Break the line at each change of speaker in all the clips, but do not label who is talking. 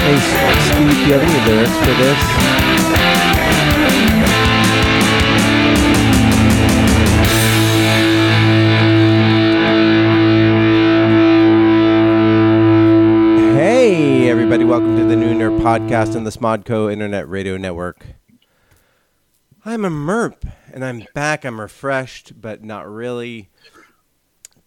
Steve, do you have any lyrics for this? Hey, everybody, welcome to the New Nerd Podcast and the Smodco Internet Radio Network. I'm a merp, and I'm back. I'm refreshed, but not really.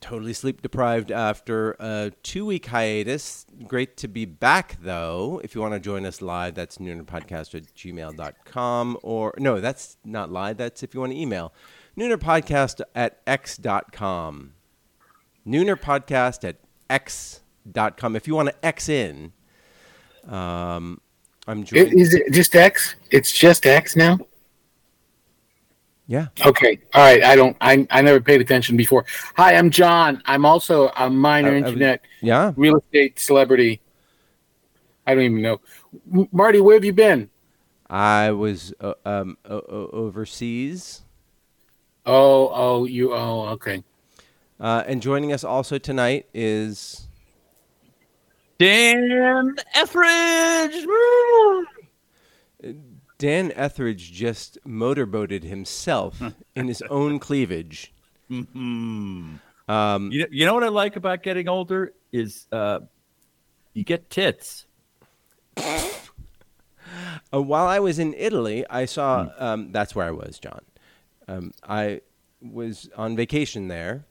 Totally sleep deprived after a two week hiatus. Great to be back, though. If you want to join us live, that's noonerpodcast at gmail.com. Or, no, that's not live. That's if you want to email. Noonerpodcast at x.com. Noonerpodcast at x.com. If you want to X in, um, I'm
It,
joined.
is it just X? It's just X now.
Yeah.
Okay. All right. I don't. I I never paid attention before. Hi, I'm John. I'm also a minor
Uh, uh,
internet
Yeah.
real estate celebrity. I don't even know. M- Marty, where have you been?
I was uh, um, o- o- overseas.
Oh, oh, you. Oh, okay.
Uh, and joining us also tonight is
Dan Etheridge.
Dan Etheridge just motorboated himself in his own cleavage.
Mhm.
Um,
You, you know what I like about getting older is uh, you get tits.
uh, while I was in Italy, I saw
Hmm.
um, that's where I was, John. Um, I was on vacation there.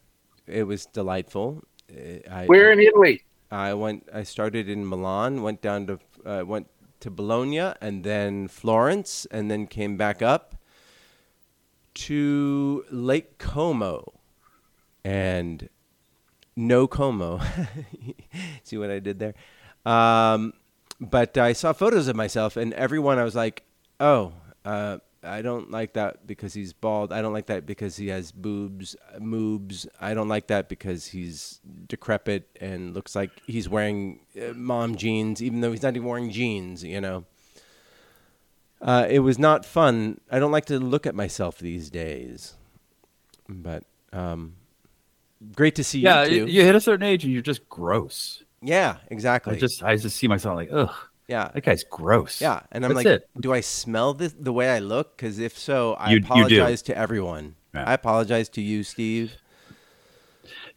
It was delightful. Uh, I,
We're in Italy?
I went. I started in Milan, went down to uh, went to Bologna, and then Florence, and then came back up to Lake Como, and no Como. See what I did there? Um, but I saw photos of myself, and everyone I was like, "Oh, uh, I don't like that because he's bald. I don't like that because he has boobs, moobs. I don't like that because he's decrepit and looks like he's wearing uh, mom jeans, even though he's not even wearing jeans." You know. Uh, it was not fun. I don't like to look at myself these days, but um, great to see
yeah,
you.
you,
too.
you hit a certain age and you're just gross.
Yeah, exactly.
I just I just see myself like, ugh,
yeah,
that guy's gross.
yeah. And I'm like,
That's it.
do I smell this the way I look? Because if so, I
You- you do.
apologize to everyone.
Yeah.
I apologize to you, Steve.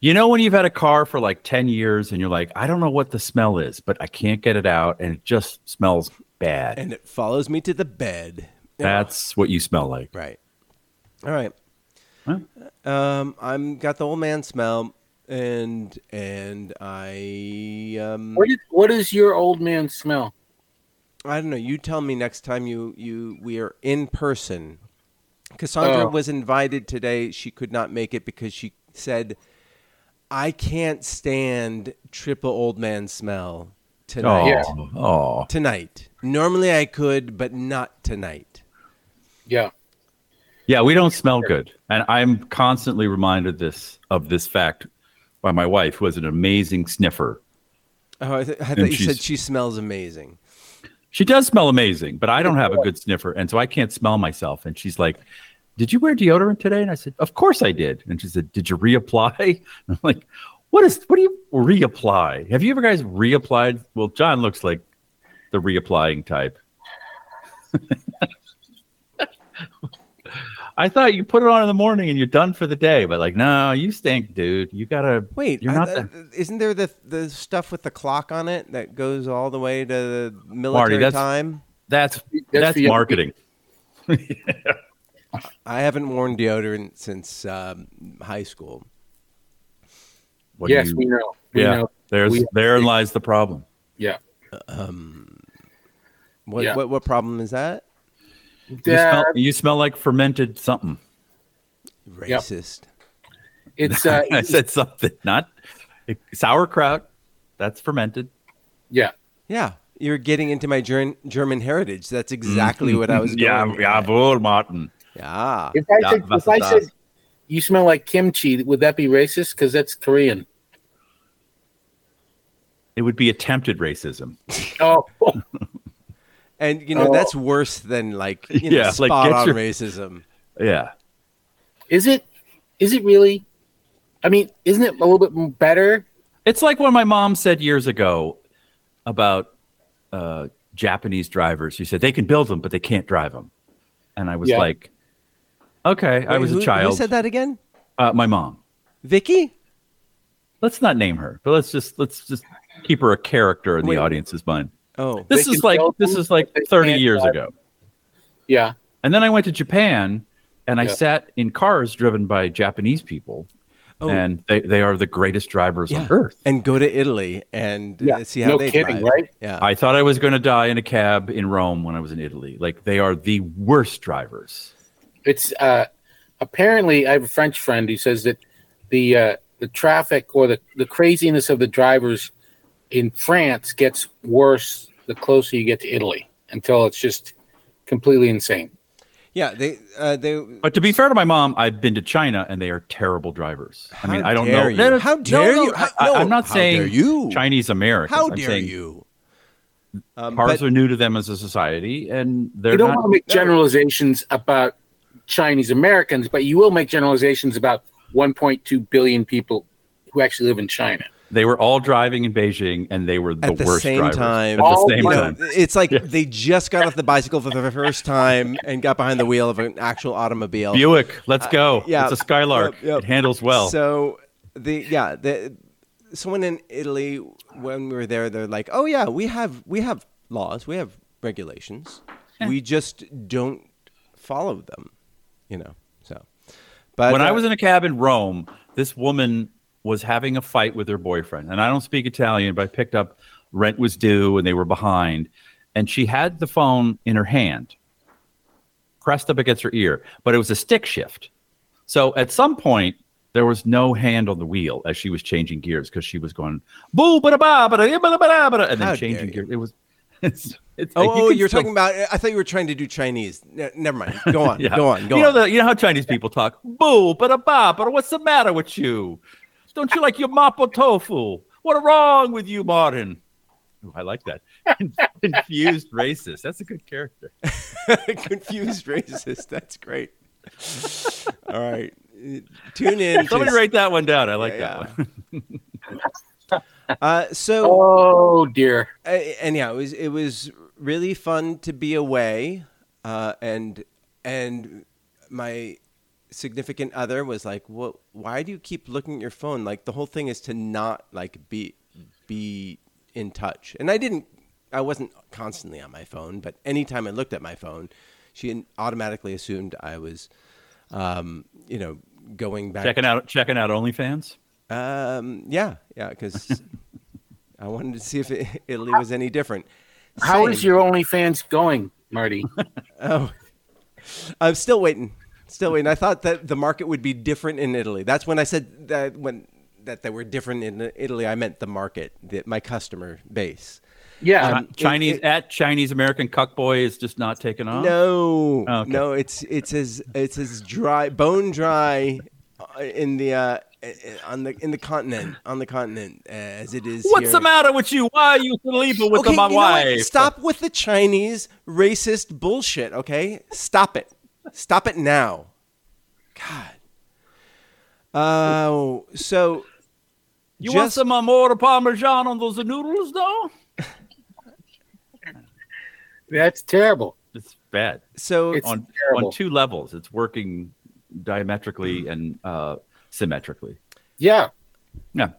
You know when you've had a car for like ten years and you're like, I don't know what the smell is, but I can't get it out, and it just smells bad.
And it follows me to the bed.
That's what you smell like.
right. All right.
Huh?
Um, I'm got the old man smell, and and I um,
What is what is your old man smell?
I don't know. You tell me next time you you we are in person. Cassandra
Oh.
was invited today. She could not make it because she said, "I can't stand triple old man smell
Oh,
tonight.
oh,
Tonight. Normally I could, but not tonight."
Yeah.
Yeah, we don't smell good. And I'm constantly reminded this of this fact by my wife, who is an amazing sniffer.
Oh, I, th- I thought
And
you said
she's-
she smells amazing.
She does smell amazing, but I don't have a good sniffer. And so I can't smell myself. And she's like, Did you wear deodorant today? And I said, Of course I did. And she said, Did you reapply? And I'm like, What is, what do you reapply? Have you ever guys reapplied? Well, John looks like the reapplying type. I thought you put it on in the morning and you're done for the day, but like, no, you stink, dude. You gotta
Wait,
You're
I-
not
I-
the-
isn't there the the stuff with the clock on it that goes all the way to the military
that's-
time?
That's
That's
that's,
the other
marketing.
I haven't worn deodorant since um, high school.
What do
yes,
you-
we know. We
yeah.
know.
there's
we-
therein lies the problem.
Yeah.
Um,
What
Yeah.
what what problem is that?
You,
Yeah,
smell, you smell like fermented something.
Racist.
it's uh,
I said something, not sauerkraut. That's fermented.
yeah.
Yeah, you're getting into my Ger- German heritage. That's exactly what I was going.
Mm-hmm. Yeah, yeah, wohl, Martin.
yeah.
If I
Yeah,
said,
that's
if I
what
said
does.
you smell like kimchi, would that be racist? Because that's Korean.
It would be attempted racism.
Oh,
And you know
Oh.
that's worse than like you know,
Yeah, like,
spot
get
on
your-
racism.
Yeah.
Is it? Is it really? I mean, isn't it a little bit better?
It's like what my mom said years ago about uh, Japanese drivers who said they can build them, but they can't drive them. And I was
Yeah.
like, okay, I
Wait,
was
who-
a child.
Who said that again?
Uh, my mom.
Vicky?
Let's not name her, but let's just let's just keep her a character in
Wait.
the audience's mind.
Oh,
This
They
is
can
like
build
this
them,
is like
but they
30
can't
years
drive
ago.
Yeah.
And then I went to Japan and I
Yeah.
sat in cars driven by Japanese people.
Oh.
And they, they are the greatest drivers
Yeah.
on earth.
and go to Italy and uh,
Yeah,
see how
no
they
kidding,
drive.
right?
Yeah.
I thought I was going to die in a cab in Rome when I was in Italy. Like they are the worst drivers.
It's uh, apparently I have a French friend who says that the uh, the traffic or the, the craziness of the drivers in France gets worse the closer you get to Italy until it's just completely insane.
yeah, they uh, they
But to be fair to my mom, I've been to China and they are terrible drivers. I mean,
How
I don't
dare
know.
you.
No, no,
How
no,
dare
no,
you. How-
I,
no,
am not
how
saying
dare you.
Chinese Americans.
How
I'm
dare
saying
you? Um,
Cars
but-
are new to them as a society, and they're
You don't
not.
want to make generalizations about Chinese Americans, but you will make generalizations about 1.2 billion people who actually live in China.
They were all driving in Beijing, and they were the,
At the
worst
same
drivers.
time.
At the
All
same
you
my-
know,
time,
it's like they just got off the bicycle for the first time and got behind the wheel of an actual automobile.
Buick, let's go.
yeah.
it's a Skylark.
Yep, yep.
It handles well.
So the yeah the someone in Italy when we were there they're like oh yeah we have we have laws we have regulations we just don't follow them you know so but
when I
uh,
was in a cab in Rome, this woman was having a fight with her boyfriend. And I don't speak Italian, but I picked up rent was due and they were behind. And she had the phone in her hand, pressed up against her ear, but it was a stick shift. So at some point, there was no hand on the wheel as she was changing gears because she was going boo ba da ba ba da ba da ba da and
How
then
dare
changing
you.
gears. It was. It's, it's
oh,
like
oh
can
you're
still-
talking about I thought you were trying to do Chinese Ne- never mind go on
yeah.
go on go
you
on
Know the, you know how Chinese people talk? Boo, but a ba, but what's the matter with you? Don't you like your mapo tofu? What wrong with you, Martin? Ooh, I like that. Confused racist. That's a good character.
confused racist that's great all right Uh, tune in to-
Somebody write that one down. I like
Yeah,
that one.
uh, so
Oh dear.
Uh, and yeah, it was it was really fun to be away, uh, and and my significant other was like, "What? Why do you keep looking at your phone? Like the whole thing is to not like be be in touch." And I didn't, I wasn't constantly on my phone, but anytime I looked at my phone, she automatically assumed I was, um, you know, going back
checking out checking out OnlyFans.
um, yeah, yeah, because I wanted to see if it, Italy was any different.
How is
Same.
your OnlyFans going, Marty?
Oh, I'm still waiting. Still waiting. I thought that the market would be different in Italy. That's when I said that when that they were different in Italy. I meant the market, the, my customer base.
Yeah.
Uh,
Chi- Chinese
Um, it-
at Chinese American cuckboy is just not taking off.
No,
Oh, Okay.
no, it's it's as it's as dry, bone dry, uh, in the uh, on the in the continent on the continent uh, as it is.
What's
here.
the matter with you? Why are you sleeping with my
you know what?
wife?
Stop with the Chinese racist bullshit, okay? Stop it. Stop it now. God. Oh, so
You want
just
some amore parmesan on those noodles, though?
That's terrible.
It's bad.
so
It's
on
terrible.
on two levels. It's working diametrically
Mm-hmm.
and uh, symmetrically.
Yeah.
No,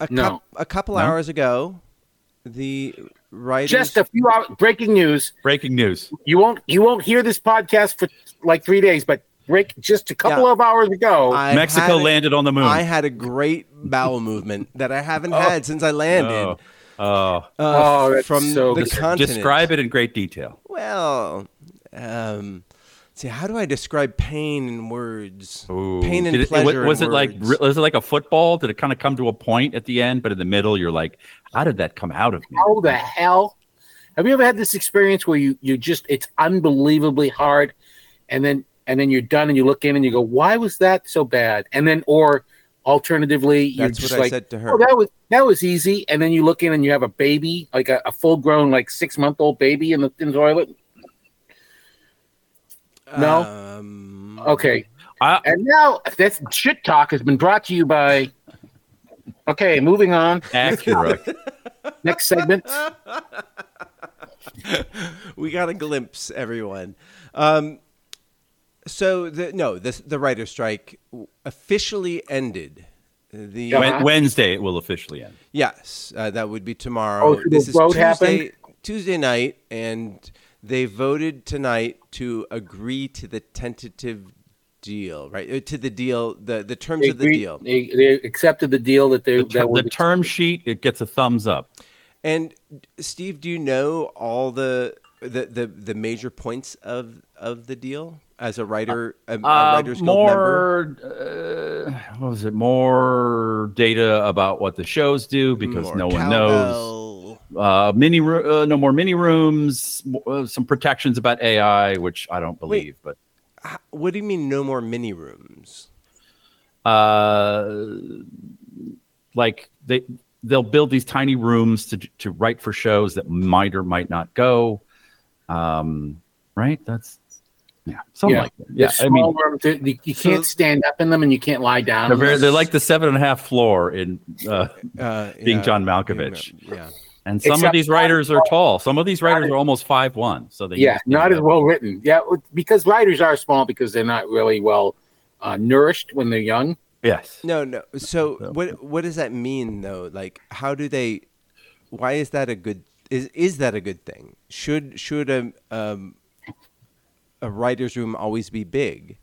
a,
no.
coup- a couple
No?
hours ago, the writers
Just a few hours. Breaking news.
breaking news.
You won't. You won't hear this podcast for like three days. But break just a couple
Yeah.
of hours ago.
I
Mexico
had a-
landed on the moon.
I had a great bowel movement that I haven't had since I landed
oh, oh.
uh,
Oh, that's
from
so
the
good.
continent.
describe it in great detail.
Well, um, see, how do I describe pain in words?
Ooh.
Pain and
Did it- wa-
pleasure. in
was it like
words.
re- was it like a football? Did it kind of come to a point at the end, but in the middle, you're like, how did that come out of me?
How the hell? Have you ever had this experience where you you just it's unbelievably hard, and then and then you're done and you look in and you go, why was that so bad? And then or alternatively, you're
That's what
just
I
like,
said to her.
oh, that was that was easy. And then you look in and you have a baby, like a, a full grown like six month old baby in the, in the toilet. no.
Um,
Okay,
I,
and now this shit talk has been brought to you by. Okay, moving on.
Acura.
Next segment.
we got a glimpse, everyone. Um, so the no, the the writer strike officially ended. The
Yeah.
Wed- Wednesday it will officially end.
yes, uh, that would be
Oh,
tomorrow.
so the
this is
vote
Tuesday
happened?
Tuesday night, and they voted tonight to agree to the tentative deal, right? Uh, To the deal, the the terms
They,
of the
agreed-
deal.
they, they accepted the deal that they
The, ter-
that was
the term sheet it gets a thumbs up.
And Steve, do you know all the the the, the major points of of the deal as a writer, a, a
Uh,
writers guild member?
more, uh, what was it? More data about what the shows do because
More
no one knows.
cowbell.
Uh, mini, roo- uh, no more mini rooms. m- Uh, some protections about AI, which I don't believe, but
H- What do you mean? No more mini rooms?
uh, like they they'll build these tiny rooms to to write for shows that might or might not go. Um, right? That's yeah, something
Yeah.
like that. Yeah, I
small
mean.
room to- you- you can't stand up in them and you can't lie down.
They're, very, they're like the seven and a half floor in uh,
Uh,
being
yeah,
John
being-
Malkovich.
Yeah.
And some of
Except
these
not
writers are tall. Some of these writers
as-
are almost five one. So they
yeah,
just need
not
to-
as well written. Yeah, because writers are small because they're not really well uh, nourished when they're young.
Yes,
No, no. So
So-
what what does that mean though? Like, how do they? Why is that a good? Is is that a good thing? Should should a um, a writer's room always be big?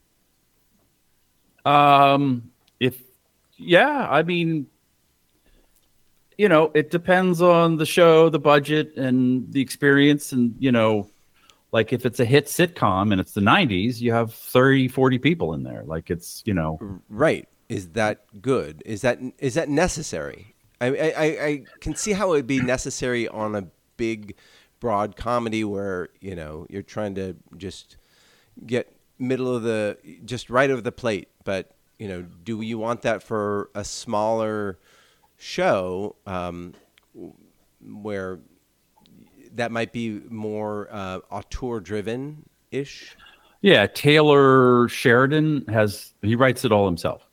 Um, if yeah, I mean, you know, it depends on the show, the budget, and the experience, and you know, like if it's a hit sitcom and it's the '90s, you have 30, 40 people in there. Like it's you know,
Right. Is that good? Is that is that necessary? I I, I- I can see how it would be necessary on a big, broad comedy where you know you're trying to just get middle of the just right over the plate. But you know, do you want that for a smaller show um, where that might be more uh, auteur driven ish?
Yeah, Taylor Sheridan has he writes it all himself,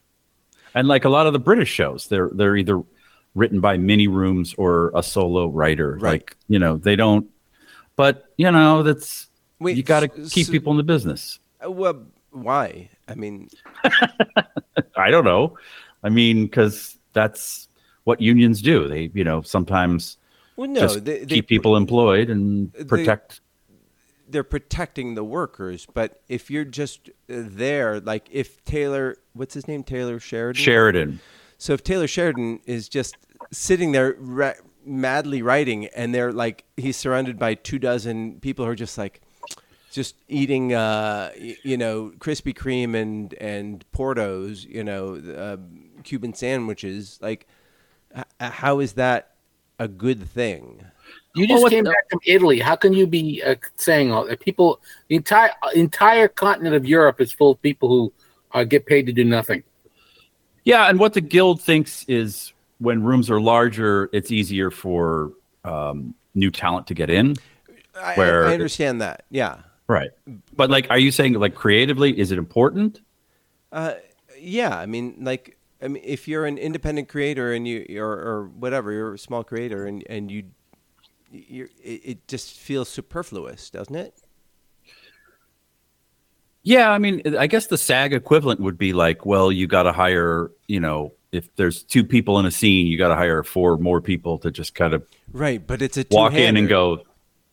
and like a lot of the British shows, they're they're either written by mini rooms or a solo writer.
Right.
Like you know they don't, but you know that's
Wait,
you got to
s-
keep
s-
people in the business.
Uh, well, why? I mean,
I don't know. I mean, because that's what unions do. They you know sometimes
well, no,
just
they, they
keep people employed and
They-
protect.
they're protecting the workers, but if you're just uh, there, like if Taylor, what's his name, Taylor Sheridan.
Sheridan,
So if Taylor Sheridan is just sitting there ra- madly writing, and they're like he's surrounded by two dozen people who are just like just eating, uh, y- you know, Krispy Kreme and and Portos, you know, uh, Cuban sandwiches. Like, h- how is that a good thing?
You
Well,
just
what
came
the-
back from Italy. How can you be uh, saying all that? People, the entire entire continent of Europe is full of people who uh, get paid to do nothing.
Yeah, and what the guild thinks is when rooms are larger, it's easier for um, new talent to get in.
I, I-
Where-
I understand that, yeah.
Right. But like, are you saying like creatively, is it important?
yeah i mean like i mean if you're an independent creator and you or, or whatever you're a small creator and and you you're, it, it just feels superfluous doesn't it
Yeah, I mean, I guess the SAG equivalent would be like, well, you got to hire, you know, if there's two people in a scene, you got to hire four more people to just kind of
right but it's a
walk in and go,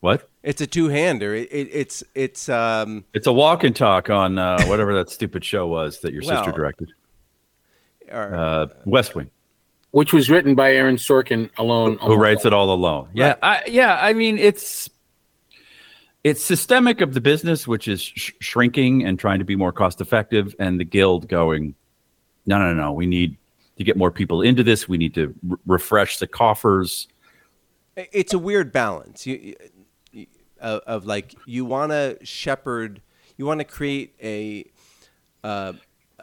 what?
it's a two-hander it, it, it's it's um
It's a walk and talk on uh, whatever that stupid show was that your sister
Well-
directed,
or,
uh, West Wing.
Which was written by Aaron Sorkin alone.
who writes it all alone. Yeah, Uh-huh. I, yeah. I mean, it's it's systemic of the business, which is sh- shrinking and trying to be more cost effective, and the guild going, no, no, no. We need to get more people into this. We need to r- refresh the coffers.
it's a weird balance you, you- of, of like you want to shepherd you want to create a, uh,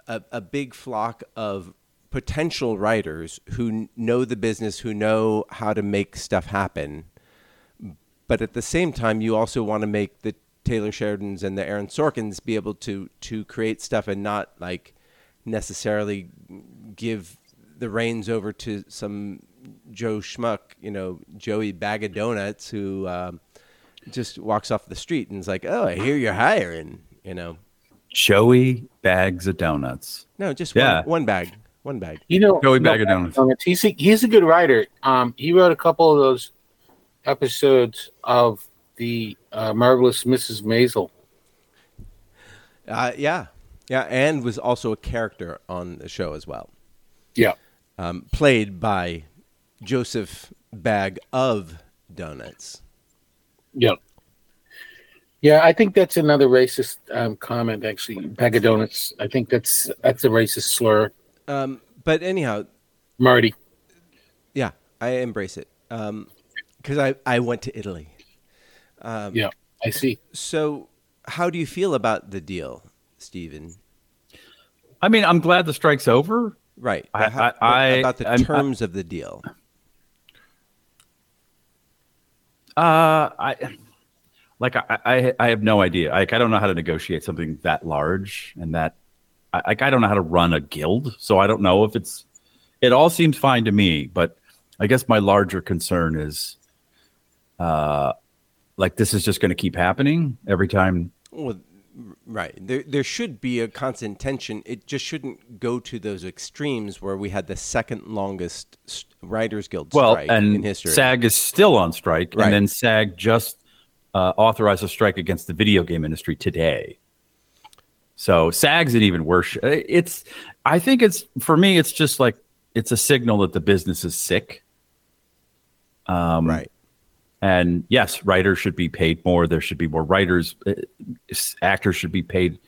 a a big flock of potential writers who kn- know the business who know how to make stuff happen but at the same time you also want to make the Taylor Sheridans and the Aaron Sorkins be able to to create stuff and not like necessarily give the reins over to some Joe Schmuck, you know, Joey Bag of Donuts who um, just walks off the street and is like, "Oh, I hear you're hiring," you know.
Joey bags of donuts.
No, just
Yeah.
one, one bag, one bag.
You know,
Joey
no,
Bag of Donuts.
He's a, he's a good writer. Um, he wrote a couple of those episodes of the uh, marvelous Mrs. Maisel.
Uh, yeah, yeah, and was also a character on the show as well,
Yeah,
um, played by Joseph Bag of Donuts.
yeah, yeah. I think that's another racist um, comment. Actually, bag of donuts. I think that's that's a racist slur,
Um, but anyhow,
Marty.
yeah, I embrace it because I I went to Italy.
yeah, I see.
So, how do you feel about the deal, Stephen?
I mean, I'm glad the strike's over.
Right.
I-
How-
I-
what
I-
about the
I'm- I-
terms of the deal.
Uh, I like I, I I have no idea. Like I don't know how to negotiate something that large and that I, like I don't know how to run a guild, so I don't know if it's. It all seems fine to me, but I guess my larger concern is, uh, like this is just going to keep happening every time.
Well, r- right. There, there should be a constant tension. It just shouldn't go to those extremes where we had the second longest s- writers' guild
Well,
strike
and
in history.
SAG is still on strike,
Right.
and then SAG just uh, authorized a strike against the video game industry today. So SAG's an even worse. sh- It's, I think it's for me, it's just like it's a signal that the business is sick. Um,
right.
and yes, writers should be paid more. There should be more writers. Uh, s- Actors should be paid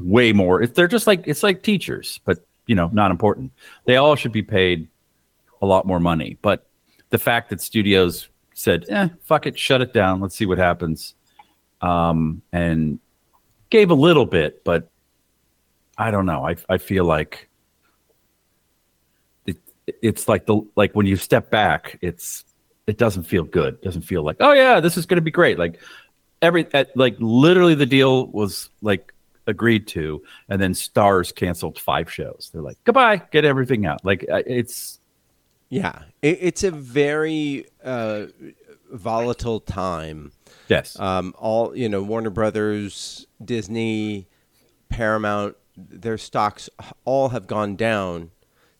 way more. If they're just like it's like teachers, but you know, not important. They all should be paid a lot more money. But the fact that studios said, "Eh, fuck it, shut it down. Let's see what happens," um, and gave a little bit, but I don't know. I I feel like it, it's like the like when you step back, it's it doesn't feel good. It doesn't feel like oh yeah, this is going to be great. Like every at, like literally the deal was like agreed to, and then Stars canceled five shows. They're like goodbye, get everything out. Like I- it's
Yeah. It, it's a very uh, volatile time.
yes,
Um, all you know, Warner Brothers, Disney, Paramount, their stocks all have gone down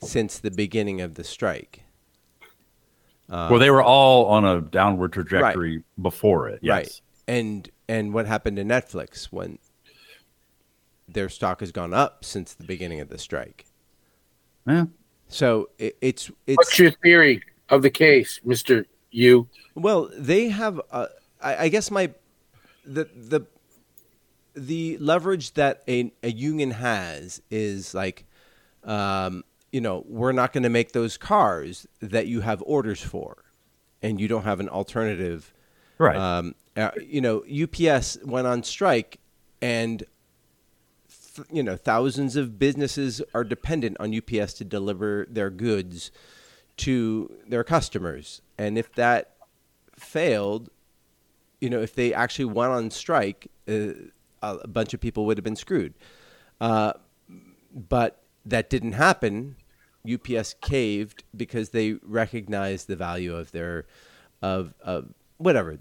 since the beginning of the strike.
well they were all on a downward trajectory before it. Yes.
Right. And and what happened to Netflix when their stock has gone up since the beginning of the strike?
Yeah.
So it, it's
What's
it's
your theory of the case, Mister You?
well they have uh, I, I guess my the the the leverage that a, a union has is like um, you know we're not going to make those cars that you have orders for and you don't have an alternative
Right.
um, uh, you know, UPS went on strike, and th- you know, thousands of businesses are dependent on UPS to deliver their goods to their customers. And if that failed, you know, if they actually went on strike, uh, a a bunch of people would have been screwed. Uh, but that didn't happen. UPS caved because they recognized the value of their, of, of whatever.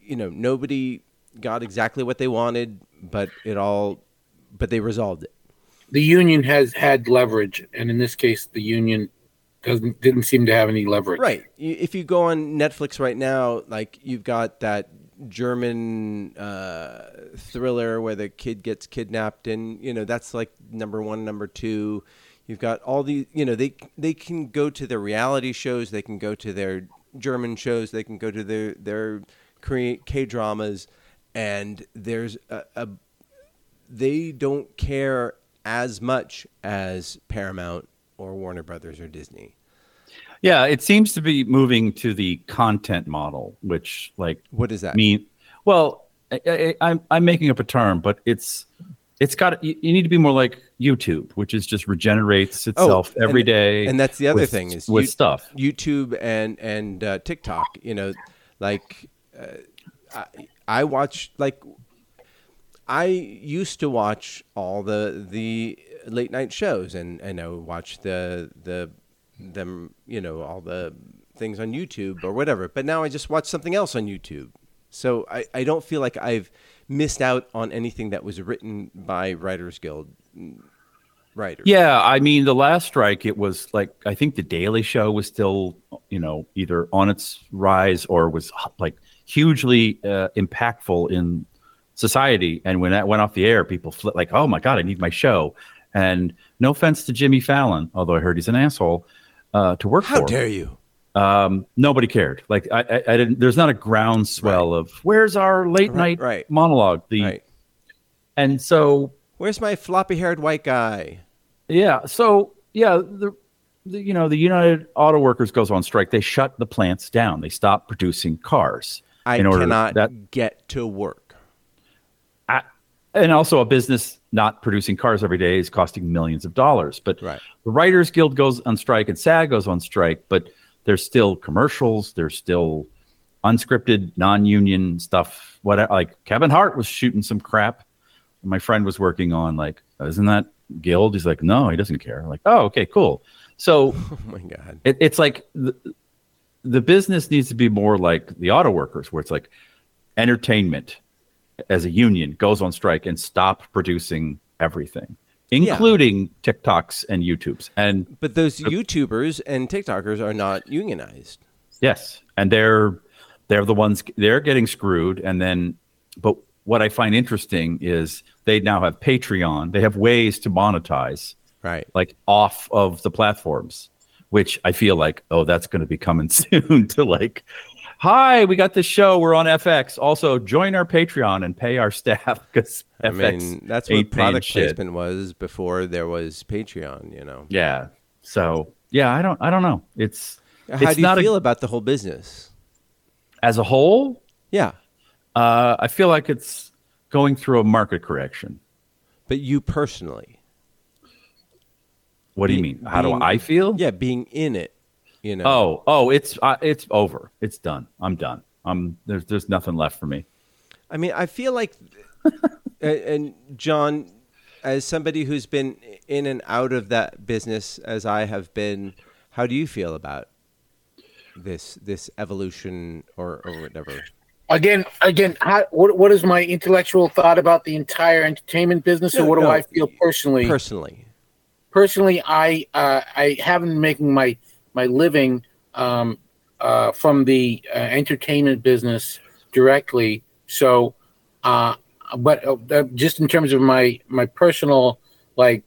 You know, nobody got exactly what they wanted, but it all, but they resolved it.
The union has had leverage, and in this case, the union doesn't didn't seem to have any leverage.
Right. You- If you go on Netflix right now, like you've got that German uh, thriller where the kid gets kidnapped, and you know that's like number one, number two. You've got all these. You know they they can go to their reality shows, they can go to their German shows, they can go to their their K dramas, and there's a, a they don't care as much as Paramount or Warner Brothers or Disney.
yeah, it seems to be moving to the content model, which like
What is that?
mean well I, I, I'm, I'm making up a term but it's it's got you, you need to be more like youtube which is just regenerates itself
Oh, and-
every day
and that's the other
with-
thing is
with
you-
stuff
YouTube and and uh, TikTok. You know, like uh, I, I watch like I used to watch all the the late night shows and and I would watch the the them you know all the things on YouTube or whatever. But now I just watch something else on YouTube. So I, I don't feel like I've missed out on anything that was written by Writers Guild mm, writers.
Yeah, I mean, the last strike, it was like I think the Daily Show was still, you know, either on its rise or was like hugely uh, impactful in society. And when that went off the air, people flipped like, "Oh my god, I need my show." And no offense to Jimmy Fallon, although I heard he's an asshole uh, to work
How
for.
dare you?
um, nobody cared. Like I, I, I didn't. There's not a groundswell of where's our late
Right,
night
right.
monologue. The
Right.
and so
Where's my floppy haired white guy?
Yeah. So yeah, the, the you know the United Auto Workers goes on strike. They shut the plants down. They stop producing cars.
I
in order
cannot
that
get to work.
I, and also a business not producing cars every day is costing millions of dollars. But
Right.
the Writers Guild goes on strike and SAG goes on strike, but there's still commercials. There's still unscripted, non-union stuff. What like Kevin Hart was shooting some crap. My friend was working on like, isn't that Guild? He's like, no, he doesn't care. I'm like, oh, okay, cool. So
Oh my god.
It, it's like the, the business needs to be more like the auto workers, where it's like entertainment as a union goes on strike and stop producing everything, including TikToks and YouTubes. And
But those YouTubers and TikTokers are not unionized.
yes, and they're they're the ones they're getting screwed. And then, but what I find interesting is they now have Patreon. They have ways to monetize.
Right.
like off of the platforms, which I feel like, oh, that's going to be coming soon to like, hi, we got this show. We're on FX. Also, join our Patreon and pay our staff because
I
FX.
mean, that's
ain't
what
paying
product
shit.
placement was before there was Patreon, you know.
Yeah. So yeah, I don't, I don't know. It's
How
it's
do you
not a-
feel about the whole business?
as a whole.
Yeah.
Uh, I feel like it's going through a market correction.
But you personally.
What do you
Being-
mean? How do
being-
I feel?
Yeah, being in it, you know.
Oh, oh, it's uh, it's over. It's done. I'm done. I'm there's there's nothing left for me.
I mean, I feel like, and, and John, as somebody who's been in and out of that business as I have been, how do you feel about this this evolution or, or whatever?
Again, again, how, what what is my intellectual thought about the entire entertainment business, or
No,
what do
no.
I feel personally?
Personally,
personally, I uh, I haven't been making my my living um, uh, from the uh, entertainment business directly. So, uh, but uh, uh, just in terms of my my personal like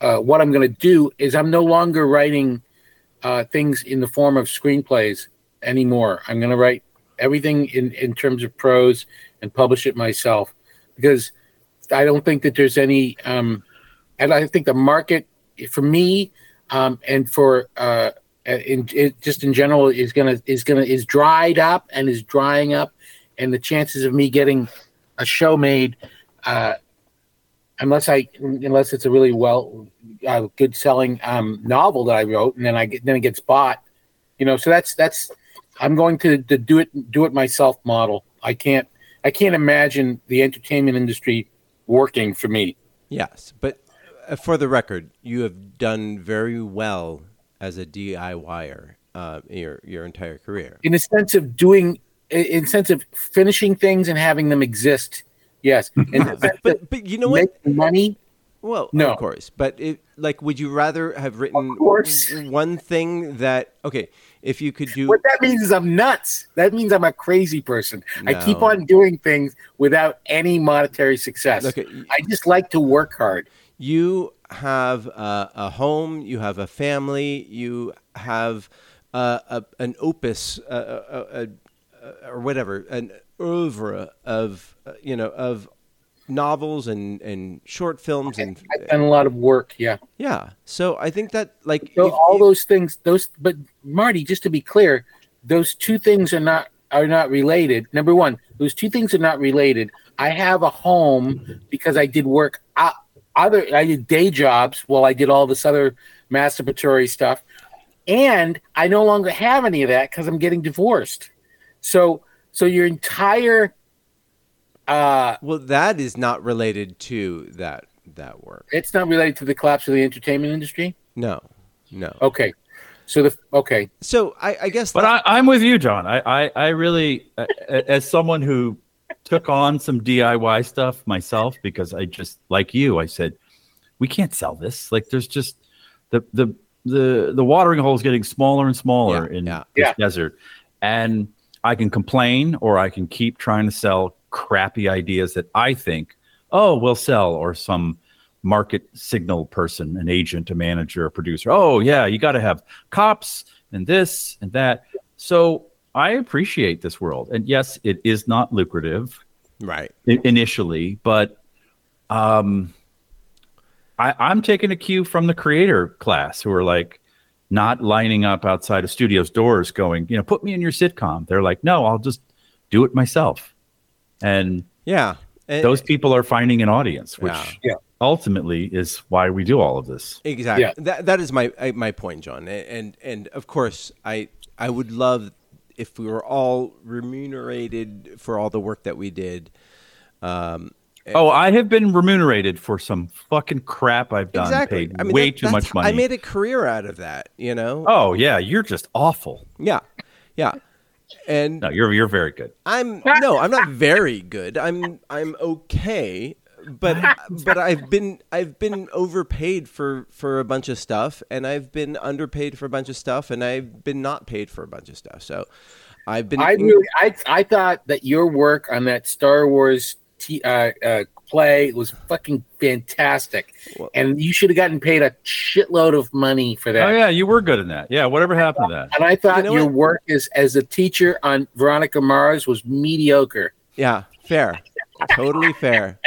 uh, what I'm going to do is I'm no longer writing uh, things in the form of screenplays anymore. I'm going to write everything in in terms of prose and publish it myself because I don't think that there's any. Um, and I think the market for me um, and for uh, in, it, just in general is gonna is gonna is dried up and is drying up, and the chances of me getting a show made, uh, unless I unless it's a really well uh, good selling um, novel that I wrote, and then I get, then it gets bought, you know. So that's that's I'm going to the do it do it myself model. I can't I can't imagine the entertainment industry working for me.
yes. But uh, for the record, you have done very well as a DIYer uh, your your entire career.
in a sense of doing in in sense of finishing things and having them exist yes and the sense of
But but you know what?
making money
Well,
No.
of course, but it, like, would you rather have written
Of course.
w- one thing that okay, if you could do
what that means is i'm nuts that means i'm a crazy person i keep
No.
on doing things without any monetary success
Okay.
i just like to work hard
you have a, a home, you have a family, you have a, a, an opus, a, a, a, a, or whatever, an oeuvre of uh, you know of novels and and short films and
i've done a lot of work yeah
yeah. So I think that like
so
if-
all
if-
those things those but marty just to be clear those two things are not are not related number one those two things are not related i have a home because i did work o- other i did day jobs while i did all this other masturbatory stuff and i no longer have any of that because i'm getting divorced so so your entire uh
well, that is not related to that that work.
it's not related to the collapse of the entertainment industry
No, no.
okay So the okay,
So I, I guess
But
that-
I, I'm with you, John. I, I, I really, a- a- as someone who took on some DIY stuff myself, because I just, like you, I said, we can't sell this. Like, there's just the the the the watering hole is getting smaller and smaller
Yeah,
in
yeah.
this
Yeah.
desert, and I can complain or I can keep trying to sell crappy ideas that I think, oh, we'll sell, or some market signal person, an agent, a manager, a producer. Oh, yeah, you got to have cops and this and that. So I appreciate this world. And yes, it is not lucrative
right.
i- initially, but um, I, I'm taking a cue from the creator class who are like not lining up outside of studios doors, going, you know, put me in your sitcom. They're like, no, I'll just do it myself. And
Yeah. eh, And-
those people are finding an audience, which
Yeah. Yeah.
ultimately is why we do all of this.
Exactly.
Yeah.
That that is my I- my point, John. A- And and of course, I I would love if we were all remunerated for all the work that we did. Eh.
Oh, I have been remunerated for some fucking crap I've done,
exactly.
paid
I mean,
way
that-
too
that's-
much money.
I made a career out of that. You know.
oh yeah, you're just awful.
Yeah. Yeah. And
No, you're you're very good.
I'm no, I'm not very good. I'm I'm okay, but but I've been I've been overpaid for for a bunch of stuff, and I've been underpaid for a bunch of stuff, and I've been not paid for a bunch of stuff. So I've been
I really, I, I thought that your work on that Star Wars t- uh, uh, play was fucking fantastic,
Well-
and you should have gotten paid a shitload of money for that.
Oh yeah, you were good in that. Yeah, whatever happened to that?
And I thought
You know
your
what?
work as as a teacher on Veronica Mars was mediocre.
yeah, fair, totally fair.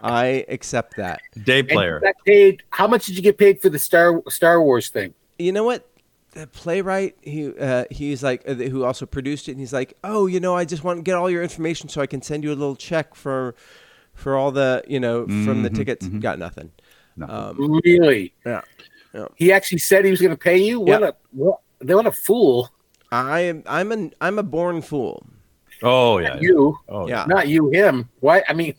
I accept that.
Day
And
player.
You got paid. How much did you get paid for the Star Star Wars thing?
you know what the playwright he uh, he's like uh, who also produced it and he's like oh you know i just want to get all your information so i can send you a little check for for all the you know from
Mm-hmm,
the tickets got nothing Um,
Really?
yeah
He actually said he was going to pay you. What
Yeah.
a what, what a fool!
i am i'm an i'm a born fool
Oh yeah. yeah.
You,
Oh
yeah Uh,
not you, him. Why? I mean,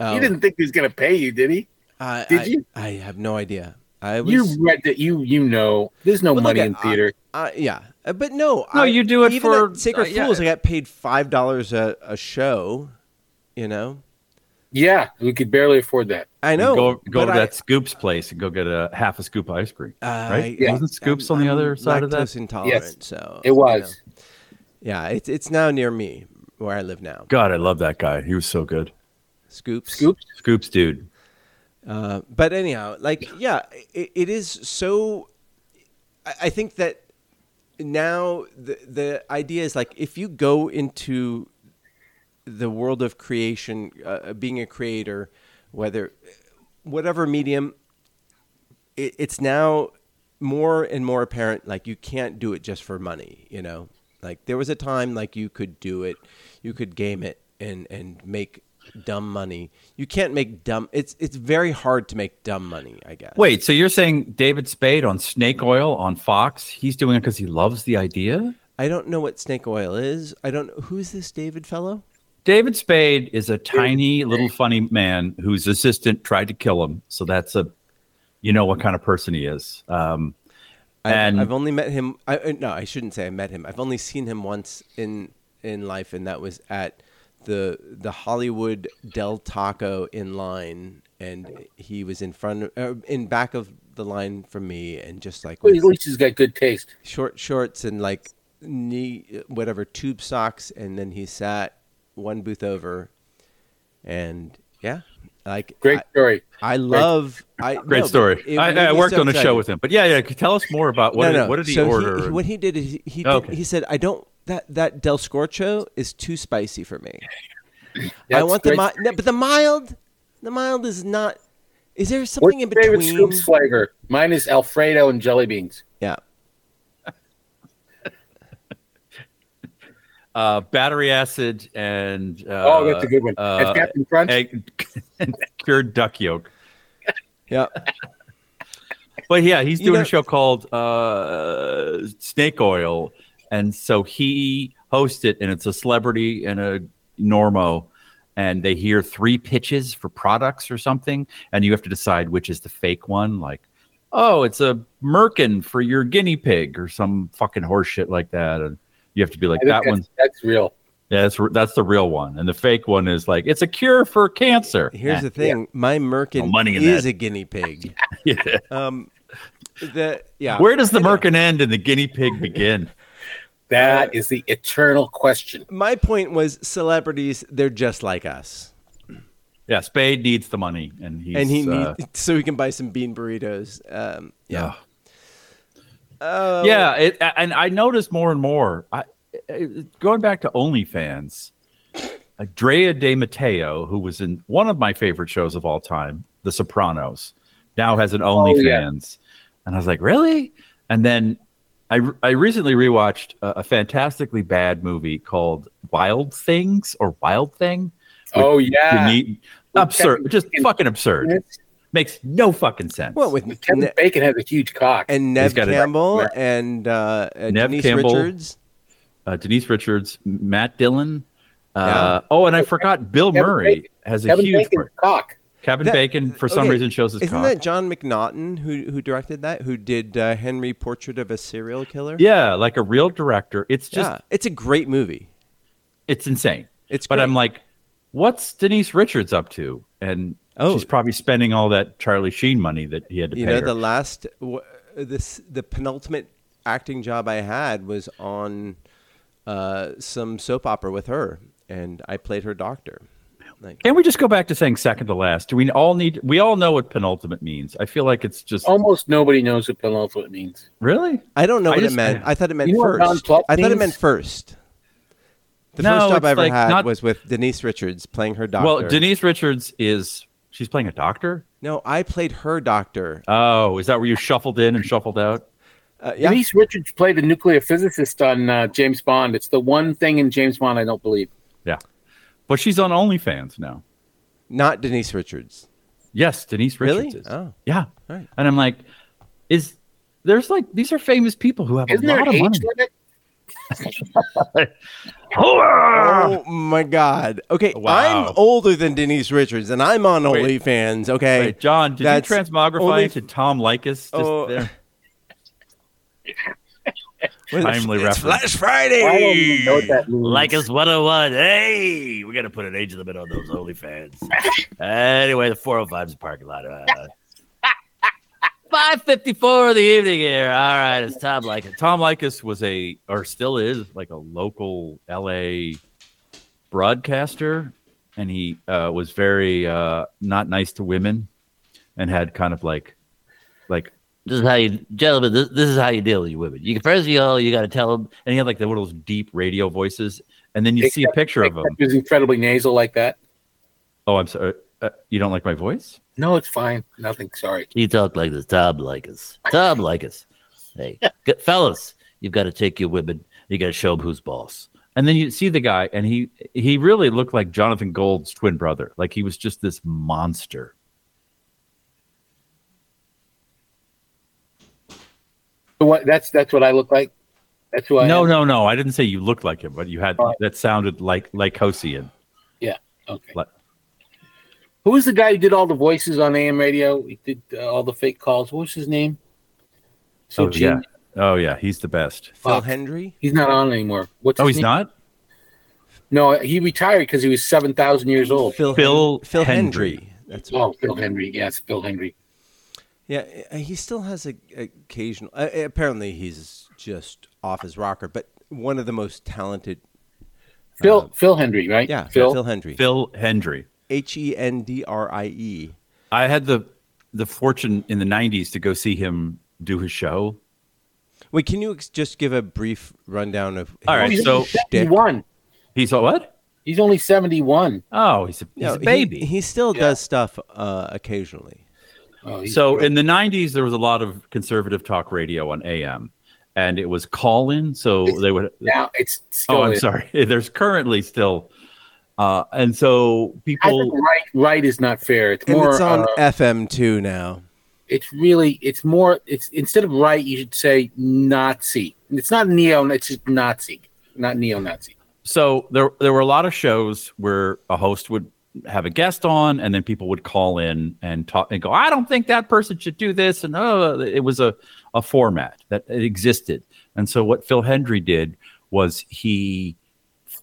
Um,
he didn't think he was going to pay you, did he?
I,
did
I-
you?
i have no idea i was
You read that you you know there's no
Well, look,
money
I-
in theater.
I, yeah Uh, but no
No,
I,
you do it
even
for-
at sacred
uh, yeah.
fools i got paid five dollars a, a show you know
yeah, we could barely afford that.
i know
go go
but
to
I-
that Scoops place and go get a half a scoop of ice cream.
Uh,
right?
yeah.
Wasn't Scoops on the
I'm
other side of
lactose
that?
Intolerant,
Yes.
so
It was.
you know. Yeah, it's it's now near me where I live now.
God, I love that guy. He was so good.
Scoops.
Scoops.
Scoops dude.
Uh, but anyhow, like yeah, it, it is so. I, I think that now the the idea is like if you go into the world of creation, uh, being a creator, whether whatever medium, it, it's now more and more apparent. Like you can't do it just for money. You know, like there was a time like you could do it, you could game it and and make dumb money. You can't make dumb. It's it's very hard to make dumb money. I guess.
Wait, so you're saying David Spade on Snake Oil on Fox, he's doing it because he loves the idea?
I don't know what snake oil is. I don't. Who's this David fellow?
David Spade is a tiny little funny man whose assistant tried to kill him. So that's a, you know what kind of person he is. Um,
I've,
And-
I've only met him. I, uh, no, I shouldn't say I met him. I've only seen him once in in life, and that was at the the Hollywood Del Taco in line, and he was in front of, uh, in back of the line from me, and just like
Well,
with
at least he's got good taste.
short shorts and like knee whatever tube socks, and then he sat one booth over, and yeah, like
Great story.
I, I love I
great
no,
story.
it made
I, I
me
worked
so
on a
excited.
show with him. But yeah, yeah. Tell us more about what,
No,
did,
no.
what did he
So
order? Oh,
He, what he did is he he, did,
Okay.
he said, "I don't that that Del Scorcho is too spicy for me. I
That's
want the
great.
mild, no, but the mild, the mild is not. Is there something
What's
in
your favorite
between?
Scoops flavor? Mine is Alfredo and jelly beans.
Yeah,
uh, battery acid and uh,
Oh, that's a good one.
uh,
that's Captain Crunch.
egg and cured duck yolk.
yeah.
But yeah, he's
You
doing
know-
a show called uh, Snake Oil, and so he hosts it, and it's a celebrity and a normo, and they hear three pitches for products or something, and you have to decide which is the fake one, like. oh, it's a merkin for your guinea pig or some fucking horseshit like that. And you have to be like,
I think
that
that's,
one's,
that's real.
yeah, that's, r- that's the real one. And the fake one is like, it's a cure for cancer.
Here's
Nah.
the thing: my merkin
No money in
is
that.
a guinea pig.
Yeah.
Um, the yeah.
Where does the merkin end and the guinea pig begin?
That is the eternal question.
my point was celebrities; they're just like us,
Yeah, Spade needs the money, and he's
and he
uh,
needs so he can buy some bean burritos. Um, oh, yeah.
yeah, yeah. It, and I noticed more and more. I, it, going back to OnlyFans, uh, Drea De Matteo, who was in one of my favorite shows of all time, The Sopranos, now has an
yeah.
OnlyFans, and I was like, really? And then I re- I recently rewatched a, a fantastically bad movie called Wild Things or Wild Thing. with
oh yeah,
Deni- absurd, just fucking absurd. Makes no fucking sense.
Well, with
Kevin
Ne-
Bacon has a huge cock.
and Nev
got it.
Campbell and uh, uh,
Nev
Denise
Campbell.
Richards.
uh, Denise Richards, Matt Dillon. Uh, Oh, and I forgot Bill
Kevin
Murray
Bacon.
has a
Kevin
huge
Bacon's
part.
cock.
Kevin
That-
Bacon, for some
okay,
reason, shows his
Isn't
cock.
that John McNaughton who who directed that? Who did uh, Henry Portrait of a Serial Killer?
yeah, like a real director. It's just,
yeah. It's a great movie.
it's insane.
It's
but
great.
I'm like, what's Denise Richards up to? And
Oh.
she's probably spending all that Charlie Sheen money that he had to
you
pay
know
her.
the last w- this the penultimate acting job i had was on uh, some soap opera with her and i played her doctor like
Can we just go back to saying second to last? Do we all need? We all know what penultimate means. I feel like it's just
Oh.
Almost nobody knows what penultimate means.
really.
i don't know
I
what
just-
it meant i thought it meant
You know what
first
non-plot
i thought it meant
means?
first the
No,
first job
it's
i ever
like
had
not-
was with denise richards playing her doctor
Well, Denise Richards is she's playing a doctor.
no i played her doctor
Oh, is that where you shuffled in and shuffled out?
uh, yeah
Denise Richards played the nuclear physicist on uh, James Bond. It's the one thing in James Bond I don't believe.
Yeah. But she's on OnlyFans now.
not denise richards
Yes, Denise
Really?
Richards is.
Oh.
Yeah.
Right.
And I'm like, is there's like these are famous people who have
Isn't
a
there
lot
an
of
age
money.
limit?
Hoorah!
Oh my God! Okay,
Wow.
I'm older than Denise Richards, and I'm on
Wait.
OnlyFans. Okay,
Wait, John, did
That's
you transmogrify
only-
into Tom Likas? Just
Oh.
there?
What is it?
Timely
It's
reference.
Flash Friday.
I don't even know what that means.
Like us 101. Hey, we got to put an age limit on those OnlyFans. anyway, the 405 is a parking lot. Uh, 554 in the evening here. All right, it's time like it.
Tom Likas was a or still is like a local LA broadcaster and he uh, was very uh, not nice to women and had kind of like like
This is how you, gentlemen, this, this is how you deal with your women. You can first of all, you got to tell them.
and he had like the one of those deep radio voices and then you see a picture of him
Except He was incredibly nasal like that.
Oh, I'm sorry. Uh, you don't like my voice?
No, it's fine. Nothing. Sorry.
You talk like this, Tom Likas. Tom Likas. Hey, g- fellas, you've got to take your women. You got to show them who's boss.
And then you see the guy, and he he really looked like Jonathan Gold's twin brother. Like he was just this monster.
So what? That's that's what I look like. That's who I
No,
am?
no, no. I didn't say you looked like him, but you had
Oh.
Uh,
that sounded like
Oh,
Lycosian.
Okay.
Like-
Who was the guy who did all the voices on AM radio? He did uh, all the fake calls. What was his name? So
Oh yeah. Oh yeah. He's the best.
Phil
Fuck.
Hendry.
He's not on anymore. What's
Oh,
his
he's
name?
not.
No, he retired because he was seven thousand years old.
Phil.
Phil
Hen- Phil
Hendry.
Hendry. That's
Oh, Phil Henry. Yes, Phil Henry.
yeah. uh, He still has a, a occasional. Uh, uh, apparently, he's just off his rocker, but one of the most talented.
Phil Phil Henry, right?
Yeah,
Phil.
Hendry.
Um, Phil Hendry.
H e n d r i e.
I had the the fortune in the '90s to go see him do his show.
Wait, can you ex- just give a brief rundown of?
All right,
his
so-
shtick?
Oh, seventy-one.
He's all what?
He's only seventy-one.
Oh, he's a, he's
No,
a
he-
baby.
He, still
Yeah.
does stuff uh, occasionally.
Oh, he's
So
great.
in the 90s, there was a lot of conservative talk radio on AM, and it was call in. So they would.
now it's still
Oh, I'm
in.
sorry. There's currently still. Uh, and
I
so
think
people.
right, right is not fair. It's
And
more.
it's on
uh,
FM too now.
it's really. It's more. It's instead of right, you should say Nazi. It's not neo. It's just Nazi, not neo-Nazi.
So there, there were a lot of shows where a host would have a guest on, and then people would call in and talk and go, I don't think that person should do this. And oh, it was a, a format that it existed. And so what Phil Hendry did was he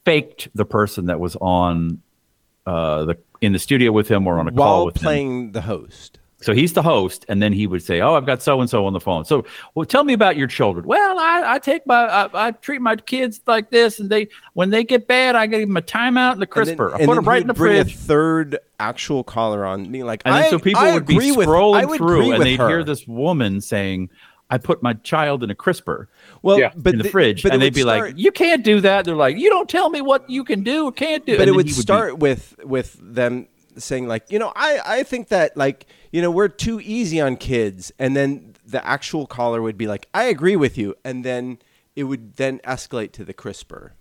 faked the person that was on uh, the in the studio with him or on a call
while
with him.
playing the host.
So he's the host, and then he would say, "Oh, I've got so and so on the phone." So, well, tell me about your children. Well, I, I take my, I, I treat my kids like this, and they, when they get bad, I give them a timeout
And
and a
then-
crisper. I
and then
put them
he
right in the
would bring
fridge.
A third actual caller on, being like,
And then
I,
so people
I
would be
agree with- I
scrolling
would agree
through, and
with
they'd
her.
hear this woman saying, "I put my child in a crisper
well,
Yeah.
but
in the,
th-
fridge,"
but it
and
would
they'd be
start-
like, "You can't do that." They're like, "You don't tell me what you can do or can't do."
but
And
it
then
would
he be-
start with with them saying like you know i i think that like you know we're too easy on kids and then the actual caller would be like i agree with you and then it would then escalate to the crisper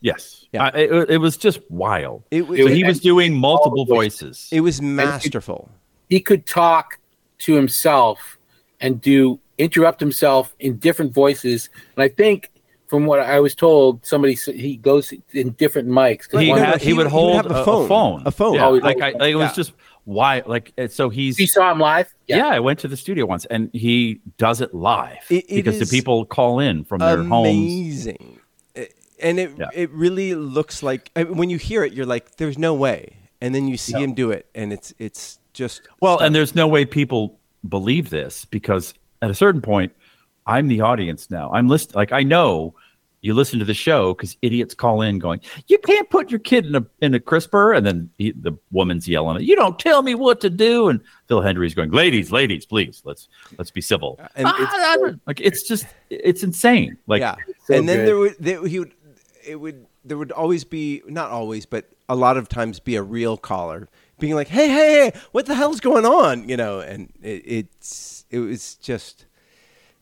yes,
Yeah.
I, it, it was just wild.
it was
It
it,
So
was-
he was doing multiple voices.
it was masterful
he could talk to himself and do interrupt himself in different voices. And I think, from what I was told, somebody s- he goes in different mics. 'Cause
Like,
he,
one-
no,
had,
he
he,
would-
would
he would
hold
have a
a, a
phone.
phone.
A phone.
Yeah,
Oh,
like, I, like it was
yeah.
just why like uh, so he's
you saw him live.
yeah. I went to the studio once and he does it live
It- it
because the
is
people call in from their homes.
amazing It- and it
Yeah.
it really looks like I mean, when you hear it you're like there's no way and then you see him do it and it's it's just
Well, and there's no way people believe this because at a certain point, I'm the audience now. I'm list like I know you listen to the show because idiots call in going, "You can't put your kid in a in a crisper," and then he, the woman's yelling, "You don't tell me what to do!" And Phil Hendry's going, "Ladies, ladies, please let's let's be civil."
And
Ah,
it's-
I don't- like it's just it's insane. Like
yeah,
so
and then
good.
there would there, he would it would there would always be not always but a lot of times be a real caller being like, hey hey hey, what the hell's going on? You know, and it, it's it was just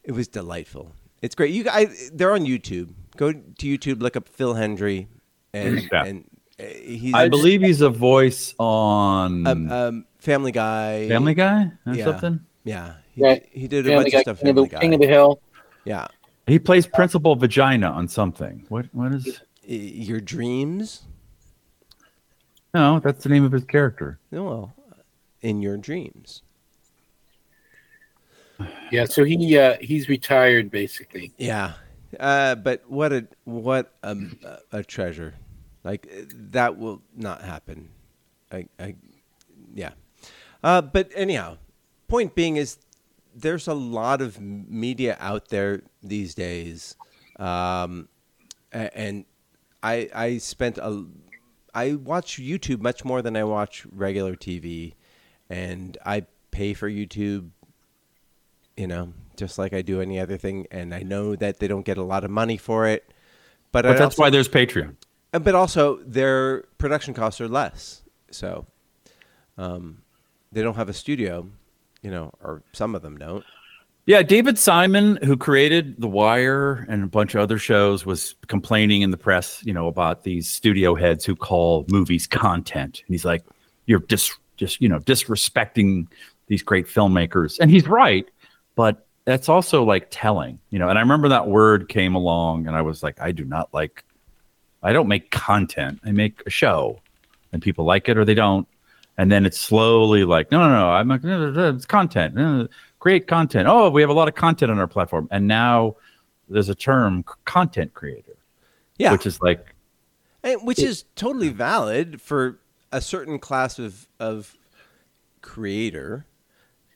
it was delightful. It's great. You guys, they're on YouTube. Go to YouTube, look up Phil Hendry, and
Yeah.
and uh, he's
I believe he's a voice on
um, um, Family Guy.
Family Guy or
yeah.
something.
Yeah, he,
Right.
he did a
Family
bunch
Guy,
of stuff.
King, of
Family
the,
Guy.
King of the Hill.
yeah,
He plays Principal Vagina on something. What what is?
I- your dreams.
No, that's the name of his character.
No, well, in your dreams.
Yeah, so he uh, he's retired basically.
Yeah, uh, but what a what a, a treasure! Like uh, that will not happen. I, I yeah. Uh, but anyhow, point being is there's a lot of m- media out there these days, um, a- and I I spent a I watch YouTube much more than I watch regular TV, and I pay for YouTube you know, just like I do any other thing. And I know that they don't get a lot of money for it, but,
But
I
that's
also,
why there's Patreon.
But also, their production costs are less, so um, they don't have a studio, you know, or some of them don't.
Yeah, David Simon, who created The Wire and a bunch of other shows, was complaining in the press, you know, about these studio heads who call movies content. And he's like, "You're dis, just you know disrespecting these great filmmakers," and he's right. But that's also like telling, you know. And I remember that word came along, and I was like, "I do not like. I don't make content. I make a show, and people like it or they don't." and then it's slowly like, no, no, no, I'm like, no, no, no, it's content, No, no, no, create content. Oh, we have a lot of content on our platform, and now there's a term, c- content creator,
Yeah,
which is like,
And- which is totally valid for a certain class of of creator.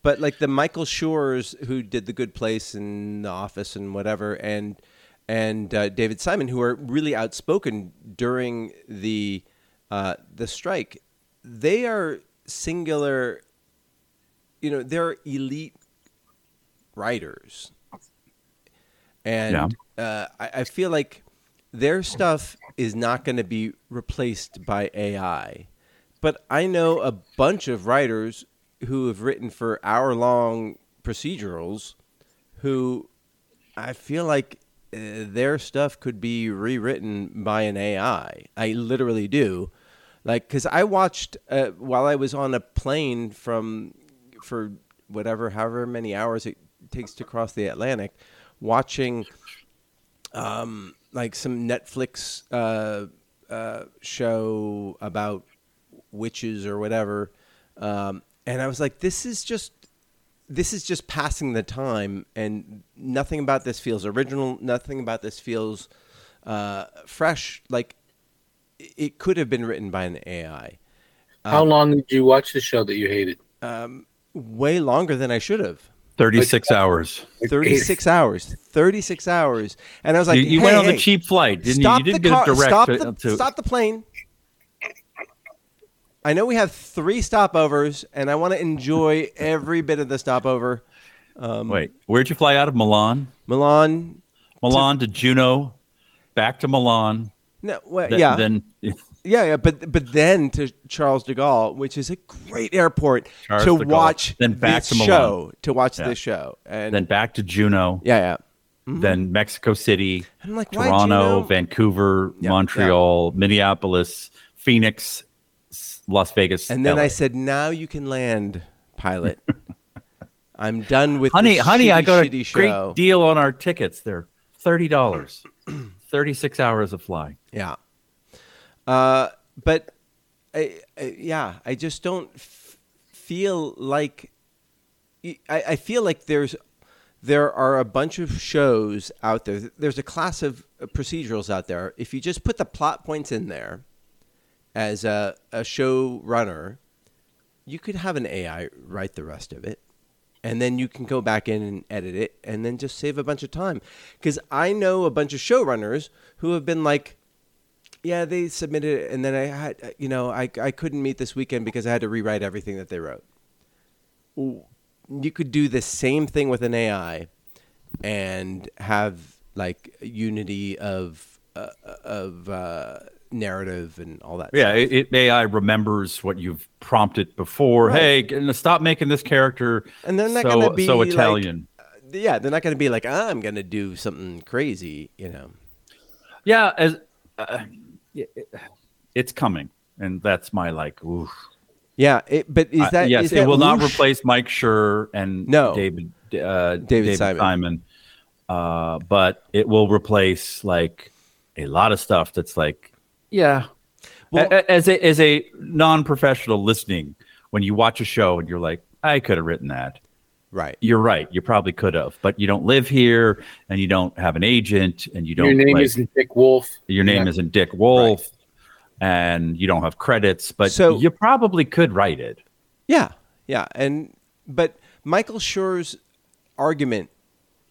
But like the Michael Shores who did The Good Place and The Office and whatever, and and uh, David Simon who are really outspoken during the uh, the strike, they are singular. You know, they're elite writers, and uh, I, I feel like their stuff is not going to be replaced by AI. But I know a bunch of writers who have written for hour long procedurals who I feel like uh, their stuff could be rewritten by an AI. I literally do. Like, because I watched uh, while I was on a plane from for whatever, however many hours it takes to cross the Atlantic, watching um, like some Netflix uh, uh, show about witches or whatever. Um, and I was like, this is just this is just passing the time, and nothing about this feels original. Nothing about this feels uh, fresh. Like it- it could have been written by an AI. Uh,
How long did you watch the show that you hated?
Way longer than I should have.
36
uh,
hours.
Thirty-six hours. Thirty-six hours. And I was like,
you you
hey,
went on
hey,
the cheap flight, didn't
stop
you? You didn't
the
get
car.
it direct.
stop,
to-
the,
to-
stop the plane. I know we have three stopovers, and I want to enjoy every bit of the stopover.
um, Wait, where'd you fly out of Milan?
Milan.
Milan to Juneau, back to Milan.
No, well,
th-
yeah,
Then
yeah, yeah, but but then to Charles de Gaulle, which is a great airport
Charles
to
de Gaulle.
watch
Then back
this
to Milan.
show, to watch
Yeah.
this show, and
then back to Juneau.
yeah, yeah,
Then Mexico City.
I'm Mm-hmm. like, why
Toronto,
Juneau?
Vancouver,
Yeah,
Montreal, Minneapolis, Phoenix, S- Las Vegas.
and then
LA.
I said, now you can land, pilot. I'm done with
"Honey,
this
honey, I
shitty,
got a
shitty show.
great deal on our tickets. They're thirty dollars, thirty-six hours of flying."
Yeah. Uh, but I, I, yeah, I just don't f- feel like I, I feel like there's there are a bunch of shows out there. There's a class of uh, procedurals out there. If you just put the plot points in there as a, a showrunner, you could have an AI write the rest of it. And then you can go back in and edit it and then just save a bunch of time. Because I know a bunch of showrunners who have been like, yeah, they submitted it. And then I had, you know, I, I couldn't meet this weekend because I had to rewrite everything that they wrote. You could do the same thing with an AI and have like unity of, uh, of uh, narrative and all that.
Yeah, it, it AI remembers what you've prompted before.
Right.
Hey, g- stop making this character
And they're not
so,
gonna be
so
like-
Italian.
yeah, they're not going to be like, "Ah, I'm going to do something crazy, you know.
yeah, as uh, it- it- it's coming, and that's my like. Oof.
Yeah, it, but is
Uh,
that
yes?
is
it
that
will not
whoosh?
replace Mike Schur and
No.
David uh, David,
Simon.
Simon. Uh, but it will replace like a lot of stuff that's like yeah.
Well-
A- a- as a as a non professional listening, when you watch a show and you're like, I could have written that.
right.
You're right. You probably could have, but you don't live here, and you don't have an agent, and you don't.
Your name
like-
isn't Dick Wolf.
your name
Yeah.
isn't Dick Wolf, and you don't have credits, but
So-
you probably could write it.
Yeah, yeah, and but Michael Schur's argument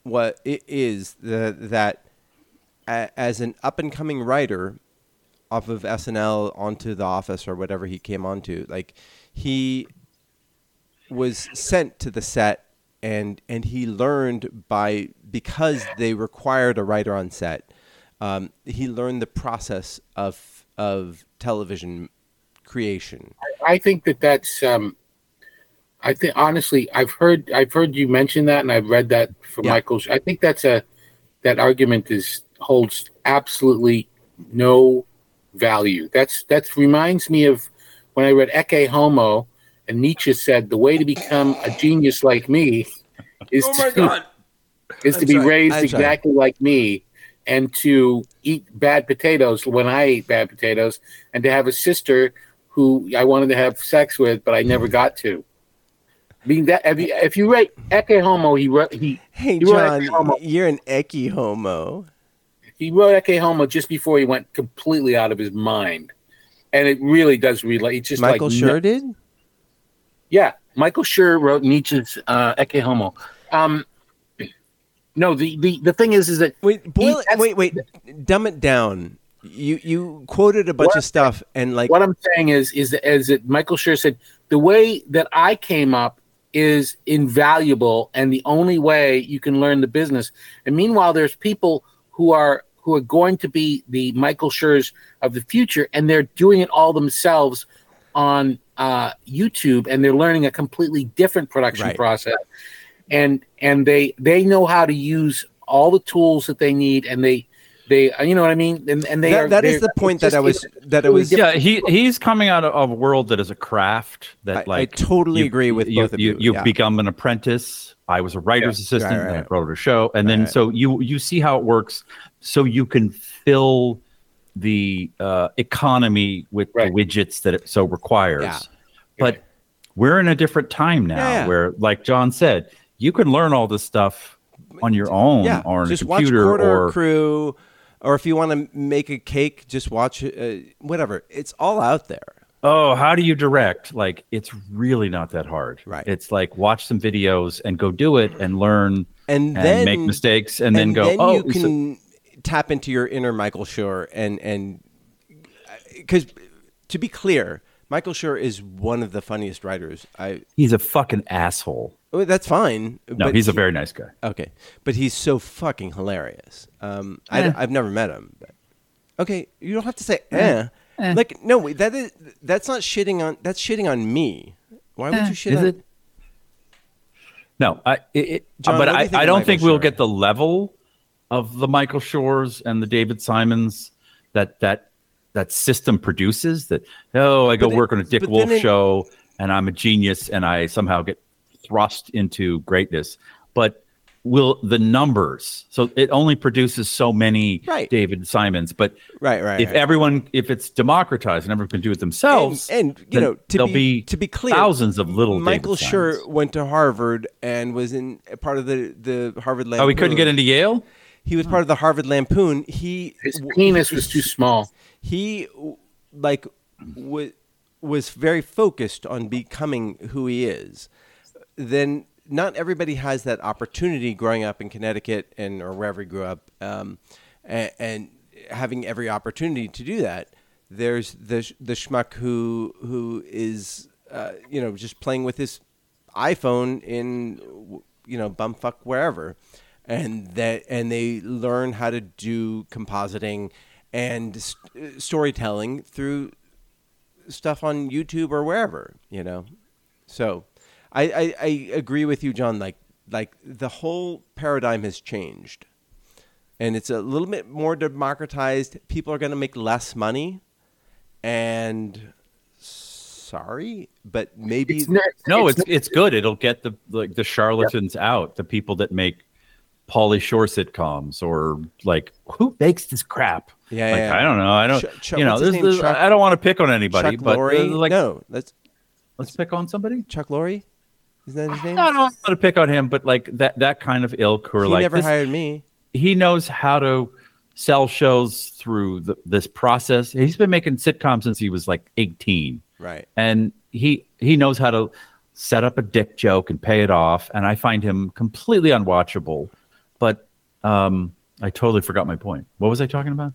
what it is the, that a, as an up and coming writer off of SNL onto The Office or whatever he came onto, like he was sent to the set and and he learned by because they required a writer on set um, he learned the process of of television creation
I think that that's. Um, I think honestly, I've heard I've heard you mention that, and I've read that for
Yeah.
Michael's. I think that's a that argument is holds absolutely no value. That's that reminds me of when I read Ecce Homo, and Nietzsche said the way to become a genius like me is to is
I'm
to be
sorry.
raised
I'm sorry.
exactly like me and to eat bad potatoes when I ate bad potatoes and to have a sister who I wanted to have sex with but I never got to. I mean that if you, if you write Ecce Homo, he wrote he,
Hey,
You are
John,
an homo.
you're an eki homo.
he wrote Ecce Homo just before he went completely out of his mind. And it really does relate. It's just
Michael
like,
Schur did?
Yeah, Michael Schur wrote Nietzsche's uh, Ecce Homo. Um, no, the, the the thing is, is that
Wait, boil it,
that's-
wait, wait. Dumb it down. You you quoted a bunch
What?
of stuff and like
what I'm saying is is that, is that Michael Schur said the way that I came up is invaluable and the only way you can learn the business. And meanwhile, there's people who are who are going to be the Michael Schur's of the future, and they're doing it all themselves on uh, YouTube, and they're learning a completely different production
Right.
process. And and they they know how to use all the tools that they need, and they they you know what I mean. And, and they
that,
are
that is
they're-
the point
it's
that I
just-
was that I was
yeah, he he's coming out of a world that is a craft that
I- I
like
totally agree with both of you,
You've
yeah.
become an apprentice. I was a writer's assistant,
Right,
then
right.
I wrote a show, and then so you you see how it works, so you can fill the uh, economy with
Right.
the widgets that it so requires.
Yeah.
But we're in a different time now
Yeah, yeah.
where, like John said, you can learn all this stuff on your own
yeah,
or on
just
a computer
watch Quarter
or
Crew, or if you want to make a cake, just watch uh, whatever. It's all out there.
oh, how do you direct? Like it's really not that hard.
Right.
It's like watch some videos and go do it and learn
And
and,
then
make mistakes and, then go, oh,
you
so-
can tap into your inner Michael Schur and and because to be clear, Michael Schur is one of the funniest writers. I
he's a fucking asshole.
oh, that's fine.
No, he's a very nice guy.
okay, but he's so fucking hilarious. Um, I,
Eh.
I've never met him. But. Okay, you don't have to say eh. Like no, that is that's not shitting on that's shitting on me. Why would you shit
Eh. Is
on
it? No, I, it, it,
John, what
but
do you
I,
think
I
of
don't
Michael
think we'll
Shore?
get the level of the Michael Shores and the David Simons that that that system produces. That oh, I go
But it-
work on a Dick
but
Wolf
then it-
show and I'm a genius and I somehow get thrust into greatness. But will the numbers? So it only produces so many
Right.
David Simons. But
Right, right.
if
right.
everyone, if it's democratized and everyone can do it themselves,
and, you
Oh, then
know to
there'll
be,
be
to be clear
thousands of little
michael
David
Schur
Simons.
went to harvard and was in a part of the the harvard lampoon
Oh, we couldn't get into Yale.
he was part of the harvard lampoon he
His
w-
penis was too small.
he w- like was was very focused on becoming who he is then not everybody has that opportunity growing up in connecticut and or wherever he grew up um, and, and having every opportunity to do that there's the sh- the schmuck who who is uh, you know just playing with his iphone in w- you know bumfuck wherever and that and they learn how to do compositing and s- uh, storytelling through stuff on YouTube or wherever, you know. So, I, I I agree with you, John. Like like the whole paradigm has changed, and it's a little bit more democratized. People are going to make less money, and sorry, but maybe
It's not,
No, it's it's good. It'll get the like the charlatans out, the people that make Pauly Shore sitcoms or like who makes this crap?
Yeah,
like,
yeah, yeah.
I don't know. I don't.
Chuck- Chuck-
you know,
what's his
this,
name?
this-
Chuck-
I don't want to pick on anybody,
Chuck
but
Lorre.
uh, like,
no, that's
let's pick on somebody.
Chuck Lorre. Isn't that his name?
I don't want to pick on him, but like that that kind of ilk who are
he
like
never
this-
hired me.
he knows how to sell shows through the, this process. He's been making sitcoms since he was like eighteen.
Right.
and he he knows how to set up a dick joke and pay it off and i find him completely unwatchable but um i totally forgot my point what was i talking about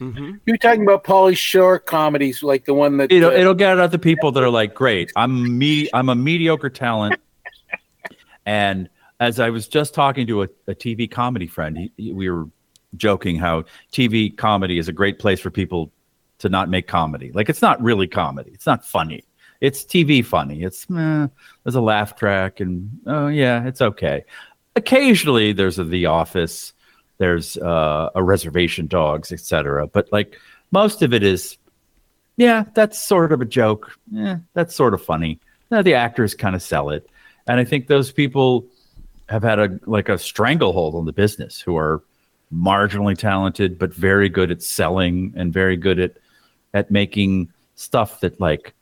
Mm-hmm.
hmm
You're talking about Polly Shore comedies, like the one that
it'll,
uh,
it'll get out the people that are like great i'm me i'm a mediocre talent and as i was just talking to a, a tv comedy friend he, he- we were joking how tv comedy is a great place for people to not make comedy like it's not really comedy it's not funny it's tv funny it's meh, there's a laugh track and oh yeah it's okay occasionally there's a the office there's uh, a reservation dogs etc but like most of it is yeah, that's sort of a joke. Yeah, that's sort of funny. Now the actors kind of sell it, and I think those people have had a like a stranglehold on the business who are marginally talented but very good at selling and very good at at making stuff that like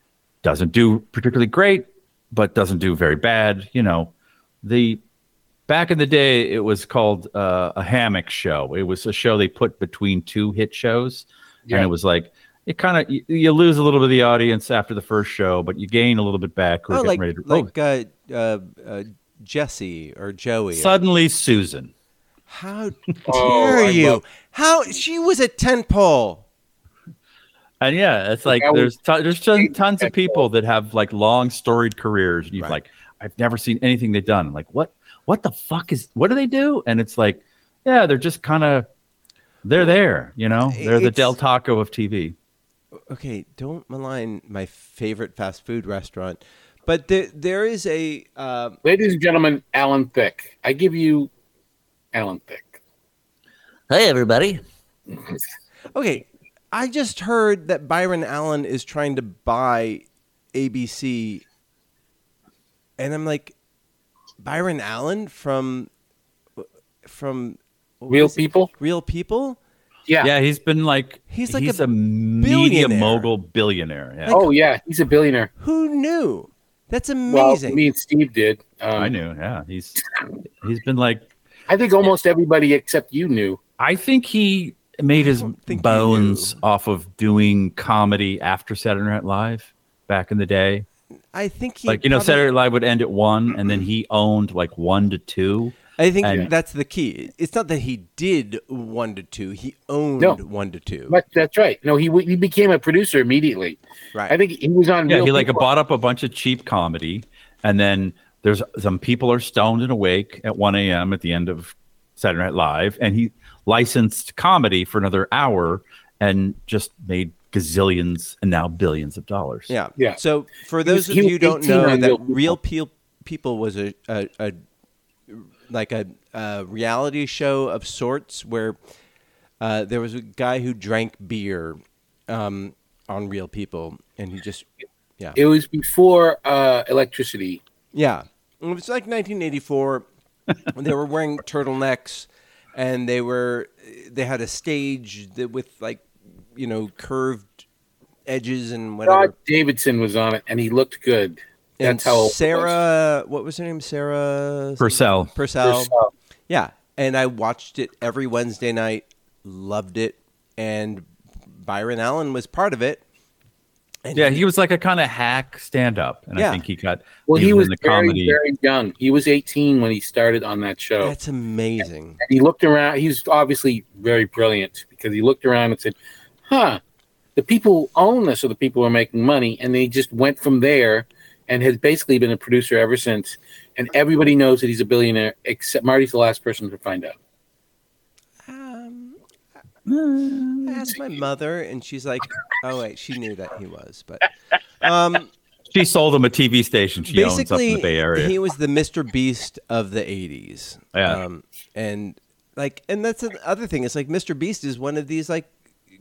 doesn't do particularly great but doesn't do very bad you know the back in the day it was called uh, a hammock show it was a show they put between two hit shows and
Yeah.
it was like it kind of you, you lose a little bit of the audience after the first show but you gain a little bit back who are
Oh,
getting
like
ready to- oh,
like uh, uh, uh, Jesse or Joey. or-
suddenly susan
How
Oh,
dare
I
you?
love-
How she was a tent pole.
And yeah, it's like
Like, I
there's ton there's ton, tons of
respectful.
people that have like long storied careers, and you're
Right.
like, I've never seen anything they've done. Like, what what the fuck is what do they do? And it's like, yeah, they're just kind of they're there, you know, they're the
It's-
Del Taco of TV.
Okay, don't malign my favorite fast food restaurant, but there there is a uh,
ladies and gentlemen, Alan Thick. I give you Alan Thick.
Hey, everybody.
okay. I just heard that Byron Allen is trying to buy ABC, and I'm like, Byron Allen from from what
Real
was it?
people.
real people.
Yeah.
Yeah, he's been like
He's like
he's
a
a, media
billionaire.
mogul billionaire. Yeah.
oh yeah, he's a billionaire.
Who knew? That's
Well,
amazing.
me and Steve did. Um,
I knew. Yeah, he's he's been like
I think almost everybody except you knew.
I think he made his
don't think he
bones
knew.
off of doing comedy after Saturday Night Live back in the day.
I think he
like you know,
probably-
Saturday Night Live would end at one, and then he owned like one to two.
I think
and-
that's the key. It's not that he did one to two; he owned
No.
one to two.
But that's right. No, he w- he became a producer immediately.
Right.
I think he was on.
Yeah,
Real
he like
People.
bought up a bunch of cheap comedy, and then there's some people are stoned and awake at one a.m. at the end of Saturday Night Live, and he licensed comedy for another hour and just made gazillions and now billions of dollars.
Yeah.
Yeah.
So for those
was-
of
he
you
was
who don't
18
know
on
that Real
Real People.
Peel People was a, a, a like a, a reality show of sorts where uh, there was a guy who drank beer um, on Real People, and he just yeah
It was before uh, electricity.
yeah it was like 1984. they were wearing turtlenecks, and they were they had a stage that with like you know curved edges and whatever.
Rod Davidson was on it, and he looked good.
and
That's how old it was.
Sarah, what was her name? Sarah
Purcell.
Purcell.
Purcell.
Yeah, and I watched it every Wednesday night. Loved it, and Byron Allen was part of it. And
Yeah, he was like a kind of hack stand up, and
Yeah.
I think he got
Well, he
even
was
in the
very
comedy.
very young. He was 18 when he started on that show.
that's amazing.
he looked around. He's obviously very brilliant because he looked around and said, "Huh, the people who own this are the people who are making money," and they just went from there, and has basically been a producer ever since. And everybody knows that he's a billionaire, except Marty's the last person to find out.
Um, I asked my mother, and she's like, "Oh wait, she knew that he was." But um,
She sold him a TV station she owns up in the
basically,
Bay Area.
he was the Mr. Beast of the '80s.
Yeah.
um, and like, and that's the other thing. It's like Mr. Beast is one of these like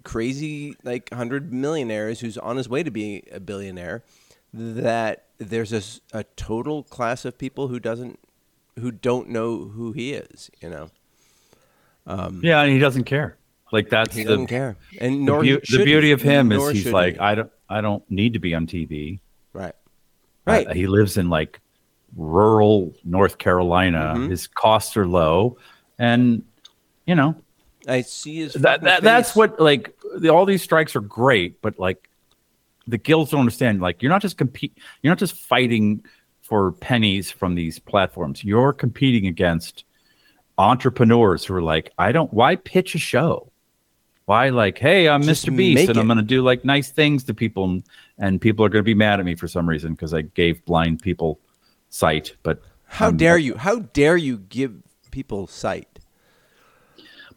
crazy like hundred millionaires who's on his way to be a billionaire. That there's a, s- a total class of people who doesn't who don't know who he is. You know,
yeah, and he doesn't care. Like that's
he
the,
doesn't care. And
the,
nor
beau-
should
the beauty
he.
of him
Nor
is he's
should
like
he.
I don't I don't need to be on TV.
right,
Uh,
right.
he lives in like rural North Carolina.
Mhm.
His costs are low, and you know
I see his
that,
fucking
that that's
face.
what like the, all these strikes are great, but like the guilds don't understand. Like you're not just compete, you're not just fighting for pennies from these platforms. You're competing against entrepreneurs who are like, I don't. Why pitch a show? Why like, hey, I'm
Just
Mr. Beast,
make
and I'm
it.
going to do like nice things to people, and, and people are going to be mad at me for some reason because I gave blind people sight. But
How
I'm-
dare you? How dare you give people sight?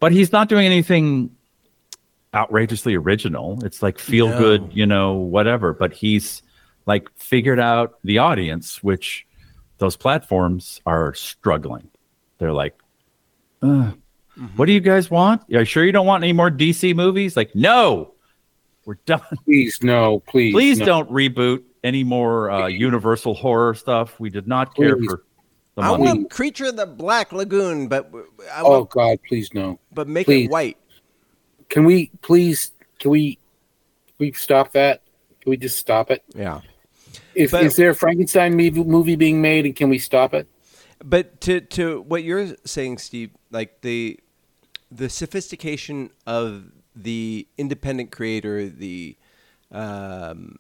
but he's not doing anything outrageously original. It's like feel
No.
good, you know, whatever. But he's like figured out the audience, which those platforms are struggling. They're like, "Ugh, what do you guys want? Are you sure you don't want any more DC movies? Like, no, we're done.
Please no, please,
Please
no.
don't reboot any more uh, Universal horror stuff. We did not care
Please.
for the
I
money.
want Creature of the Black Lagoon, but w- I
Oh
want,
God, please no.
but make
please.
it white.
Can we please? Can we? Can we stop that? Can we just stop it?
Yeah.
If,
But-
is there a Frankenstein mov- movie being made, and can we stop it?
But to to what you're saying, Steve, like the the sophistication of the independent creator, the um,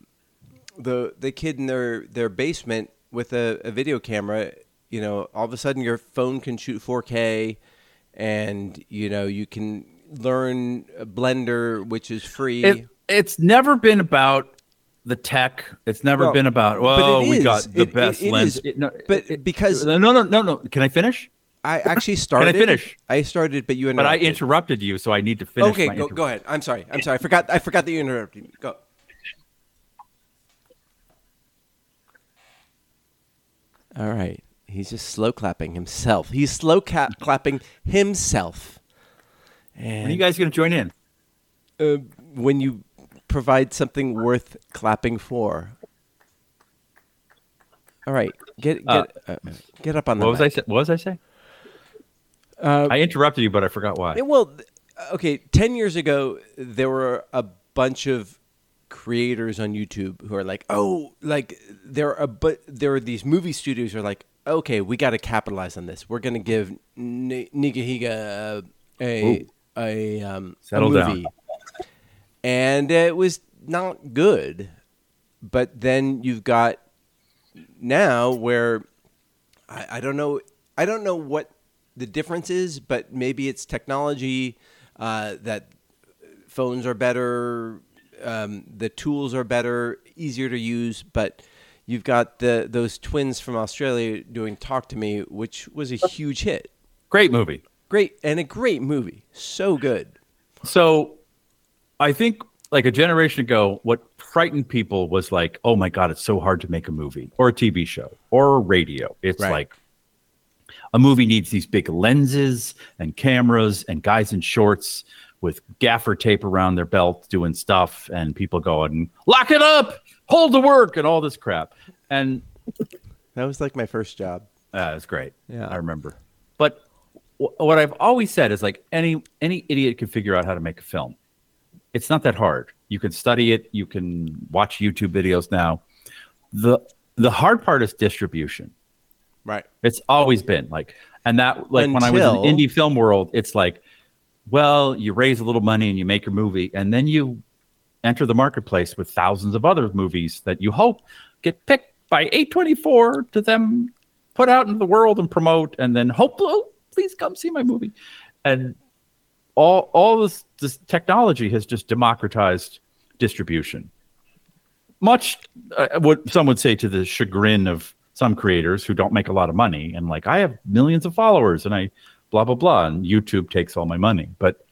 the the kid in their their basement with a, a video camera, you know, all of a sudden your phone can shoot 4K, and you know you can learn Blender, which is free.
it, it's never been about the tech. It's never
Well,
been about
but it
well, we
is.
got the
It- it-
best
it is.
lens. It- no,
But
it-
because-
no, no, no, no. Can I finish?
I actually started.
finish?
I started, but you
But I
interrupted.
interrupted you, so I need to finish.
Okay,
my
go,
inter-
go ahead. I'm sorry. I'm sorry. I forgot. I forgot that you interrupted me. Go. All right. He's just slow clapping himself. He's slow ca- clapping himself.
When
And
are you guys going to join in?
uh, when you provide something worth clapping for. All right, get
Uh,
get uh, get up on the.
What was I
mic. Uh,
say? What was I say? I interrupted you, but I forgot why.
Yeah, well, th- okay, 10 years ago, there were a bunch of creators on YouTube who are like, oh, like there are, a, but there are these movie studios who are like, okay, we got to capitalize on this. We're going to give N- Nikahiga a, a, um, a
Settle down.
movie. And it was not good. But then you've got now where I, I don't know. I don't know what the difference is, but maybe it's technology uh, that phones are better, um, the tools are better, easier to use. But you've got the those twins from Australia doing "Talk to Me," which was a huge hit.
Great movie.
Great and a great movie, so good.
So I think like a generation ago, what frightened people was like, oh my God, it's so hard to make a movie or a TV show or a radio. It's
Right.
like a movie needs these big lenses and cameras and guys in shorts with gaffer tape around their belt doing stuff and people going, lock it up, hold the work, and all this crap. And
That was like my first job.
uh, it's great.
Yeah.
I remember. But w- what I've always said is like any any idiot can figure out how to make a film. It's not that hard. You can study it. You can watch YouTube videos now. the The hard part is distribution.
Right.
It's always been like, and that like when I was
Until-
in the indie film world, it's like, well, you raise a little money and you make your movie, and then you enter the marketplace with thousands of other movies that you hope get picked by A24 to them put out into the world and promote, and then hope, oh, please come see my movie, and all all this this technology has just democratized distribution much uh, what some would say to the chagrin of some creators who don't make a lot of money and like I have millions of followers and I blah blah blah and YouTube takes all my money but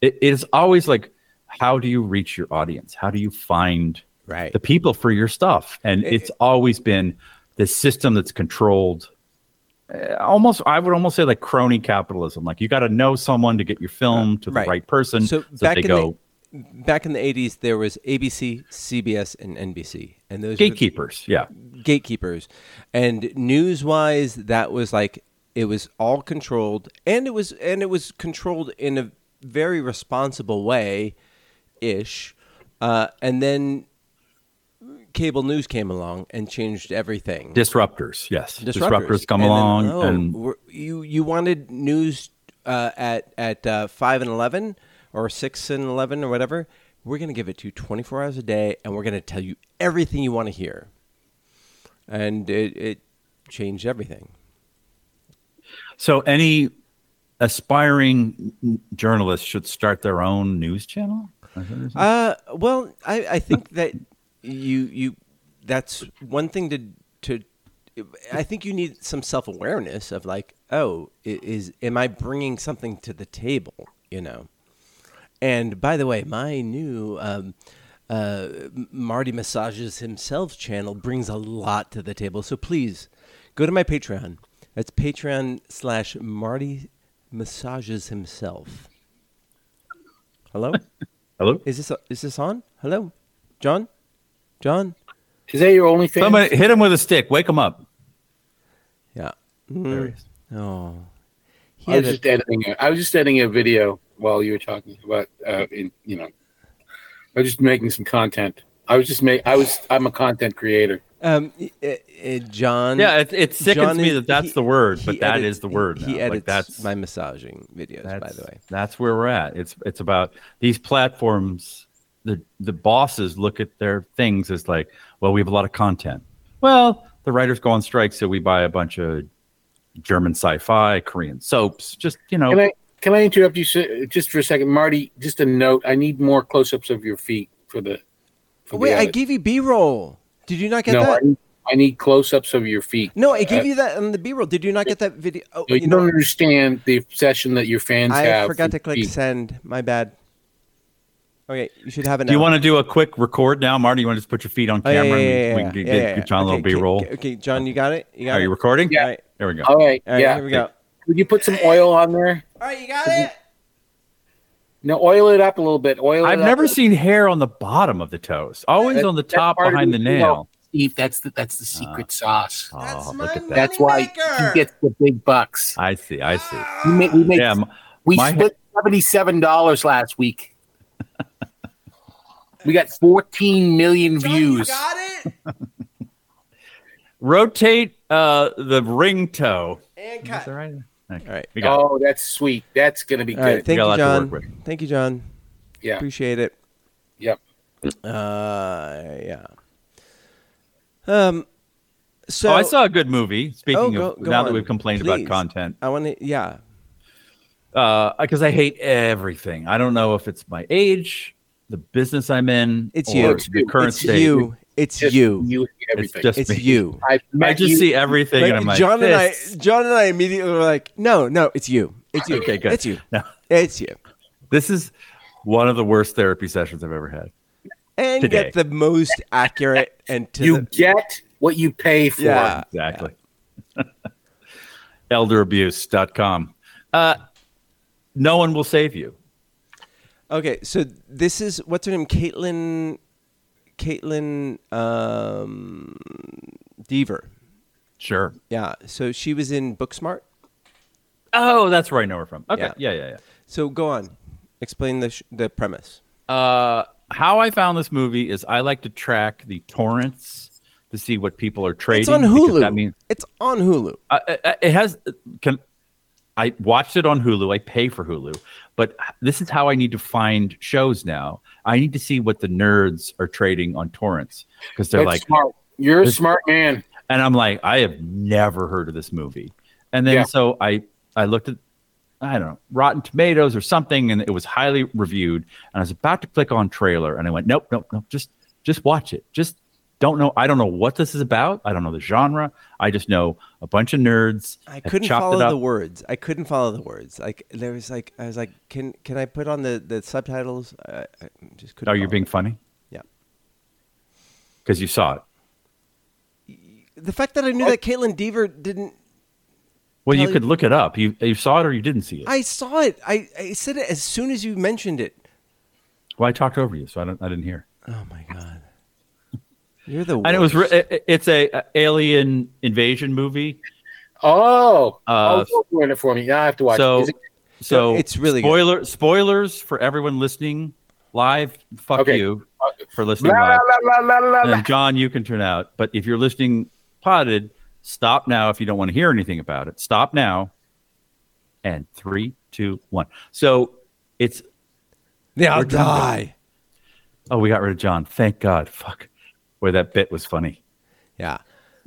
it, it is always like how do you reach your audience how do you find
Right.
the people for your stuff and it's always been this system that's controlled uh, almost I would almost say like crony capitalism like you got to know someone to get your film to
right.
the right person so,
So
that
back
they
in
go
the back in the eighties, there was ABC, CBS, and NBC, and those were-
gatekeepers yeah
gatekeepers. And news wise, that was like it was all controlled and it was and it was controlled in a very responsible way ish. Uh, and then cable news came along and changed everything.
disruptors yes disruptors, come
And then,
along
oh,
and
we're- you you wanted news uh, at at uh, five and eleven or six and eleven or whatever. We're going to give it to you twenty four hours a day, and we're going to tell you everything you want to hear. And it, it changed everything.
so any aspiring n- journalist should start their own news channel
Uh, well, I, I think that you you that's one thing to to. I think you need some self awareness of like, oh, i- is am I bringing something to the table? You know. And by the way, my new um, uh, Marty Massages Himself channel brings a lot to the table. So please go to my Patreon. That's Patreon slash Marty Massages Himself. Hello.
hello
Is this is this on? Hello, John, John.
Is that your only thing?
somebody hit him with a stick wake him
Mm.
up
Yeah.
Mm. There he is.
Oh, he
I
had
was
a-
just editing. A, I was just editing a video while you were talking about, uh, in, you know, I was just making some content. I was just make. I was. I'm a content creator.
um, uh, uh, John.
yeah it, it sickens
John
me
is-
that that's
he-
the word
he
but that is
edit-
the word
He,
now.
he
Like,
edits
that's
my massaging videos, by the way.
That's where we're at. It's it's about these platforms. The the bosses look at their things as like, well, we have a lot of content. Well, the writers go on strike, so we buy a bunch of German sci-fi, Korean soaps. Just you know,
Can I can I interrupt you si- just for a second, Marty? Just a note. I need more close-ups of your feet for the. For
Wait,
the
I
edit.
gave you B roll. Did you not get
no.
that?
I need, I need close-ups of your feet.
no, I gave
uh,
you that on the B roll. Did you not get that video? Oh,
You,
you
don't
know,
understand the obsession that your fans have.
I
for
forgot to click
feet.
send. My bad. Okay, you should have it.
do you
now.
want to do a quick record now, Marty? You want to just put your feet on
Oh, yeah,
camera
yeah,
and
yeah,
we- we,
yeah,
can
yeah,
get,
yeah, yeah.
get John a little
Okay,
B-roll?
Okay, okay, John, you got it. You got
Are
it.
you recording?
Yeah.
All right,
There we go.
All right.
all right.
yeah.
Here we go.
Would you put some oil on there?
All right, you got it.
No, oil it up a little bit. Oil. it
I've
up a
never
little-
seen hair on the bottom of the toes. Always
That-
on the
that
top
part of
behind the
your-
nail.
Steve, that's the that's the secret sauce.
Oh,
That's
look
my
at that.
That's why he
Moneymaker.
gets the big bucks.
I see. I see.
Ah,
We make, we make
Yeah, m-
we
my-
split seventy-seven dollars last week. we got fourteen million views.
got it?
Rotate uh, the ring toe.
And
Is that right? Okay.
All right.
We got,
Oh, that's sweet. That's gonna be
All
good.
right. Thank
got a
you,
lot to
John.
work with.
Thank you, John.
yeah.
Appreciate it.
Yep.
Uh, yeah. Um. So
oh, I saw a good movie. Speaking
Oh,
of,
go- go
now
on,
that we've complained
please.
about content,
I want to. Yeah.
because I hate everything. I don't know if it's my age, the business I'm in,
It's
or
you.
It's you.
the current
It's
state.
you. It's
Just
you.
You and
It's
everything.
just
It's
me.
you.
I've met
I just
you.
see everything,
Like,
and I'm like,
John and I.
this-
John and I immediately were like, "No, no, it's you. It's you.
Okay, good.
It's you.
No.
It's you."
This is one of the worst therapy sessions I've ever had.
And get
Today.
the most accurate and to
You
the,
get what you pay for.
Yeah.
Exactly. Elderabuse.com. Uh, no one will save you.
Okay, so this is what's her name, Caitlin, Caitlin um, Deaver.
Sure.
Yeah, so she was in Booksmart.
Oh, that's where I know her from. Okay.
Yeah.
Yeah, yeah, yeah.
So go on, explain the sh- the premise.
Uh, how I found this movie is I like to track the torrents to see what people are trading.
It's on
because
Hulu.
That means
it's on Hulu.
I, I, it has. Can I watched it on Hulu? I pay for Hulu, but this is how I need to find shows now. I need to see what the nerds are trading on torrents because they're
That's
like,
smart. You're a
It's-
smart man.
and I'm like, I have never heard of this movie. And then
Yeah.
so I I looked at I don't know Rotten Tomatoes or something, and it was highly reviewed. And I was about to click on trailer, and I went, nope, nope, nope, just just watch it. Just don't know. I don't know what this is about. I don't know the genre. I just know a bunch of nerds.
I
have
couldn't
chopped it
follow
up.
the words. I couldn't follow the words. Like there was like I was like, can can I put on the the subtitles? I, I just couldn't.
Are you
follow.
Oh, being funny?
Yeah.
Because you saw it.
The fact that I
Oh.
knew that Caitlin Deaver didn't.
Well,
Tell
you
you-
could look it up. You you saw it or you didn't see it.
I saw it. I, I said it as soon as you mentioned it.
well, I talked over you, so I don't. I didn't hear.
Oh my god. You're the worst.
And it was. Re- it- it's a, a alien invasion movie.
Oh, oh,
Uh,
you're doing it for me. Now I have to watch.
so-
Is it-
So
It's really good.
spoiler spoilers for everyone listening live. Fuck
Okay.
you for
blah,
listening
blah,
live.
blah, blah, blah, blah.
And John, you can turn out. But if you're listening potted, stop now if you don't want to hear anything about it. Stop now. And three, two, one. So it's
Yeah, I'll
We're done.
die.
oh, we got rid of John. Thank God. Fuck. Where that bit was funny.
Yeah,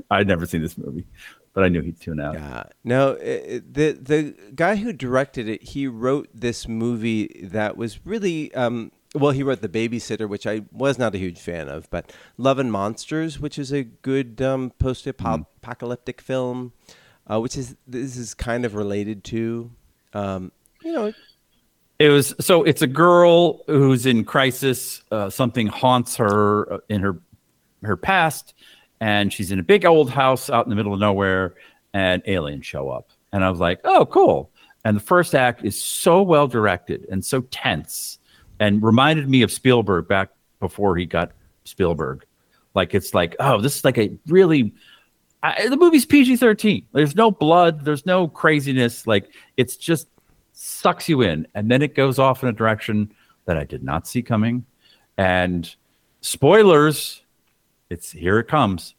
I'd never seen this movie, but I knew he'd tune out.
yeah. No, it- it- the the guy who directed it, he wrote this movie that was really um, well. He wrote The Babysitter, which I was not a huge fan of, but Love and Monsters, which is a good um, post-apocalyptic
Hmm.
film, uh, which is this is kind of related to, um, you know,
It was so it's a girl who's in crisis. Uh, something haunts her uh, in her her past, and she's in a big old house out in the middle of nowhere. And aliens show up, and I was like, "Oh, cool!" And the first act is so well directed and so tense, and reminded me of Spielberg back before he got Spielberg. Like it's like, oh, this is like a really I, the movie's PG thirteen. There's no blood. There's no craziness. Like it's just sucks you in, and then it goes off in a direction that I did not see coming. And spoilers, it's here it comes.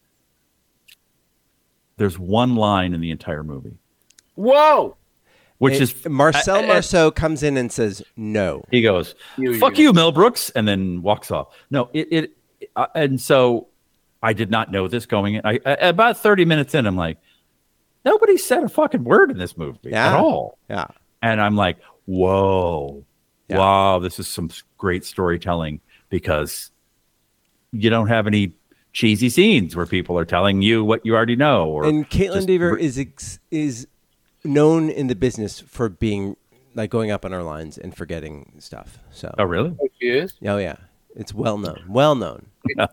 There's one line in the entire movie,
Whoa.
which
it-
is
Marcel
I- I-
Marceau comes in and says no.
He goes,
You-
"Fuck
you-
you, Mel Brooks," and then walks off. No, it, it uh, and so I did not know this going in. I, I- about thirty minutes in, I'm like, nobody said a fucking word in this movie
Yeah.
at all,
Yeah,
and I'm like, whoa,
Yeah.
wow, this is some s- great storytelling because you don't have any cheesy scenes where people are telling you what you already know or
and Caitlin
just
Deaver
re-
is ex- is known in the business for being like going up on our lines and forgetting stuff. So
oh really
Yes.
oh yeah, it's well known, well known.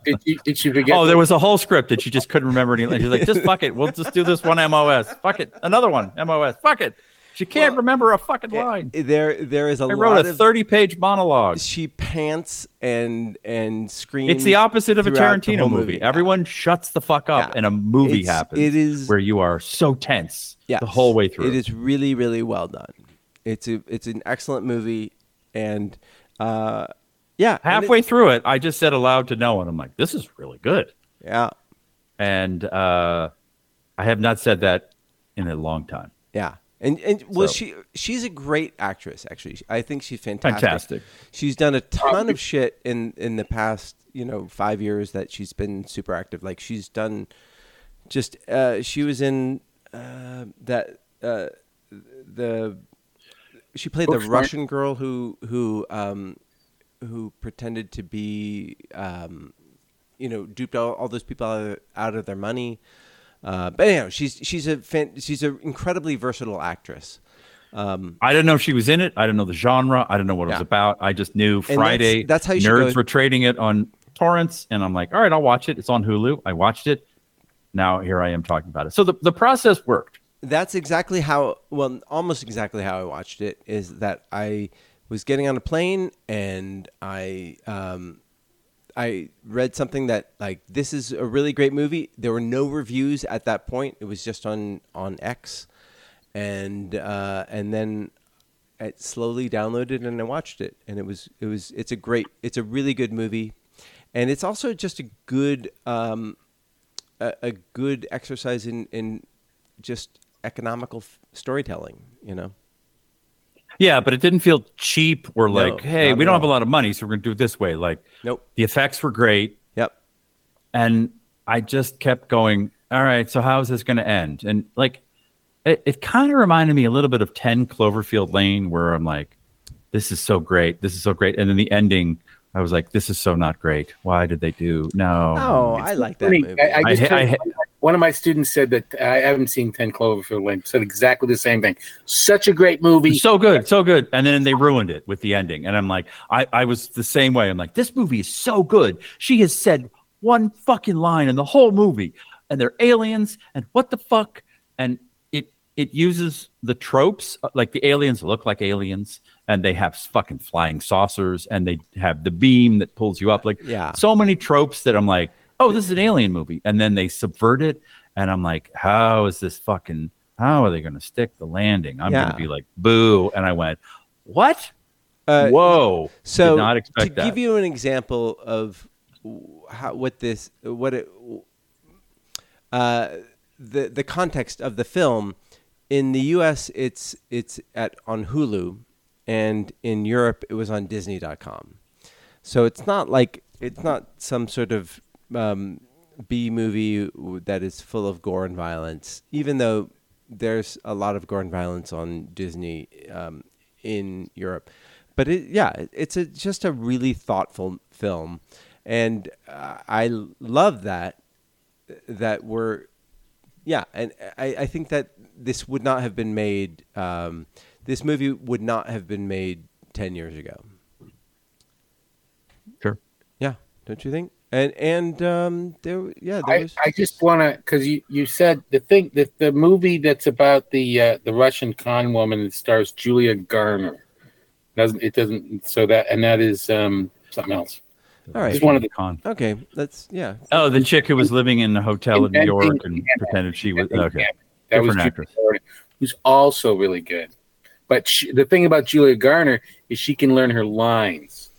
Did, did you, did you forget?
Oh, there was a whole script that she just couldn't remember any. She's like, just fuck it. We'll just do this one MOS. Fuck it. Another one MOS. Fuck it. She can't remember a fucking line.
Eh, There there is a
I
lot
wrote a
of
30 page monologue.
she pants and and screams.
It's the opposite of a
throughout the
Tarantino
whole
movie.
movie.
Everyone shuts the fuck up
Yeah.
and a movie
It's-
happens
it is-
where you are so tense
Yes.
the whole way through.
It is really really well done. It's a it's an excellent movie, and uh, yeah, and it-
Halfway through it, I just said aloud to no one, I'm like, this is really good.
yeah,
And uh, I have not said that in a long time.
yeah, and and well,
So-
she she's a great actress. Actually, I think she's fantastic.
Fantastic.
She's done a ton of shit in in the past, you know, five years that she's been super active. Like she's done, just uh, she was in uh, that uh, the she played the
Book Smart.
Russian girl who who um, who pretended to be um, you know duped all, all those people out of, out of their money. Uh, but anyhow, she's she's a fan, she's an incredibly versatile actress.
I didn't know if she was in it. I didn't know the genre. I didn't know what it
Yeah.
was about. I just knew
that's-
Friday.
that's how you should
nerds
go.
were trading it on torrents, and I'm like, all right, I'll watch it. It's on Hulu. I watched it. Now here I am talking about it. So the, the process worked.
that's exactly how well almost exactly how i watched it is that i was getting on a plane and i um i read something that like this is a really great movie there were no reviews at that point it was just on on x and uh and then it slowly downloaded and i watched it and it was it was it's a great it's a really good movie and it's also just a good um a, a good exercise in in just economical f- storytelling. You know,
Yeah, but it didn't feel cheap or like, hey,
not at
we don't have a
all.
lot of money, so we're gonna do it this way. Like,
Nope.
The effects were great.
yep,
and I just kept going. All right, so how is this going to end? And like, it, it kind of reminded me a little bit of Ten Cloverfield Lane, where I'm like, this is so great, this is so great, and then the ending, I was like, this is so not great. Why did they do no?
Oh, I like that
Funny,
movie.
I, I
I
just
ha- I
heard- one of my students said that uh, I haven't seen Ten Cloverfield Lane. Said exactly the same thing. Such a great movie.
so good, so good. And then they ruined it with the ending. And I'm like, I, I was the same way. I'm like, this movie is so good. She has said one fucking line in the whole movie, and they're aliens, and what the fuck? And it it uses the tropes, uh, like the aliens look like aliens, and they have fucking flying saucers, and they have the beam that pulls you up. Like,
Yeah.
so many tropes that I'm like, oh, this is an alien movie. And then they subvert it. And I'm like, how is this fucking, how are they going to stick the landing? I'm going
Yeah.
to be like, boo. And I went, what?
Uh,
Whoa.
so
Did not
to
expect that.
give you an example of w- how what this what it uh, the the context of the film in the U.S. it's it's at on Hulu, and in Europe it was on Disney.com. So it's not like it's not some sort of um, B movie w- that is full of gore and violence, even though there's a lot of gore and violence on Disney um, in Europe. But it, yeah, it- it's a, just a really thoughtful film, and uh, I l- love that that we're yeah and I, I think that this would not have been made um, this movie would not have been made 10 years ago
Sure.
yeah don't you think and and um there yeah there
I,
was
I just want to because you, you said the thing that the movie that's about the uh, the Russian con woman that stars Julia Garner doesn't it doesn't so that and that is um, something else.
all right
Just one of the
Con.
okay that's yeah
Oh, the chick who was living in a hotel in New
Inventing
York and
Anna.
pretended she was.
Inventing
Okay.
Anna. that was
Different
Julia
actress.
Garner, who's also really good. But she, the thing about Julia Garner is she can learn her lines.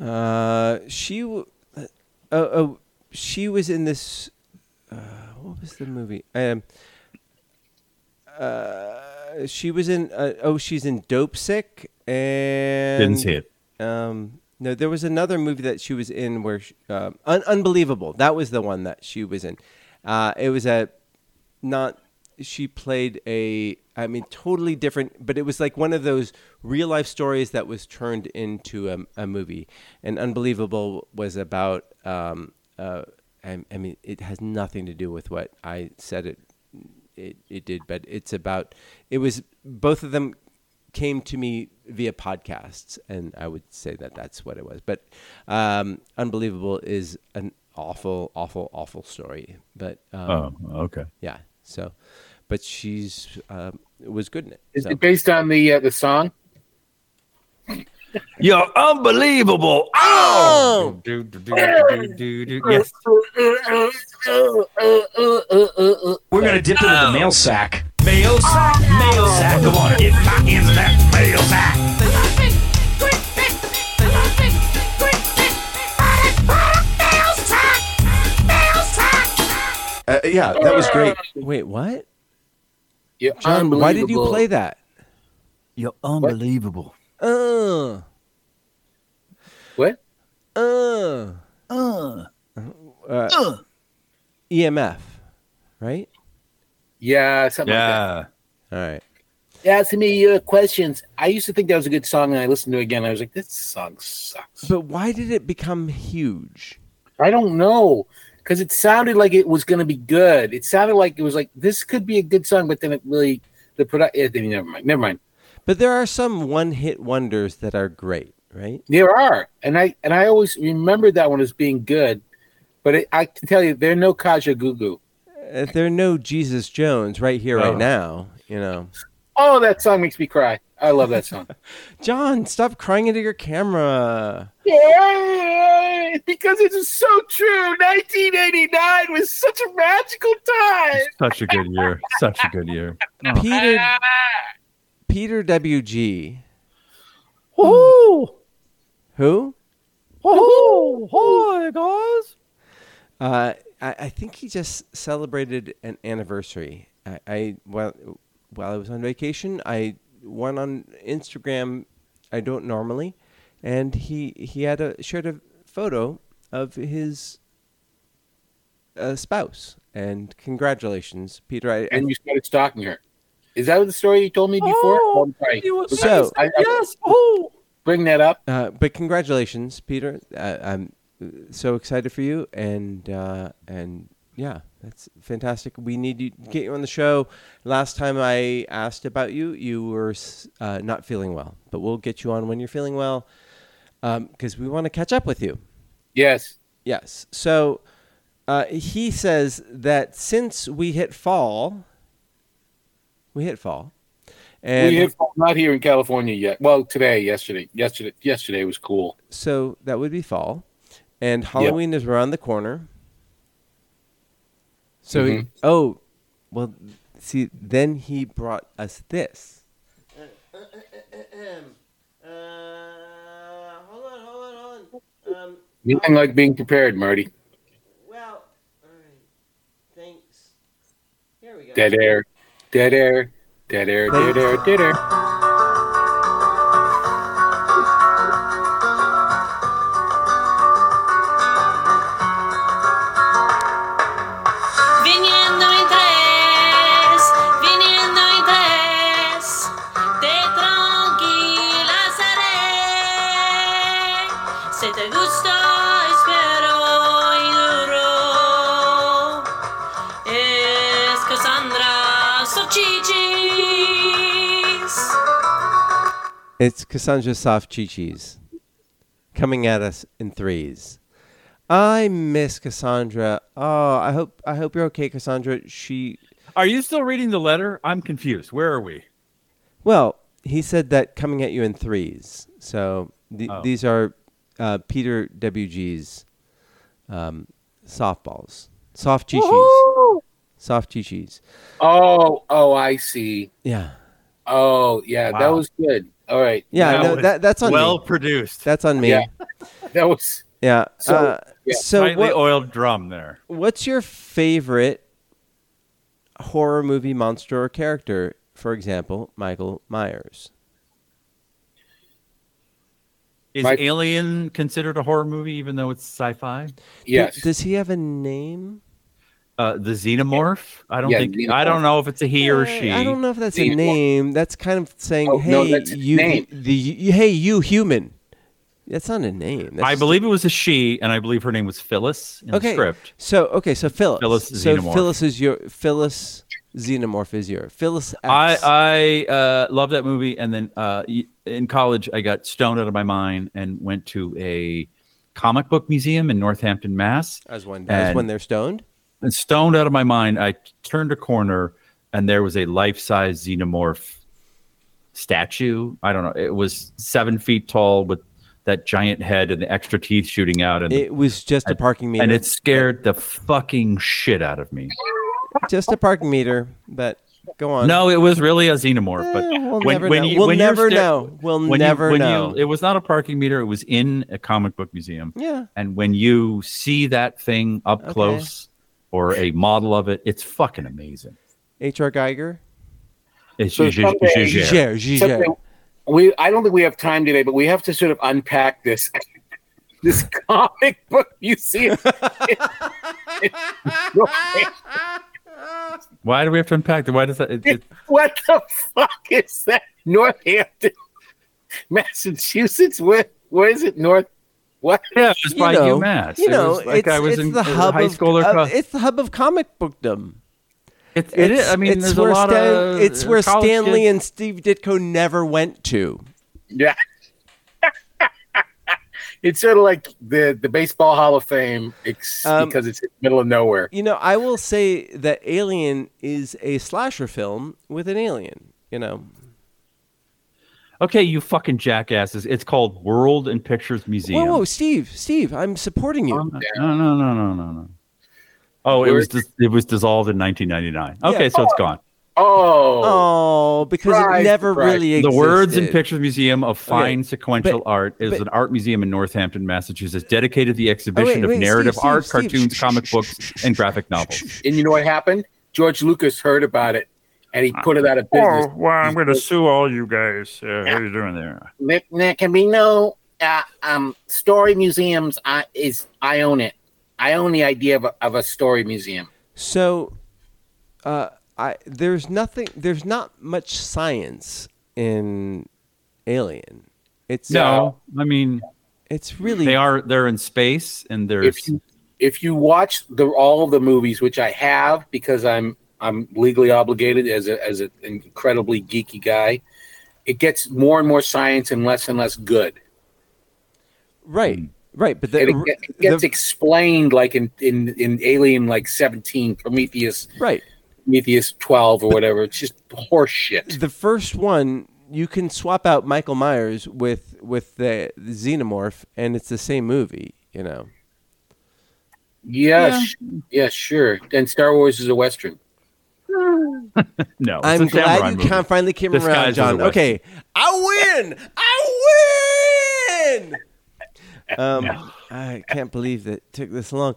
uh she w- uh, oh she was in this uh what was the movie um uh she was in uh, oh she's in dope sick and
Didn't see it.
um no there was another movie that she was in where she, um, un- unbelievable that was the one that she was in uh it was a not she played a i mean totally different but it was like one of those real life stories that was turned into a, a movie and unbelievable was about um uh I, I mean it has nothing to do with what i said it it, it did but it's about it was both of them came to me via podcasts and i would say that that's what it was but um unbelievable is an awful awful awful story but um,
Oh, okay.
yeah. So, but she's um, was good in it.
Is
so.
it based on the uh, the song?
You're unbelievable. Oh. Do, do, do, do, do, do, do. Yes.
We're gonna dip into the mail sack. Mail sack, mail sack, come on, get my hands in that mail sack.
Uh, yeah, that was great. Wait, what?
You're
John, why did you
unbelievable.
play that?
You're unbelievable.
Uh,
What?
uh,
Uh,
uh, EMF, right?
Yeah, something like that.
Yeah.
All right.
Ask me your questions. I used to think that was a good song, and I listened to it again. And I was like, this song sucks.
But why did it become huge?
I don't know because it sounded like it was going to be good. It sounded like it was like this could be a good song, but then it really the product. Yeah, then never mind. Never mind.
But there are some one-hit wonders that are great, right?
There are, and I and I always remembered that one as being good, but it, I can tell you, there are no Kaja Gugu.
Uh, there are no Jesus Jones right here, right
Oh.
now. You know,
Oh, that song makes me cry. I love that song.
John, stop crying into your camera.
Yeah, because it is so true. 1989 was such a magical time.
Such a good year. Such a good year.
Peter, Peter WG.
Oh,
Who?
oh, hi guys.
Uh, I, I think he just celebrated an anniversary. I, I while while I was on vacation, I went on Instagram. I don't normally, and he he had a shared a photo of his uh, spouse. And congratulations, Peter. I, I
and you started stalking her. Is that the story you told me before?
Oh,
I'm sorry.
you were-
So-
I, I
Yes. Oh.
bring that up.
Uh, but congratulations, Peter. Uh, I'm uh, so excited for you, and uh, and yeah, that's fantastic. We need you get you on the show. Last time I asked about you, you were s- uh, not feeling well, but we'll get you on when you're feeling well, because we want to catch up with you.
Yes.
Yes. So uh, he says that since we hit fall, we hit fall, and
we have not here in California yet. Well, today, yesterday, yesterday, yesterday was cool.
so that would be fall, and Halloween is around the corner. So he- oh, well, see, then he brought us this. Uh, hold on, hold on, hold on. Um,
Nothing like being prepared, Marty.
well, all right, thanks. Here we go.
Dead air, dead air, dead air, dead air, dead air.
Viniendo in tres, viniendo in tres, te tranquila seré. Se te gusta, espero y duro. Es Cassandra Sochichis.
It's Cassandra Soft Chi Chi's coming at us in threes. I miss Cassandra. Oh, I hope I hope you're okay, Cassandra. She
Are you still reading the letter? I'm confused. Where are we?
well, he said that coming at you in threes. So th-
Oh.
these are uh, Peter WG's um, softballs, soft chi chis, soft chi chis.
Oh, oh, I see.
Yeah,
Oh, yeah, that
Wow.
was good. All right.
yeah.
That
no,
was
that, that's on
well
me.
produced.
That's on me.
Yeah. That was
Yeah.
So-
uh,
yeah,
so
Lightly
what,
oiled drum there.
What's your favorite horror movie monster or character? For example, Michael Myers.
Is
My-
Alien considered a horror movie, even though it's sci-fi?
Do-
yes.
Does he have a name?
Uh, the Xenomorph. I don't
Yeah,
think.
Xenomorph.
I don't know if it's a he or
Uh,
she.
I don't know if that's a
Name.
name. That's kind of saying,
Oh,
"Hey,
no, that's his
you,
name.
the you, hey, you human." That's not a name. That's
I
just-
believe it was a she, and I believe her name was Phyllis in
Okay.
the script.
So okay, so Phyllis.
Phyllis
so
Xenomorph.
Phyllis is your Phyllis Xenomorph is your Phyllis.
I
X.
I uh, love that movie, and then uh, y- in college I got stoned out of my mind and went to a comic book museum in Northampton, Mass.
as when as when
and-
they're stoned.
And stoned out of my mind, I turned a corner, and there was a life-size xenomorph statue. I don't know. It was seven feet tall with that giant head and the extra teeth shooting out, and
It was just a parking meter.
and it scared the fucking shit out of me.
just a parking meter, but Go on.
No, it was really a xenomorph.
Eh,
But
we'll
when
never
when
know.
you
we'll
when you're
never
sta-
know. We'll
when you-
never
when you-
know.
it was not a parking meter. It was in a comic book museum.
yeah.
And when you see that thing up
Okay.
close or a model of it, it's fucking amazing.
H.R. Geiger.
It's
So
it's- it's-
someday-
it's- it's-
Giger. Giger.
Something- we I don't think we have time today, but we have to sort of unpack this this comic book museum.
Why do we have to unpack that? Why does that? It, it,
what the fuck is that? Northampton, Massachusetts. Where where is it? North. What?
yeah, it was
You
by
know,
UMass.
You
It
know,
was like
it's,
I was
it's
in
the
uh,
hub
high
of,
school or
of-
college.
it's the hub of comic bookdom.
It's, it is. I mean,
it's
there's a
where
lot
Stan-
of. uh,
it's where
college
Stanley
kids-
and Steve Ditko never went to.
Yeah. it's sort of like the the baseball Hall of Fame ex-
Um,
because it's in the middle of nowhere.
You know, I will say that Alien is a slasher film with an alien. You know,
Okay, you fucking jackasses! It's called World and Pictures Museum.
whoa, whoa, Steve, Steve, I'm supporting you.
Um,
Oh, No, no, no, no, no, no. Oh, it was dis- it was dissolved in 1999. Okay,
Yeah.
so it's gone.
Oh,
oh, because it
Right,
never
right.
really
The
existed.
Words and Pictures Museum of Fine
Okay,
Sequential
but-
Art is
but-
an art museum in Northampton, Massachusetts, dedicated to the
Oh,
exhibition
wait,
of
wait,
narrative
Steve,
art,
Steve, Steve,
cartoons,
shh,
comic
shh,
books,
shh, shh,
and
shh,
graphic
shh,
novels.
shh, shh.
and you know what happened? George Lucas heard about it, and he put it out of business.
Oh, well, I'm going to sue all you guys. Uh, How are you doing there?
There, there can be no uh, um story museums. I is I own it. I own the idea of a, of a story museum.
So, uh, I there's nothing. There's not much science in Alien. It's
No, I mean
It's really
they are they're in space and
If
there's
you if you watch the all of the movies, which I have because I'm I'm legally obligated as a, as an incredibly geeky guy, it gets more and more science and less and less good.
right, right. But the,
Mm. And it, get- it
the-
gets explained like in, in in Alien like seventeen Prometheus
right.
Prometheus twelve or whatever. It's just horseshit.
The first one you can swap out Michael Myers with with the Xenomorph, and it's the same movie. You know.
Yeah, yeah. Sh- yeah, sure. And Star Wars is a western.
no. Oh, it's
I'm
a samurai
glad you
movie.
can finally came
This
around,
guy's
John.
otherwise.
Okay, I win. I win. Um, I can't believe that it took this long.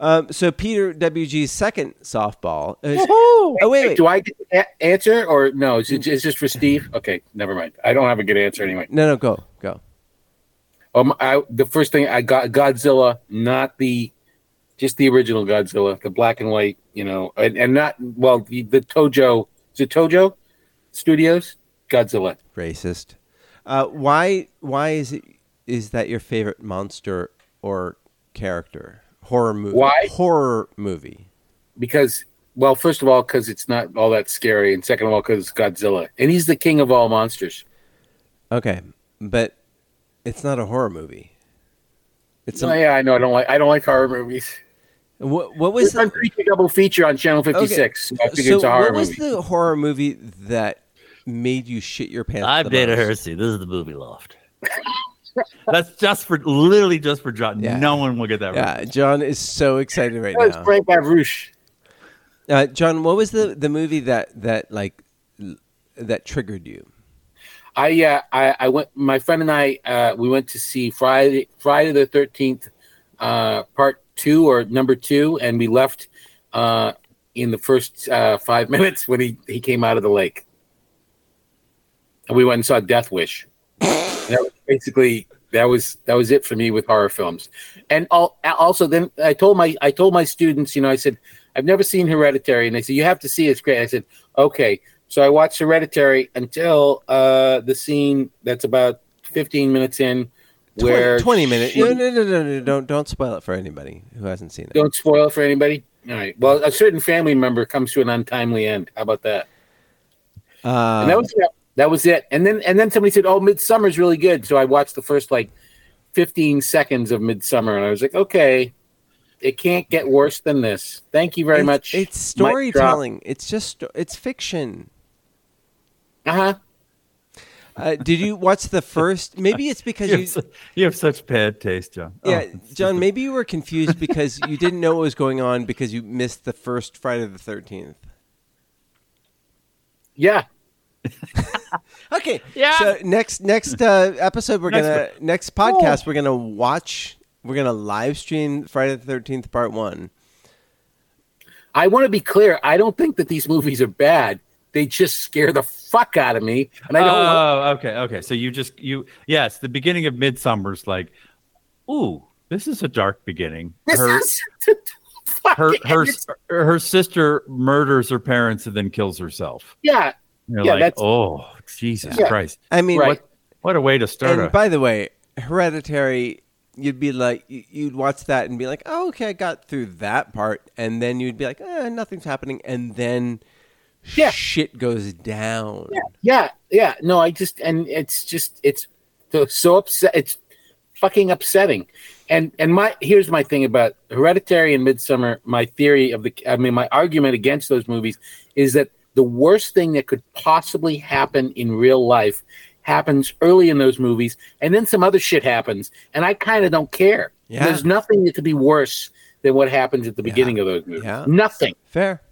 Um, so Peter WG's second softball. Is, oh wait,
Do
wait. Mm.
I get a- answer or no? Is it is this for Steve? Okay, never mind. I don't have a good answer anyway.
No, no, go, go.
Um, I, the first thing I got Godzilla, not the, just the original Godzilla, the black and white, you know, and, and not well the, the Tojo, is it Tojo Studios Godzilla.
Racist. Uh, why? Why is it? Is that your favorite monster or character? Horror movie.
Why?
Horror movie.
because well first of all because it's not all that scary and second of all because it's godzilla and he's the king of all monsters
Okay, but it's not a horror movie. It's
oh,
a,
yeah i know i don't like i don't like horror movies
what, what was
it's on creature double feature on channel 56 so i figured it's a horror
what was
movie
the horror movie that made you shit your pants?
I'm
the
Dana
most?
Hersey. This is the movie loft.
That's just for literally just for John.
Yeah.
No one will get that. right.
Yeah, John is so excited right
that was
now.
Frank Avrush.
Uh, John, what was the the movie that that like l- that triggered you?
I, uh, I I went. My friend and I uh, we went to see Friday Friday the Thirteenth uh, Part Two or Number Two, and we left uh, in the first uh, five minutes when he he came out of the lake, and we went and saw Death Wish. And that was basically that was that was it for me with horror films, and all, also then I told my I told my students, you know, I said I've never seen Hereditary, and they said you have to see it. it's great. I said okay, so I watched Hereditary until uh, the scene that's about 15 minutes in, where
twenty, 20 minutes?
she-
No, no, no, no, no, don't don't spoil it for anybody who hasn't seen it.
don't spoil it for anybody. All right. Well, a certain family member comes to an untimely end. How about that?
Uh,
and that was it. That was it. And then and then somebody said, "Oh, Midsummer's really good." So I watched the first like 15 seconds of Midsummer, and I was like, "Okay, it can't get worse than this." Thank you very
it's,
much.
It's
Mic drop.
storytelling. It's just it's fiction.
Uh-huh.
Uh, did you watch the first? Maybe it's because
You
you
have, su- you have such bad taste, John. Oh,
Yeah,
it's just
John,
a-
maybe you were confused because you didn't know what was going on because you missed the first Friday the 13th.
Yeah.
Okay.
Yeah.
So next next uh, episode we're
Next
gonna next podcast we're gonna watch we're gonna live stream Friday the Thirteenth Part One.
I want to be clear. I don't think that these movies are bad. They just scare the fuck out of me, and I don't.
Uh,
want-
Oh, okay, okay. So you just you yes, the beginning of Midsummer's like, ooh, this is a dark beginning.
this
her
is
her
fucking-
her, her sister murders her parents and then kills herself.
yeah.
You're
Yeah,
like,
that's-
oh Jesus
Yeah.
Christ!
I mean,
Right.
What a way to start.
and
A,
by the way, Hereditary. You'd be like, you- you'd watch that and be like, oh, okay, I got through that part, and then you'd be like, eh, nothing's happening, and then
Yeah.
shit goes down.
Yeah, yeah. No, I just and it's just it's so, so upset. It's fucking upsetting. And and my here's my thing about Hereditary and Midsummer. My theory of the I mean my argument against those movies is that the worst thing that could possibly happen in real life happens early in those movies, and then some other shit happens, and I kind of don't care.
Yeah.
There's nothing that could be worse than what happens at the beginning of those movies.
Yeah.
Nothing.
Fair,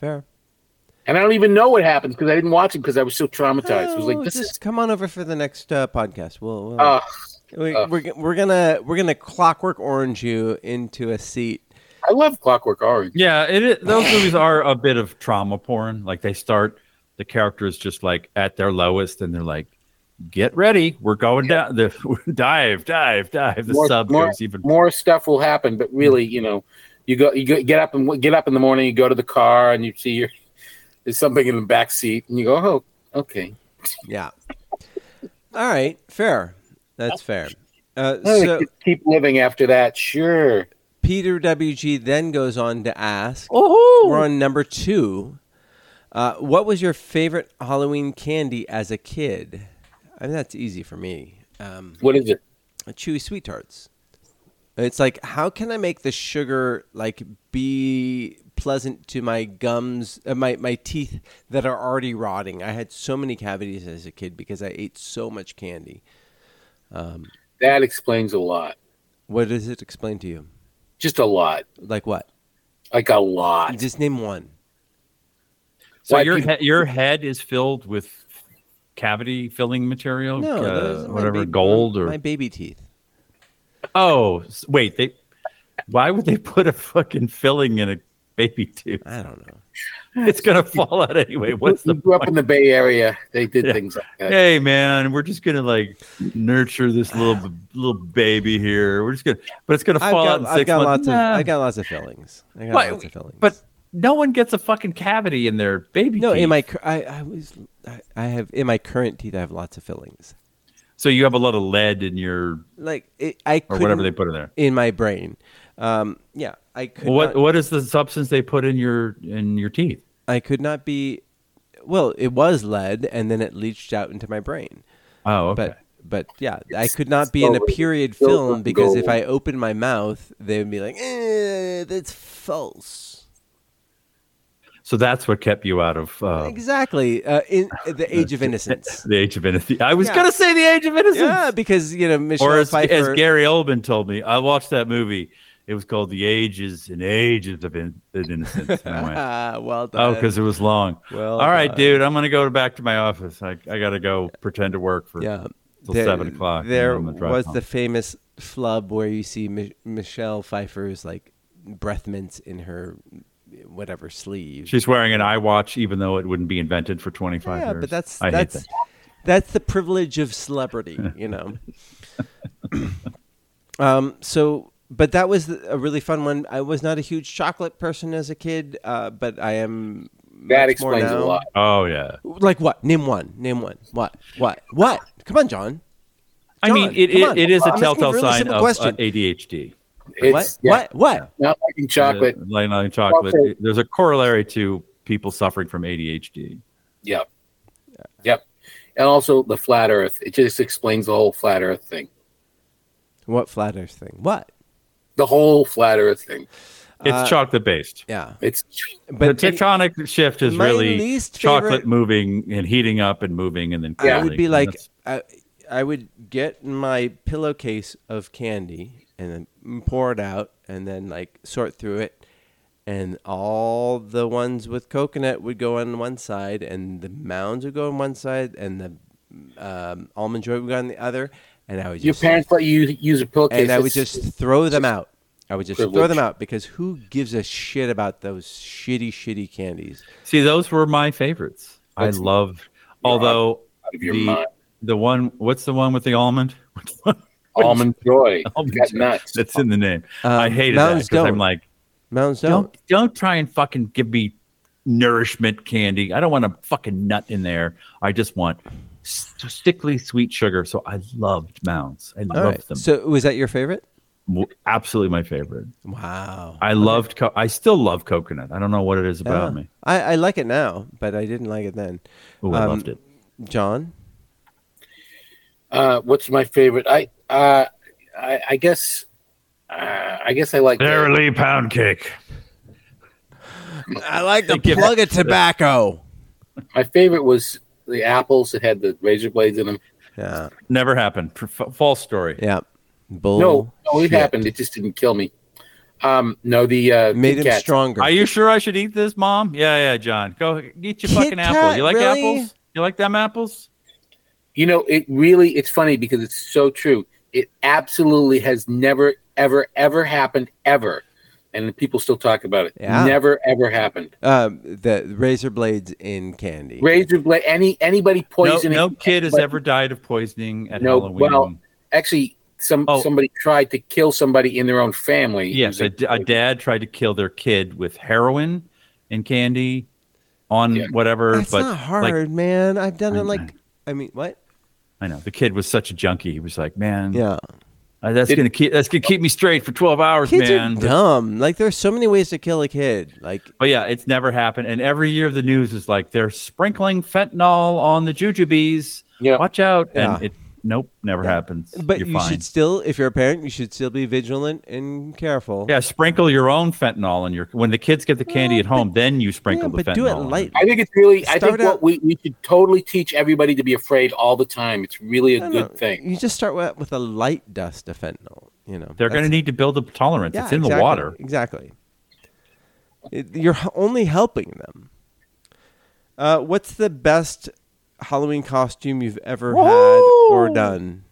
fair.
And I don't even know what happens because I didn't watch it because I was so traumatized. it was
Oh,
like this
just
is
come on over for the next uh, podcast. We'll, we'll
uh,
we,
uh.
we're, g- we're gonna we're gonna clockwork orange you into a seat.
I love Clockwork Orange.
yeah, it is, those movies are a bit of trauma porn. Like they start, the character is just like at their lowest, and they're like, "Get ready, we're going down." The dive, dive, dive. The
More-
sub
more-
goes even Mm.
More stuff will happen, but really, you know, you go, you go, get up and get up in the morning. You go to the car and you see your there's something in the back seat, and you go, oh, okay.
Yeah. All right, fair. That's fair. Uh,
Oh,
so
keep- keep living after that, sure.
Peter WG then goes on to ask.
Oh,
We're on number two. Uh, what was your favorite Halloween candy as a kid? I mean, that's easy for me. Um,
What is it?
chewy sweet tarts. It's like how can I make the sugar like be pleasant to my gums, uh, my my teeth that are already rotting? I had so many cavities as a kid because I ate so much candy.
That explains a lot.
What does it explain to you?
Just a lot,
Like what?
like a lot.
Just name one.
So
Why
your
people-
he- your head is filled with cavity filling material,
No,
uh,
those are my
whatever
baby-
gold or
my baby teeth.
oh s- wait they why would they put a fucking filling in a baby tube?
I don't know.
It's gonna fall out anyway. What's
you
the
grew up in the Bay Area. They did
Yeah.
things like that.
hey man? We're just gonna like nurture this little b- little baby here. We're just gonna but it's gonna
I've
fall
got,
out in
I've
6
got
months.
lots of
Nah.
I got lots of fillings. I got
But-
lots of fillings.
but no one gets a fucking cavity in their baby.
no, in
teeth.
my cur- I I was I, I have in my current teeth I have lots of fillings.
so you have a lot of lead in your
Like it, I
or
could
whatever they put in there.
in my brain. Um, yeah, I could
What
not,
what is the substance they put in your in your teeth?
I could not be. Well, it was lead, and then it leached out into my brain.
Oh, okay.
But but yeah, I could not be in a
Slowly.
period
Slowly
film because if
go.
I opened my mouth, they would be like, eh, "That's false."
so that's what kept you out of uh,
Exactly. Uh, in at the age of innocence.
the age of innocence. I was
Yeah.
gonna say the age of innocence,
yeah, because you know Michelle
or as,
Pfeiffer.
as Gary Oldman told me, I watched that movie. It was called The Ages and Ages of in- of Innocence. And I went,
Ah, well
oh,
done.
because it was long.
Well
All right,
done.
dude, I'm gonna go back to my office. I, I gotta go pretend to work for
yeah.
till seven o'clock. and
There
then I'm gonna drive
was
home.
the famous flub where you see Mi- Michelle Pfeiffer's like breath mints in her whatever sleeve.
She's wearing an eye watch, even though it wouldn't be invented for 25
yeah,
years.
but that's
I hate
that's
that.
that's the privilege of celebrity, you know. um. So, but that was a really fun one. I was not a huge chocolate person as a kid, uh, but I am.
That
much more
explains a
now.
lot.
Oh yeah.
Like what? Name one. Name one. What? What? What? Come on, John.
I mean,
John,
it,
come
it,
on.
it is
I'm
a
asking
telltale
a really
sign
simple
of uh,
question.
ADHD.
It's
what?
yeah,
What? What?
not liking chocolate.
Uh, Like like chocolate.
Chocolate.
There's a corollary to people suffering from ADHD.
Yep. Yep. And also the flat Earth. It just explains the whole flat Earth thing.
What flat Earth thing? What?
The whole flat Earth thing.
It's
Uh,
chocolate based.
Yeah,
It's
but
the tectonic shift is
my
really
least
chocolate
favorite-
moving and heating up and moving and then
I
cooling.
would be
And
like,
that's-
I, I would get my pillowcase of candy and then pour it out and then like sort through it and all the ones with coconut would go on one side, and the mounds would go on one side, and the um, almond joy would go on the other. And I would
Your
just
parents let you use a pillowcase.
and I would
It's-
just throw them out. I would just throw them
privilege.
out because who gives a shit about those shitty, shitty candies?
See, those were my favorites.
That's-
I loved, although
of your
the,
mind.
the one, what's the one with the almond? Which one?
almond joy.
Almond
Got
Joy.
nuts.
That's in the name.
Um,
I hated that
mountains
because I'm
don't.
like,
Mounds don't.
don't don't try and fucking give me nourishment candy. I don't want a fucking nut in there. I just want s- stickly sweet sugar. So I loved Mounds. I
All
loved
right.
them.
So was that your favorite?
W- Absolutely my favorite.
Wow.
I loved. Co- I still love coconut. I don't know what it is about
Yeah.
me.
I, I like it now, but I didn't like it then.
Oh, I
Um,
loved it.
John,
Uh, what's my favorite? I uh, I, I guess uh, I guess I like
Sara Lee pound cake.
I like the
They give-
plug of tobacco.
my favorite was the apples that had the razor blades in them.
Yeah,
Never happened. F- f- false story.
yeah. Bull.
no, no, it
Oh, shit.
happened. It just didn't kill me. Um, no, the uh,
Made
Kit
him
Kats.
stronger.
Are you sure I should eat this, Mom? Yeah, yeah, John. Go eat your
Kit
fucking apple.
Kat,
You like
really?
apples? You like them apples?
You know, it really it's funny because it's so true. It absolutely has never, ever, ever happened ever, and people still talk about it.
Yeah.
Never, ever happened.
um, the razor blades in candy.
Razor blade. Any anybody
No,
poisoning?
no kid has
but-
ever died of poisoning at
No,
Halloween.
well, actually some
Oh.
somebody tried to kill somebody in their own family.
Yes, a,
It was
d- a dad tried to kill their kid with heroin and candy on
Yeah.
whatever.
That's
but
not
like,
hard, man. I've done
I
it like.
know.
I mean, what?
I know the kid was such a junkie. He was like, "Man,
Yeah.
uh, that's
Did-
gonna keep that's gonna keep me straight for twelve hours,
Kids
man."
are
But,
dumb. Like there's so many ways to kill a kid. Like
but yeah, it's never happened. And every year the news is like, "They're sprinkling fentanyl on the jujubes.
Yeah.
Watch out!" And
Yeah.
it nope, never happens.
but
You're
you
fine.
should still if you're a parent, you should still be vigilant and careful.
yeah, sprinkle your own fentanyl in your when the kids get the candy
Well,
at home. Then you
Yeah,
sprinkle the
Uh, but
fentanyl.
do it
in.
light.
I think it's really. I
Start
think
out-
what we, we should totally teach everybody to be afraid all the time. It's really a
I
good
don't know.
thing.
You just start with, with a light dust of fentanyl. You know
They're going to
that's-
need to build a tolerance.
Yeah,
it's in
exactly,
the water.
Exactly. It- you're h- only helping them. Uh, what's the best Halloween costume you've ever had or done?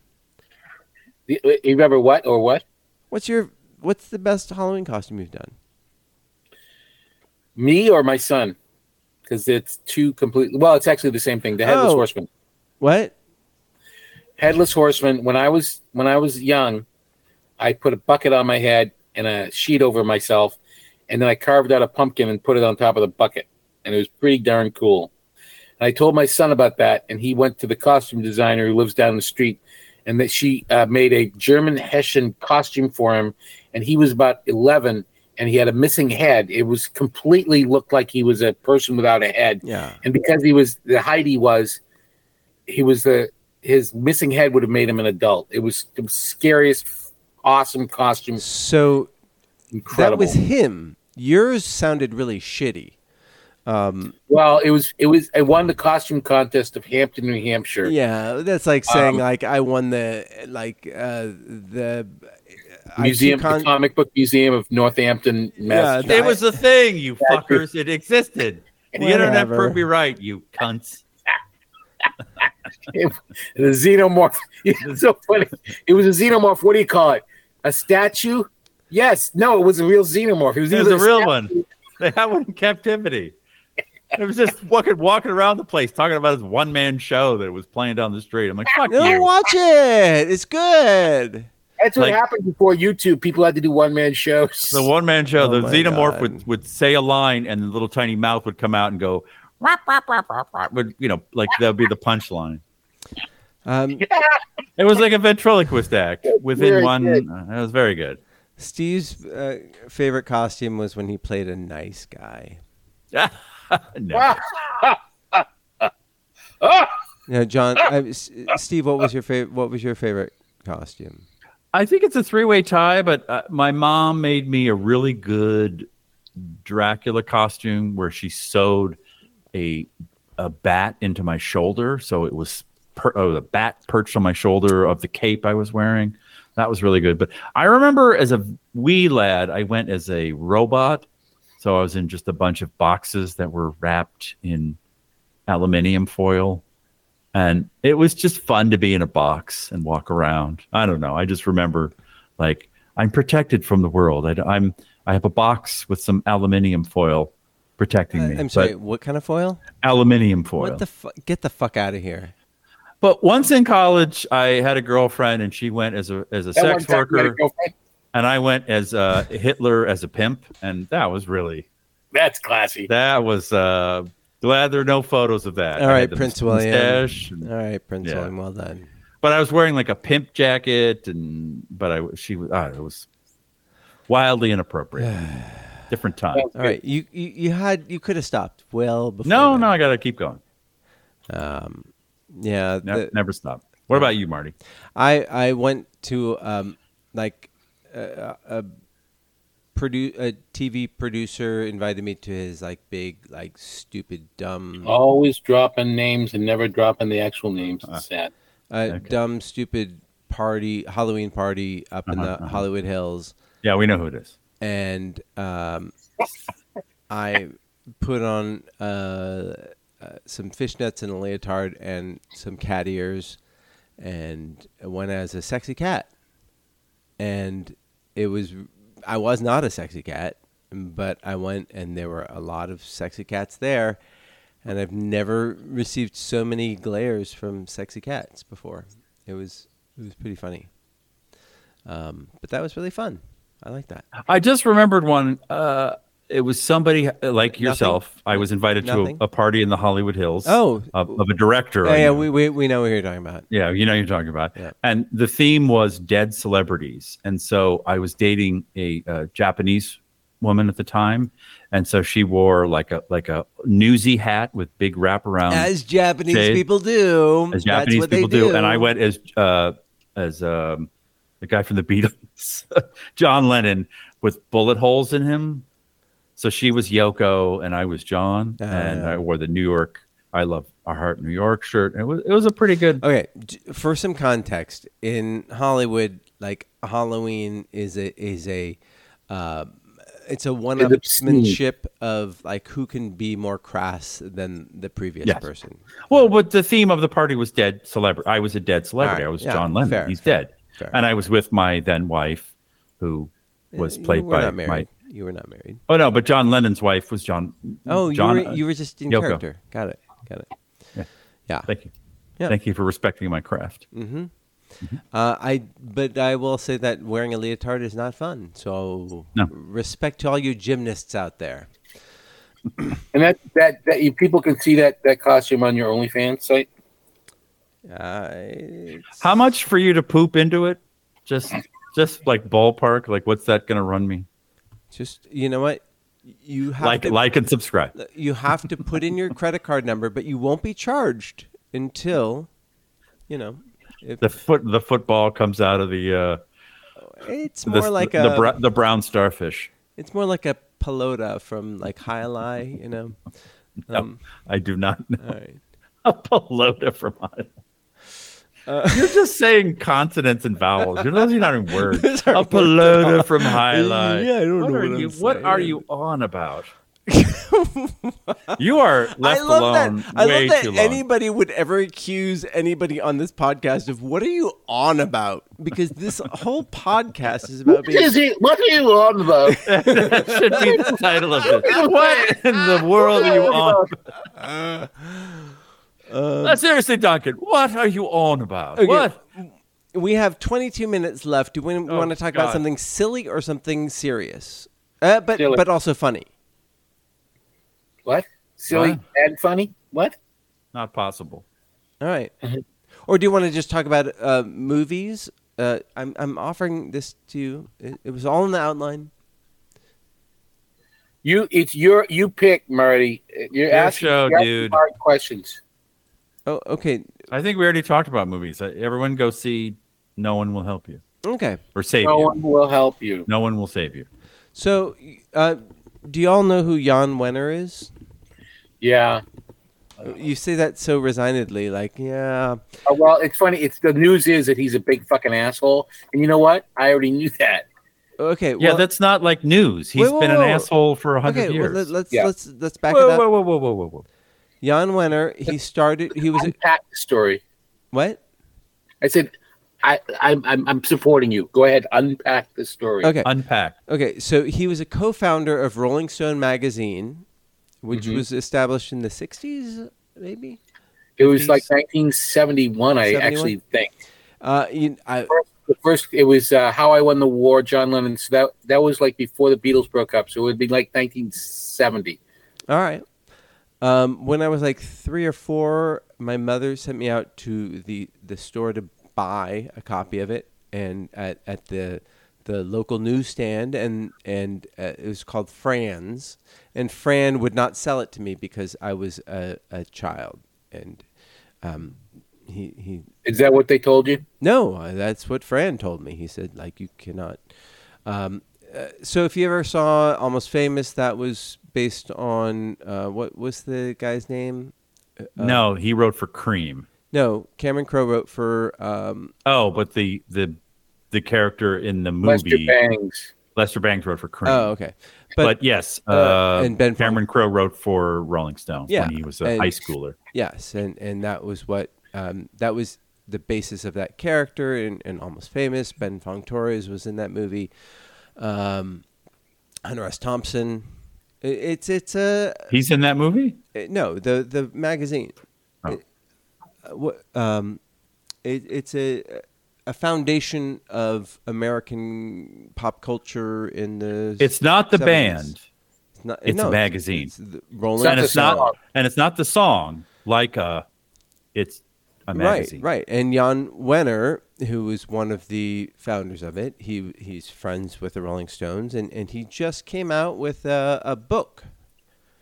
You uh, you remember what or what?
What's your What's the best Halloween costume you've done?
Me or my son? Because it's two completely. Well, it's actually the same thing. The headless
Oh.
horseman.
What?
Headless horseman. When I was when I was young, I put a bucket on my head and a sheet over myself, and then I carved out a pumpkin and put it on top of the bucket, and it was pretty darn cool. And I told my son about that, and he went to the costume designer who lives down the street, and that she uh, made a German Hessian costume for him, and he was about eleven, and he had a missing head. It was completely looked like he was a person without a head,
Yeah.
and because he was the height he was, he was the his missing head would have made him an adult. It was the scariest, awesome costume,
So that
incredible.
was him. Yours sounded really shitty. Um,
well, it was it was I won the costume contest of Hampton, New Hampshire.
Yeah, that's like saying
Um,
like I won the like uh the IQ
Museum,
con-
the comic book museum of Northampton, Massachusetts.
that-
It was a thing, you fuckers. It existed. The internet
Whatever.
proved me right, you cunts.
the xenomorph. It's so funny. It was a xenomorph. What do you call it? A statue? Yes. No, it was a real xenomorph. It was,
It was
either
a real one. They had one in captivity. It was just walking, walking around the place talking about his one man show that was playing down the street. I'm like, fuck
No,
you.
watch it. It's good.
That's what
Like-
happened before YouTube. People had to do one man shows.
The one man show,
Oh
the
my
xenomorph
God.
would, would say a line and the little tiny mouth would come out and go, "Wah, wah, wah, wah, wah," would, you know, like that would be the punchline.
Um,
It was like a ventriloquist act within
Very
one.
good.
Uh, it was very good.
Steve's uh, favorite costume was when he played a nice guy.
no.
Now, John,
Ah.
I, S- uh, Steve, what was your favorite? What was your favorite costume?
I think it's a three way tie, but uh, my mom made me a really good Dracula costume where she sewed a a bat into my shoulder, so it was per- oh, the bat perched on my shoulder of the cape I was wearing. That was really good. But I remember as a wee lad, I went as a robot. So I was in just a bunch of boxes that were wrapped in aluminium foil. And it was just fun to be in a box and walk around. I don't know. I just remember like I'm protected from the world. I, am I have a box with some aluminium foil protecting me.
Uh, I'm
but
sorry. What kind of foil?
aluminium foil.
What the fu- get the fuck out of here.
But once in college, I had a girlfriend, and she went as a as a
That one
sex
time you had a
worker,
girlfriend?
and I went as a Hitler as a pimp, and that was really
That's classy.
that was uh, glad there are no photos of that.
All
I
right,
had the
Prince William.
mustache, and-
All right, Prince
Yeah.
William, well done.
but I was wearing like a pimp jacket, and but I she was ah, it was wildly inappropriate, different time.
All right, you, you you had you could have stopped well before.
No,
that.
no, I gotta keep going.
Yeah,
Ne-
the-
never stop. What about you, Marty?
I I went to um like a, a produ- a TV producer invited me to his like big like stupid dumb
Always dropping names and never dropping the actual names. It's sad.
uh, dumb stupid party Halloween party up in the Hollywood Hills
Yeah, we know who it is.
and um I put on uh, uh some fishnets and a leotard and some cat ears and went as a sexy cat. and it was I was not a sexy cat, but I went and there were a lot of sexy cats there, and I've never received so many glares from sexy cats before. It was it was pretty funny. Um, but that was really fun. I like that.
I just remembered one. Uh, it was somebody uh, like yourself. I was invited
Nothing.
to a, a party in the Hollywood Hills.
Oh.
of, of a director.
Oh
I
yeah,
know.
we, we we know what you're talking about.
yeah, you know who you're talking about.
Yeah.
And the theme was dead celebrities, and so I was dating a, uh Japanese woman at the time, and so she wore like a like a newsy hat with big wraparound
As Japanese
Jade,
people do.
Um, as
that's
Japanese
what
people
they
do. And I went as uh, as um, the guy from the Beatles, John Lennon, with bullet holes in him. So she was Yoko, and I was John,
Ah.
and I wore the New York "I Love Our Heart New York" shirt. It was it was a pretty good.
Okay, j- for some context, in Hollywood, like Halloween is a is a uh, it's a one-upsmanship of like who can be more crass than the previous
Yes.
person.
Well, but the theme of the party was dead celebrity. I was a dead celebrity.
All right,
I was
yeah,
John Lennon.
fair,
He's
fair,
dead,
fair.
and I was with my then wife, who was
You
played
were
by
not
my.
married. You were not married.
Oh no, but John Lennon's wife was John.
Oh,
John, uh,
you were you were just in
Yoko.
character. Got it. Got it. Yeah.
Thank you.
Yeah.
Thank you for respecting my craft.
Uh, I but I will say that wearing a leotard is not fun. So
No.
respect to all you gymnasts out there.
And that that that you people can see that that costume on your OnlyFans site.
I
How much for you to poop into it? Just just like ballpark, like what's that gonna run me?
just you know what you have
Like
to
like and subscribe.
you have to put in your credit card number, but you won't be charged until, you know, if
The foot the football comes out of the uh
it's
the,
more like
the,
a
br- the brown starfish.
it's more like a pelota from like Highlight, you know.
No, I do not know.
All right.
A pelota from Ireland.
Uh,
You're just saying consonants and vowels. You're not, you're not even words. A
Those aren't words
pelota from Highlight.
Yeah, I don't
what
know
Are
what I'm
you, what are
saying.
you on about? you are left
I love
alone
that. I
way
love that
too long.
anybody would ever accuse anybody on this podcast of what are you on about? Because this whole podcast is about being
Is it? What are you on about?
that should be the title of this. What in the world are you on? Uh, seriously, Duncan, what are you on about?
Okay.
What?
we have 22 minutes left. Do we want to talk about
Oh, God.
something silly or something serious? Uh, but
Silly.
but also funny.
What? Silly
What?
and funny? What?
Not possible.
All right.
Mm-hmm.
Or do you want to just talk about uh, movies? Uh, I'm I'm offering this to you. It, it was all in the outline.
You it's your you pick Marty. You're asking,
show,
you're asking
dude.
hard questions.
Oh, okay,
I think we already talked about movies. Uh, Everyone go see No One Will Help You
okay.
or Save
No
You.
one will help you.
No One Will Save You.
So, uh, do y'all know who Jan Wenner is?
Yeah.
You say that so resignedly, like yeah.
Uh, well, it's funny. It's the news is that he's a big fucking asshole, and you know what? I already knew that.
Okay.
Yeah,
well,
that's not like news. He's
Wait, whoa,
been
whoa,
an
whoa.
asshole for a hundred
okay. Well,
years.
let, let's
Yeah.
let's let's back
whoa,
it up.
whoa, whoa, whoa, whoa, whoa, whoa.
Jan Wenner, he started. He was
Unpack the story.
what?
I said, I, I'm, I'm, I'm supporting you. Go ahead, unpack the story.
Okay.
Unpack.
Okay, so he was a co-founder of Rolling Stone magazine, which
Mhm.
was established in the '60s, maybe.
It was like 1971, I
71?
actually think.
Uh, you, I,
The first, it was uh, How I Won the War, John Lennon. So that, that was like before the Beatles broke up. So it would be like 1970.
all right. Um, when I was like three or four, my mother sent me out to the the store to buy a copy of it, and at, at the the local newsstand, and and uh, it was called Fran's, and Fran would not sell it to me because I was a, a child, and um, he he
Is that what they told you?
No, uh, that's what Fran told me. He said, like, you cannot. Um, uh, so if you ever saw Almost Famous, that was based on uh, what was the guy's name?
no, he wrote for Cream.
No, Cameron Crowe wrote for. Um,
Oh, but the the the character in the
Lester
movie
Bangs.
Lester Bangs wrote for Cream.
oh, okay,
but,
but,
yes, uh,
uh, and Ben Franklin.
Cameron Crowe wrote for Rolling Stone
Yeah,
when he was a
and- uh,
high schooler.
yes, and and that was what um, that was the basis of that character and, and Almost Famous. Ben Fong Torres was in that movie. Um, Hunter S. Thompson. It- It's it's a
He's in that movie.
Uh, no, the the magazine.
Oh.
It, uh, what um, it, it's a a foundation of American pop culture in the.
It's not the
70s.
band,
It's, not,
it's a
no,
magazine.
It's, the Rolling
It's not
and
the
it's not
song.
and it's not the song. Like uh, it's a magazine.
Right, right. And Jan Wenner, who was one of the founders of it, he he's friends with the Rolling Stones, and, and he just came out with a, a book.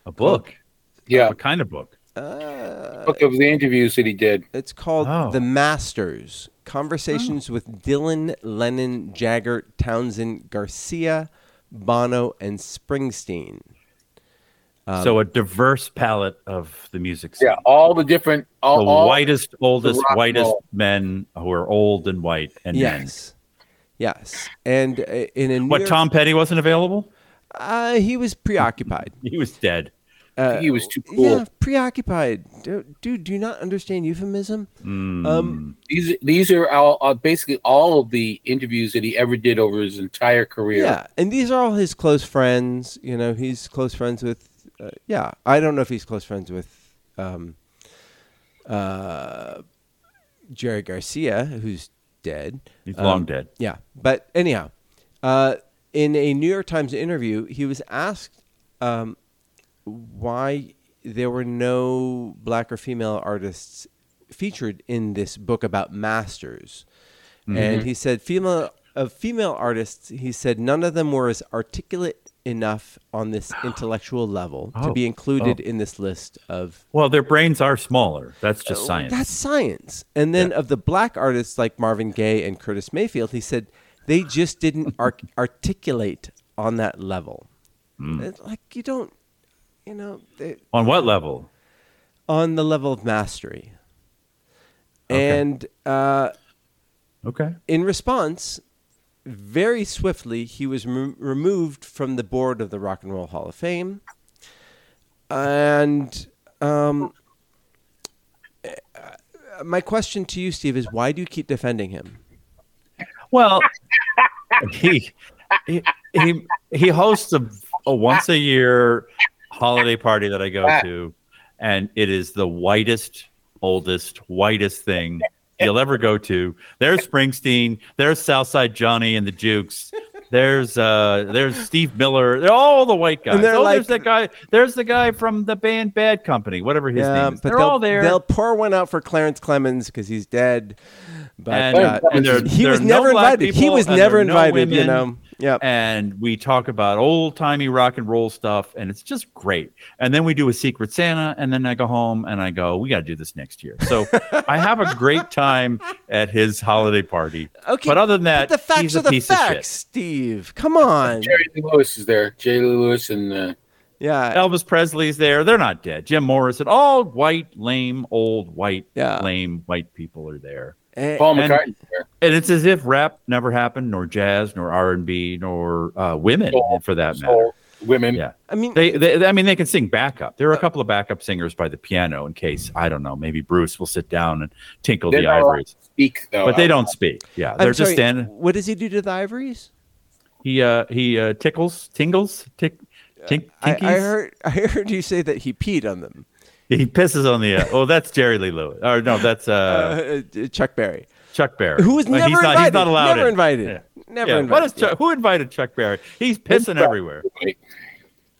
A book.
Yeah.
What kind of book?
Uh,
Book of the interviews that he did.
It's called
Oh.
The Masters Conversations with Dylan, Lennon, Jagger, Townsend, Garcia, Bono, and Springsteen.
so
Um,
a diverse palette of the music. Scene.
Yeah, all the different, all,
the
all-
whitest, oldest,
rock and
whitest
roll.
men who are old and white and
yes. Yes. And uh, in a New
men. What
York-
Tom Petty wasn't available?
Uh, he was preoccupied.
He was dead.
he was too cool.
Uh, Yeah, preoccupied. Dude, dude, do you not understand euphemism?
Mm.
Um,
These these are all, uh, basically all of the interviews that he ever did over his entire career.
yeah. And these are all his close friends. You know, he's close friends with. Uh, yeah, I don't know if he's close friends with. Um, Jerry Garcia, who's dead.
He's
Um,
long dead.
Yeah. But anyhow, uh, in a New York Times interview, he was asked um, why there were no black or female artists featured in this book about masters.
Mm-hmm.
And he said, female of female artists, he said none of them were as articulate enough on this intellectual level to
Oh.
be included
Oh.
in this list of
Well, their brains are smaller. That's just
Oh,
science.
That's science. And then of the black artists like Marvin Gaye and Curtis Mayfield, he said they just didn't ar- articulate on that level.
Mm.
It's like you don't, you know, they,
On what level?
on the level of mastery.
Okay.
And uh,
Okay.
in response, very swiftly, he was rem- removed from the board of the Rock and Roll Hall of Fame. And um, uh, my question to you, Steve, is why do you keep defending him?
Well, he, he he he hosts a, a once a year holiday party that I go
Ah.
to, and it is the whitest, oldest, whitest thing you'll ever go to. There's Springsteen, there's Southside Johnny and the Jukes. There's uh there's Steve Miller. They're all the white guys.
And they're
oh,
like-
there's that guy. There's the guy from the band Bad Company, whatever his name is. They're
they'll,
all there.
They'll pour one out for Clarence Clemens because he's dead. But
and,
uh,
and there-
he
there
was
are no
never
black
invited. he
people,
was
and there
never
are no
invited. you
women,
know. Yeah.
and we talk about old timey rock and roll stuff, and it's just great. And then we do a Secret Santa, and then I go home and I go, we got to do this next year. So I have a great time at his holiday party.
Okay.
but other than that,
the facts
he's
are
a
the
piece
facts, Steve. Come on.
Jerry Lee Lewis is there. Jerry Lee Lewis and uh,
Yeah.
of shit. Elvis Presley's there; they're not dead. Jim Morrison, all white, lame, old white,
Yeah.
lame white people are there.
Eh,
Paul
And-
McCartney. there.
And it's as if rap never happened, nor jazz, nor R and B, nor uh, women
Soul.
for that matter.
So, women.
Yeah.
I mean,
They, they, I mean, they can sing backup. There are a couple of backup singers by the piano in case I don't know. Maybe Bruce will sit down and tinkle
They're
the
not allowed
ivories,
to Speak though.
but they don't speak. Yeah,
I'm
Uh, they're just
sorry,
standing.
What does he do to the ivories?
He uh, he uh, tickles, tingles, tick, tink,
I, I
tinkies.
heard. I heard you say that he peed on them.
He pisses on the. Uh, oh, that's Jerry Lee Lewis. Or no, that's uh,
Uh, uh, Chuck Berry,
Chuck Berry.
who was
But
never
he's not,
invited.
He's not allowed.
never
in.
invited.
Yeah.
Never
Yeah,
invited.
What is Chuck, who invited Chuck Berry? He's pissing everywhere.
Right.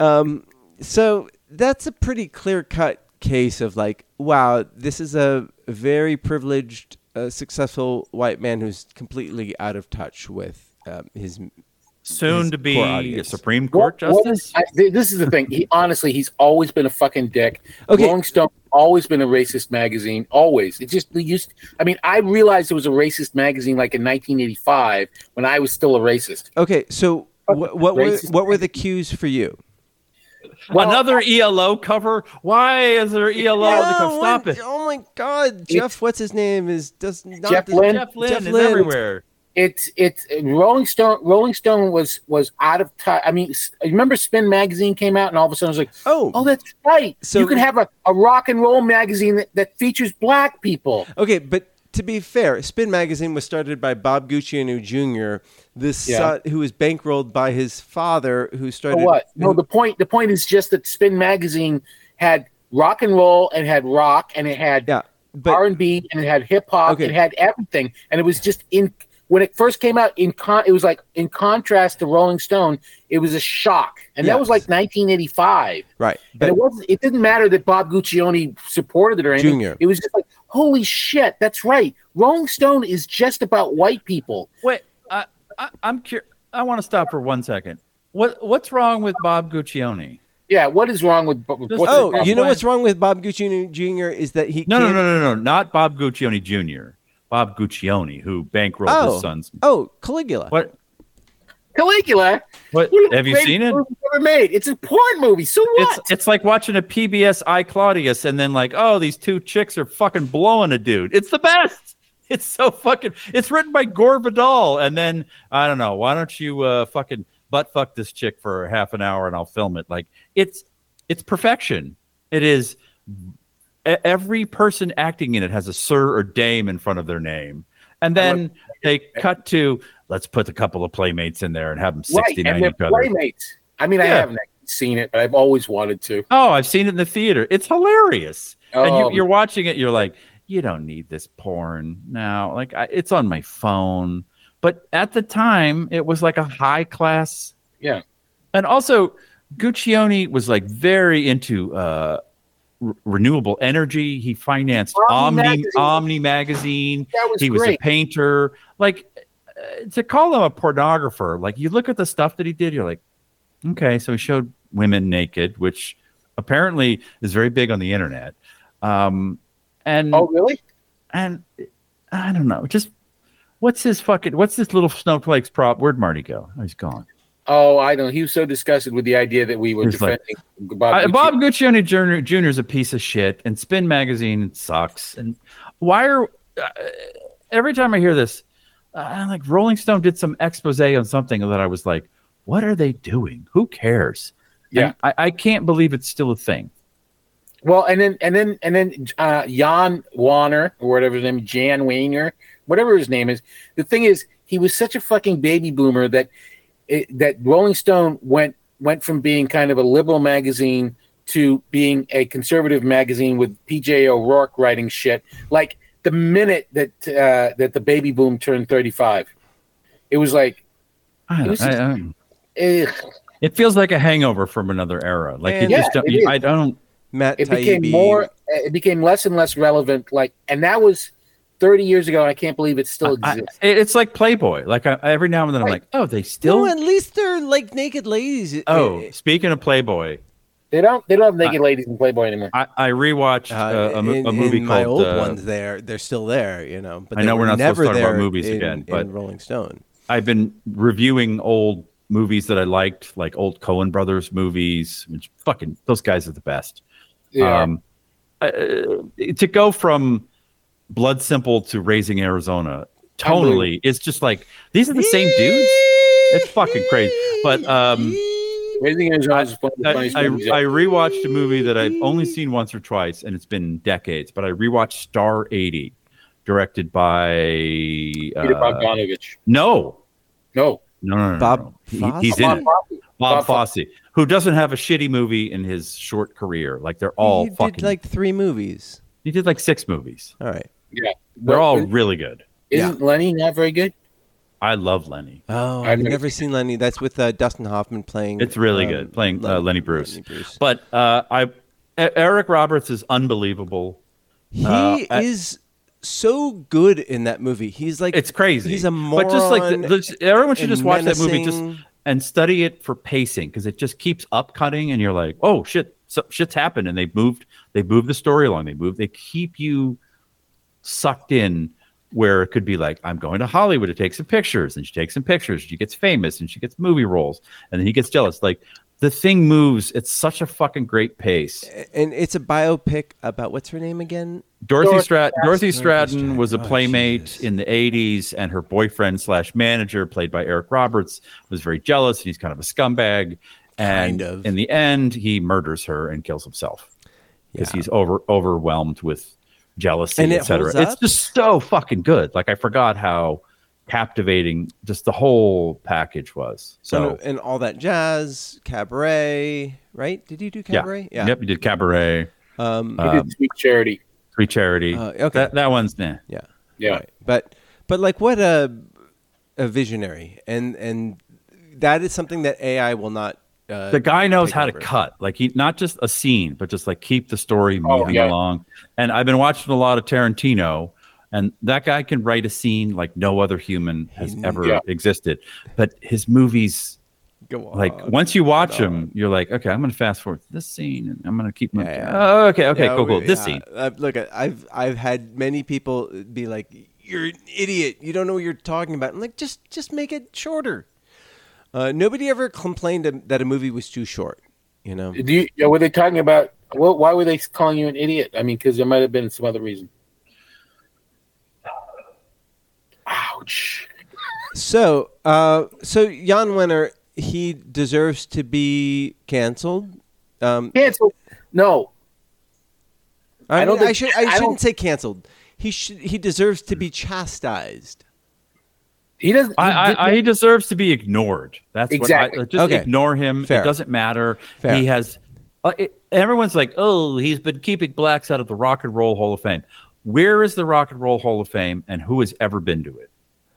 Um, so that's a pretty clear cut case of like, wow, this is a very privileged, uh, successful white man who's completely out of touch with um, his.
Soon
His
to be
core audience.
Supreme Court
What- what
justice.
is- I- th- this is the thing. He honestly, he's always been a fucking dick.
Okay.
Rolling Stone always been a racist magazine. Always. It just they used. I mean, I realized it was a racist magazine like in 1985 when I was still a racist.
Okay, so wh- what were
Racist.
what were the cues for you?
Well,
Another ELO cover? Why is there ELO? to come stop it.
Oh my God, Jeff, what's his name is does not
Jeff Lynne?
Jeff Lynne
Jeff
is
Lynne.
everywhere.
It's it's Rolling Stone. Rolling Stone was was out of touch. I mean, s- I remember Spin magazine came out, and all of a sudden I was like,
Oh,
oh, that's right.
So-
you can have a, a rock and roll magazine that, that features black people.
Okay, but to be fair, Spin Magazine was started by Bob Guccianu Jr., this
Yeah.
son, who was bankrolled by his father, who
So
started.
what? No, the point the point is just that Spin Magazine had rock and roll and had rock and it had
yeah, but
R and B and it had hip hop.
Okay.
It had everything, and it was just in when it first came out. In con, it was like in contrast to Rolling Stone, it was a shock, and that was
Yes.
like 1985.
right,
And
but
it wasn't. It didn't matter that Bob Guccione supported it or anything.
Junior.
It was just like, holy shit, that's right. Rolling Stone is just about white people.
Wait, I, I, I'm cur- I want to stop for one second. What What's wrong with Bob Guccione?
Yeah, what is wrong with? with-
Just-
what's the
oh,
problem?
you know
why-
what's wrong with Bob Guccianu Jr. is that he
No, no,
can't-
no, no, no, not Bob Guccione Jr. Bob Guccione, who bankrolled
Oh.
his son's.
Oh, Caligula.
What?
Caligula.
What?
One of the
Have you
greatest
seen it?
movies Ever made? It's a porn movie. So what?
It's it's like watching a PBS I Claudius and then like, oh, these two chicks are fucking blowing a dude. It's the best. It's so fucking. It's written by Gore Vidal, and then I don't know. Why don't you uh, fucking butt fuck this chick for half an hour and I'll film it? Like it's it's perfection. It is. e- Every person acting in it has a sir or dame in front of their name, and then they cut to let's put a couple of playmates in there and have them sixty nine
and they're
each other.
playmates. I mean, I
Yeah.
haven't actually seen it, but I've always wanted to.
Oh, I've seen it in the theater. It's hilarious. And
Oh.
you, you're watching it, you're like, you don't need this porn now. Like, I, it's on my phone. But at the time, it was like a high class.
Yeah.
And also, Guccione was like very into uh, re- renewable energy. He financed
Omni
Omni
Magazine.
Omni magazine
That was
he was a
great.
painter. Like uh, to call him a pornographer, like you look at the stuff that he did, you're like, okay, so he showed women naked, which apparently is very big on the internet. Um, and
oh, really?
and I don't know, just what's his fucking what's this little snowflake's prop? Where'd Marty go? Oh, he's gone.
Oh, I don't. He was so disgusted with the idea that we were
He's like-
defending Bob.
Uh,
Gucci.
Bob Guccione Jr. Jr. is a piece of shit, and Spin Magazine sucks. And why are uh, every time I hear this, uh, I'm like Rolling Stone did some expose on something that I was like, what are they doing? Who cares?
Yeah.
And I, I can't believe it's still a thing.
Well, and then and then and then uh, Jan Warner or whatever his name, Jan Weiner, whatever his name is. The thing is, he was such a fucking baby boomer that it, that Rolling Stone went went from being kind of a liberal magazine to being a conservative magazine with PJ O'Rourke writing shit. Like the minute that uh, that the baby boom turned thirty five, it was like,
I,
It was
I-
just-
I-
ugh.
it feels like a hangover from another era. Like
And-
you just
Yeah,
don't.
it
you-
is.
I don't.
Matt
it became
Taibbi.
more it became less and less relevant like and that was 30 years ago and i can't believe it still
I,
exists
it- it's like Playboy. Like I, every now and then, I'm
Right.
like, oh, they
No,
still.
at least they're like naked ladies. It-
oh,
it-
speaking of Playboy,
they don't they don't have naked ladies in playboy anymore
I, I rewatched uh, a, mo-
in,
a movie
in
called
my old
uh,
ones. There, they're still there. You know, but
I
they
know
were
we're not supposed
never
to talk about
there
movies
in-
again, but-
in Rolling Stone.
I've been reviewing old movies that I liked, like old Cohen Brothers movies. Which fucking Um, those guys are the best.
yeah
Um, uh, to go from Blood Simple to Raising Arizona tonally is just like these are the same dudes. It's fucking crazy. But um,
Raising Arizona is one of the
I,
funniest
I,
movies ever.
I rewatched a movie that I've only seen once or twice, and it's been decades. But I rewatched Star 80, directed by
Peter
uh,
Bogdanovich.
no,
No,
no, no, no,
Bob
no. He- he's in
Bob
it.
Fosse.
Bob
Bob
Fosse, who doesn't have a shitty movie in his short career. Like they're all
you
fucking.
did like three movies.
he did like six movies.
All right.
They're all
Isn't
really good.
Lenny not very good?
I love Lenny.
Oh, I've
I've
never,
never-
seen Lenny. That's with uh, Dustin Hoffman playing.
It's really
um,
good playing uh,
Lenny-
Lenny Bruce.
Lenny Bruce.
But uh, I, E- Eric Roberts is unbelievable.
He
Uh, I-
is so good in that movie. He's like
It's crazy.
He's a
But just like
moron
the, the- everyone should
and
just watch that movie
menacing.
just and study it for pacing because it just keeps up cutting and you're like, oh shit, so, shit's happened and they've moved they moved the story along. They move they keep you sucked in where it could be like, I'm going to Hollywood to take some pictures and she takes some pictures. She gets famous and she gets movie roles and then he gets jealous. Like the thing moves at such a fucking great pace.
and it's a biopic about what's her name again?
Dorothy,
Dorothy
Strat- Dorothy Stratton
Stratton.
was a
Oh,
playmate
Jesus.
in the 80s, and her boyfriend slash manager, played by Eric Roberts, was very jealous, and he's kind of a scumbag. And
Kind of.
in the end, he murders her and kills himself because
Yeah.
he's over overwhelmed with jealousy,
And it
etc.
holds
It's
up?
just so fucking good. Like I forgot how captivating just the whole package was. So
and, and all that jazz, cabaret, right? Did you do
yeah,
cabaret?
yep, you did cabaret,
Um,
He did Sweet Charity.
sweet charity.
Uh, okay.
that, that one's nah.
yeah.
Yeah.
Right. But but like what a a visionary, and and that is something that AI will not. Uh,
the guy knows
take
how
over.
to cut like he not just a scene but just like keep the story
Oh,
moving
yeah.
along and i've been watching a lot of tarantino and that guy can write a scene like no other human has ever
Yeah.
existed but his movies
go on.
like once you watch them you're like okay i'm gonna fast forward to this scene and i'm gonna keep moving
yeah.
oh, okay okay
Yeah,
cool cool
we-
this
yeah.
scene
Uh, look, I- I've I've had many people be like, "You're an idiot. You don't know what you're talking about." I'm like, just just make it shorter. Uh, nobody ever complained that a movie was too short. You know,
Do you, yeah, were they talking about? Well, why were they calling you an idiot? I mean, because there might have been some other reason. Ouch!
So, uh, so Jan Winner, he deserves to be canceled. Um,
Cancel. No,
I,
I don't
mean, I
think-
should.
I
I,
don't-
shouldn't say canceled. He should. He deserves to be chastised.
he doesn't.
I,
he did-
I, I, he deserves to be ignored. That's
Exactly.
what I just
Okay.
ignore him.
Fair.
It doesn't matter.
Fair.
He has uh, it, everyone's like, oh, he's been keeping blacks out of the Rock and Roll Hall of Fame. Where is the Rock and Roll Hall of Fame, and who has ever been to it?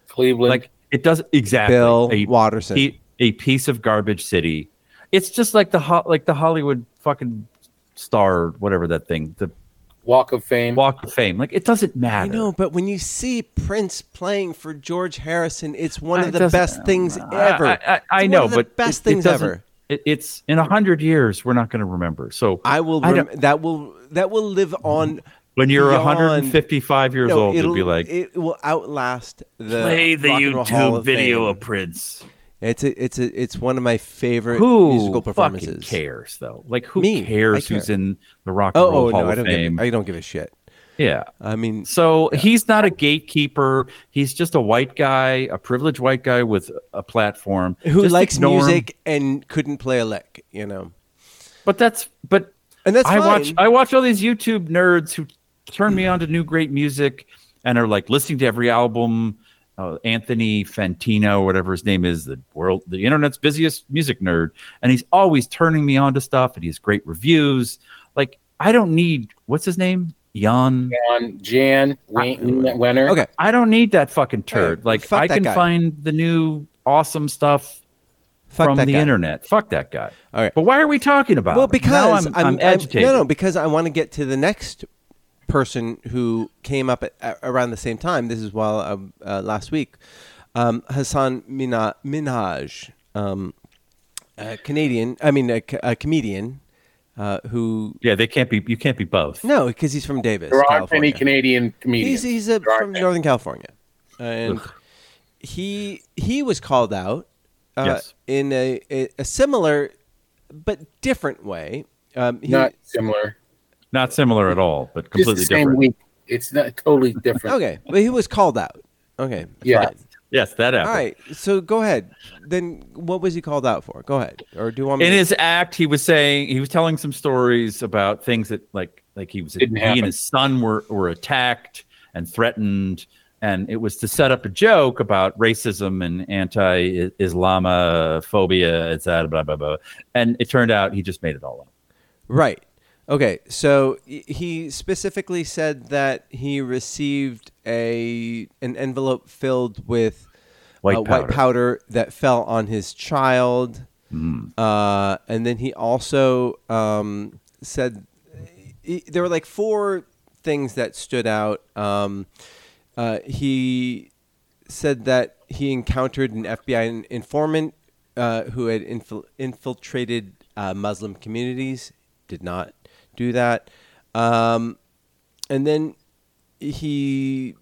Cleveland.
Like it doesn't exactly.
Bill
a,
Watterson.
pe- a piece of garbage city. It's just like the ho- like the Hollywood fucking star, whatever that thing, the
Walk of Fame.
Walk of Fame. Like it doesn't
I
matter.
know, but when you see Prince playing for George Harrison, it's one
It
of the
doesn't-
best things
I-
ever.
I, I, I
It's
know,
one of the
but
best
it- it
things
doesn't-
ever.
It, it's in a hundred years, we're not going to remember. So
I will.
don't-
Rem- that will. That will live on.
when you're
beyond-
155 years
No,
old,
it'll
you'll be like,
it will outlast the
Play the
Rock and Roll Hall
YouTube
of
video
Fame.
of Prince.
It's a, it's a, it's one of my favorite
who
musical
fucking
performances.
cares though? Like who
Me, I
cares
care.
who's in the Rock and
Oh,
Roll
oh
Hall
no, I
of
don't
Fame?
give. I don't give a shit.
yeah.
I mean,
So he's not a gatekeeper. He's just a white guy, a privileged white guy with a platform
who
Just
likes
ignore him.
music and couldn't play a lick? You know,
But that's but
and that's
I
fine.
watch I watch all these YouTube nerds who turn me on to new great music and are like listening to every album. Uh, Anthony Fantino, whatever his name is, the world, the internet's busiest music nerd, and he's always turning me on to stuff, and he has great reviews. Like I don't need what's his name, Jan.
on Jan Wien- Wenner.
okay,
I don't need that fucking turd.
Hey,
like
fuck
I
that
can
guy.
find the new awesome stuff
fuck
from
that
the
guy.
internet. Fuck that guy.
All right.
But why are we talking about?
Well,
him? Now
because
I'm, I'm, agitated.
No, no, because I want to get to the next person who came up at, at- around the same time. This is while um, uh, last week, um, Hassan Mina, Minhaj, um, a Canadian. I mean, a, co- a comedian uh, who.
Yeah, they can't be. You can't be both.
No, because he's from Davis,
There aren't
California.
any Canadian comedians.
He's he's a,
There aren't
from
any.
Northern California, and he he was called out uh,
Yes.
in a, a, a similar but different way. Um, he,
Not similar.
Not similar at all, but
Just
completely
the same
different.
week. It's not totally different.
Okay, but he was called out. Okay,
Yeah.
fine.
Yes, that
All
happened.
right, so go ahead. Then what was he called out for? Go ahead, or do you want me?
In
to-
his act, he was saying he was telling some stories about things that like like he was
Didn't
he
happen.
and his son were were attacked and threatened, and it was to set up a joke about racism and anti Islamophobia, et cetera, blah blah blah. And it turned out he just made it all up.
Right. Okay. So y- he specifically said that he received a an envelope filled with
White
uh,
powder.
white powder that fell on his child,
Hmm.
uh, and then he also um, said he- there were like four things that stood out. Um, uh, he said that he encountered an FBI in- informant uh, who had infil- infiltrated uh, Muslim communities. Did not do that. Um, and then he,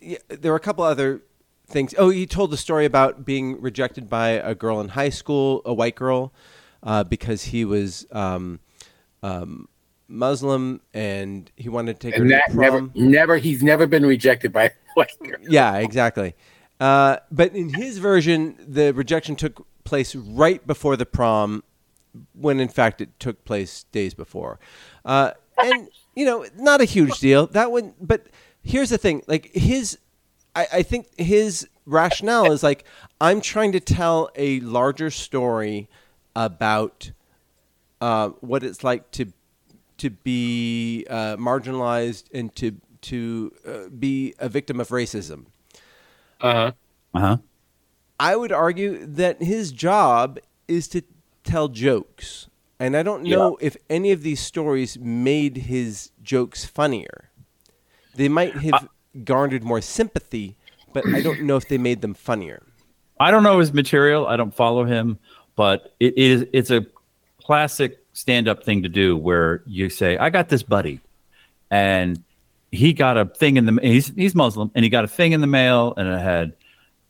yeah, there were a couple other things. Oh, he told the story about being rejected by a girl in high school, a white girl, uh, because he was um, um, Muslim and he wanted to take
And
her
that
to prom.
never, never, he's never been rejected by. Like,
Yeah, exactly. Uh, but in his version, the rejection took place right before the prom, when in fact it took place days before. Uh, and you know, not a huge deal. That one, but here's the thing: like his, I, I think his rationale is like I'm trying to tell a larger story about uh, what it's like to to be uh, marginalized and to to uh, be a victim of racism.
uh,
Uh huh.
I would argue that his job is to tell jokes. And I don't know if any of these stories made his jokes funnier. They might have garnered more sympathy, but I don't know if they made them funnier.
I don't know his material. I don't follow him, but it is it's a classic stand-up thing to do where you say, "I got this buddy," and he got a thing in the he's he's Muslim and he got a thing in the mail and it had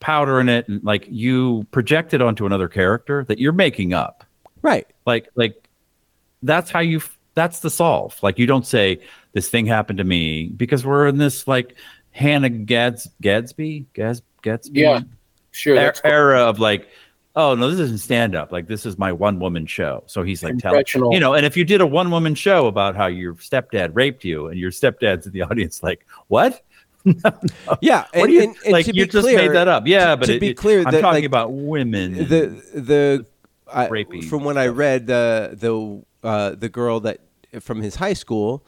powder in it and like you projected onto another character that you're making up
Right.
like like that's how you f- that's the solve like you don't say this thing happened to me because we're in this like hannah gads gadsby Gaz, gadsby
yeah, sure.
er-
That's
era of like, oh no, this isn't stand up. Like this is my one woman show. So he's like telling
Impressional.
you know, and if you did a one woman show about how your stepdad raped you and your stepdad's in the audience, like what?
Yeah. And,
what do you
and- and
like?
to
You
be
just
clear,
made that up, yeah. But
to
it-
be
it-
clear
I'm
that,
talking
like,
about women.
the the I,
rapey
from what I read the the uh, the girl that from his high school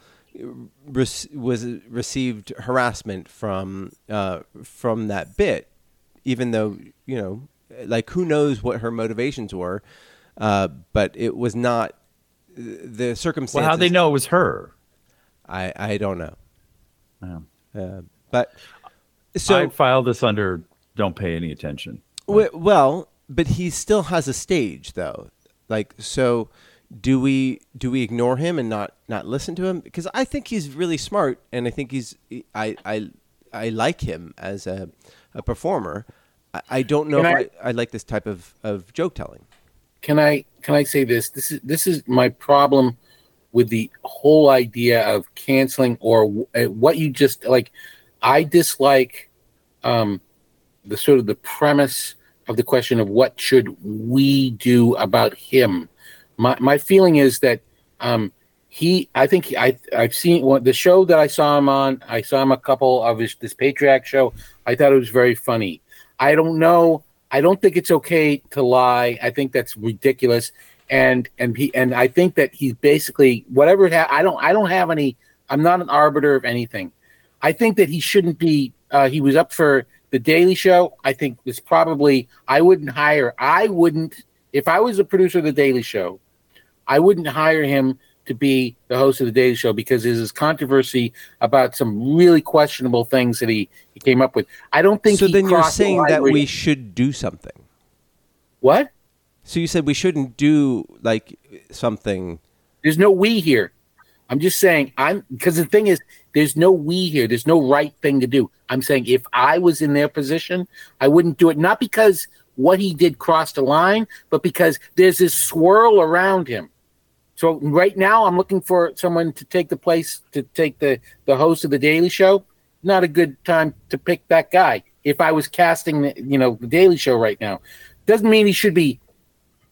rec- was received harassment from uh, from that bit, even though you know, like who knows what her motivations were, uh, but it was not the circumstances.
well, how they know it was her?
I I don't know,
Yeah.
uh, but so
I filed this under. Don't pay any attention.
Well, well, but he still has a stage, though. Like, so do we do we ignore him and not not listen to him? Because I think he's really smart, and I think he's I I I like him as a a performer. I, I don't know
Can
if I, I like this type of of joke telling.
can I can I say this? This is this is my problem with the whole idea of canceling or w- uh, what you just like. I dislike um, the sort of the premise of the question of what should we do about him. My my feeling is that um, he. I think he, I I've seen one, the show that I saw him on. I saw him a couple of his this Patriarch show. I thought it was very funny. I don't know. I don't think it's okay to lie. I think that's ridiculous. And and he and I think that he's basically whatever it ha- I don't I don't have any. I'm not an arbiter of anything. I think that he shouldn't be. Uh, he was up for the Daily Show. I think it's probably. I wouldn't hire. I wouldn't if I was a producer of the Daily Show. I wouldn't hire him to be the host of the Daily Show because there's this controversy about some really questionable things that he, he came up with. I don't think
so.
he
Then you're
crossed the
saying
line
that
where
we
he-
should do something.
what?
So you said we shouldn't do like something.
There's no we here. I'm just saying I'm because the thing is there's no we here. There's no right thing to do. I'm saying if I was in their position, I wouldn't do it. Not because what he did crossed a line, but because there's this swirl around him. So right now, I'm looking for someone to take the place to take the the host of the Daily Show. Not a good time to pick that guy. If I was casting, the, you know, the Daily Show right now, doesn't mean he should be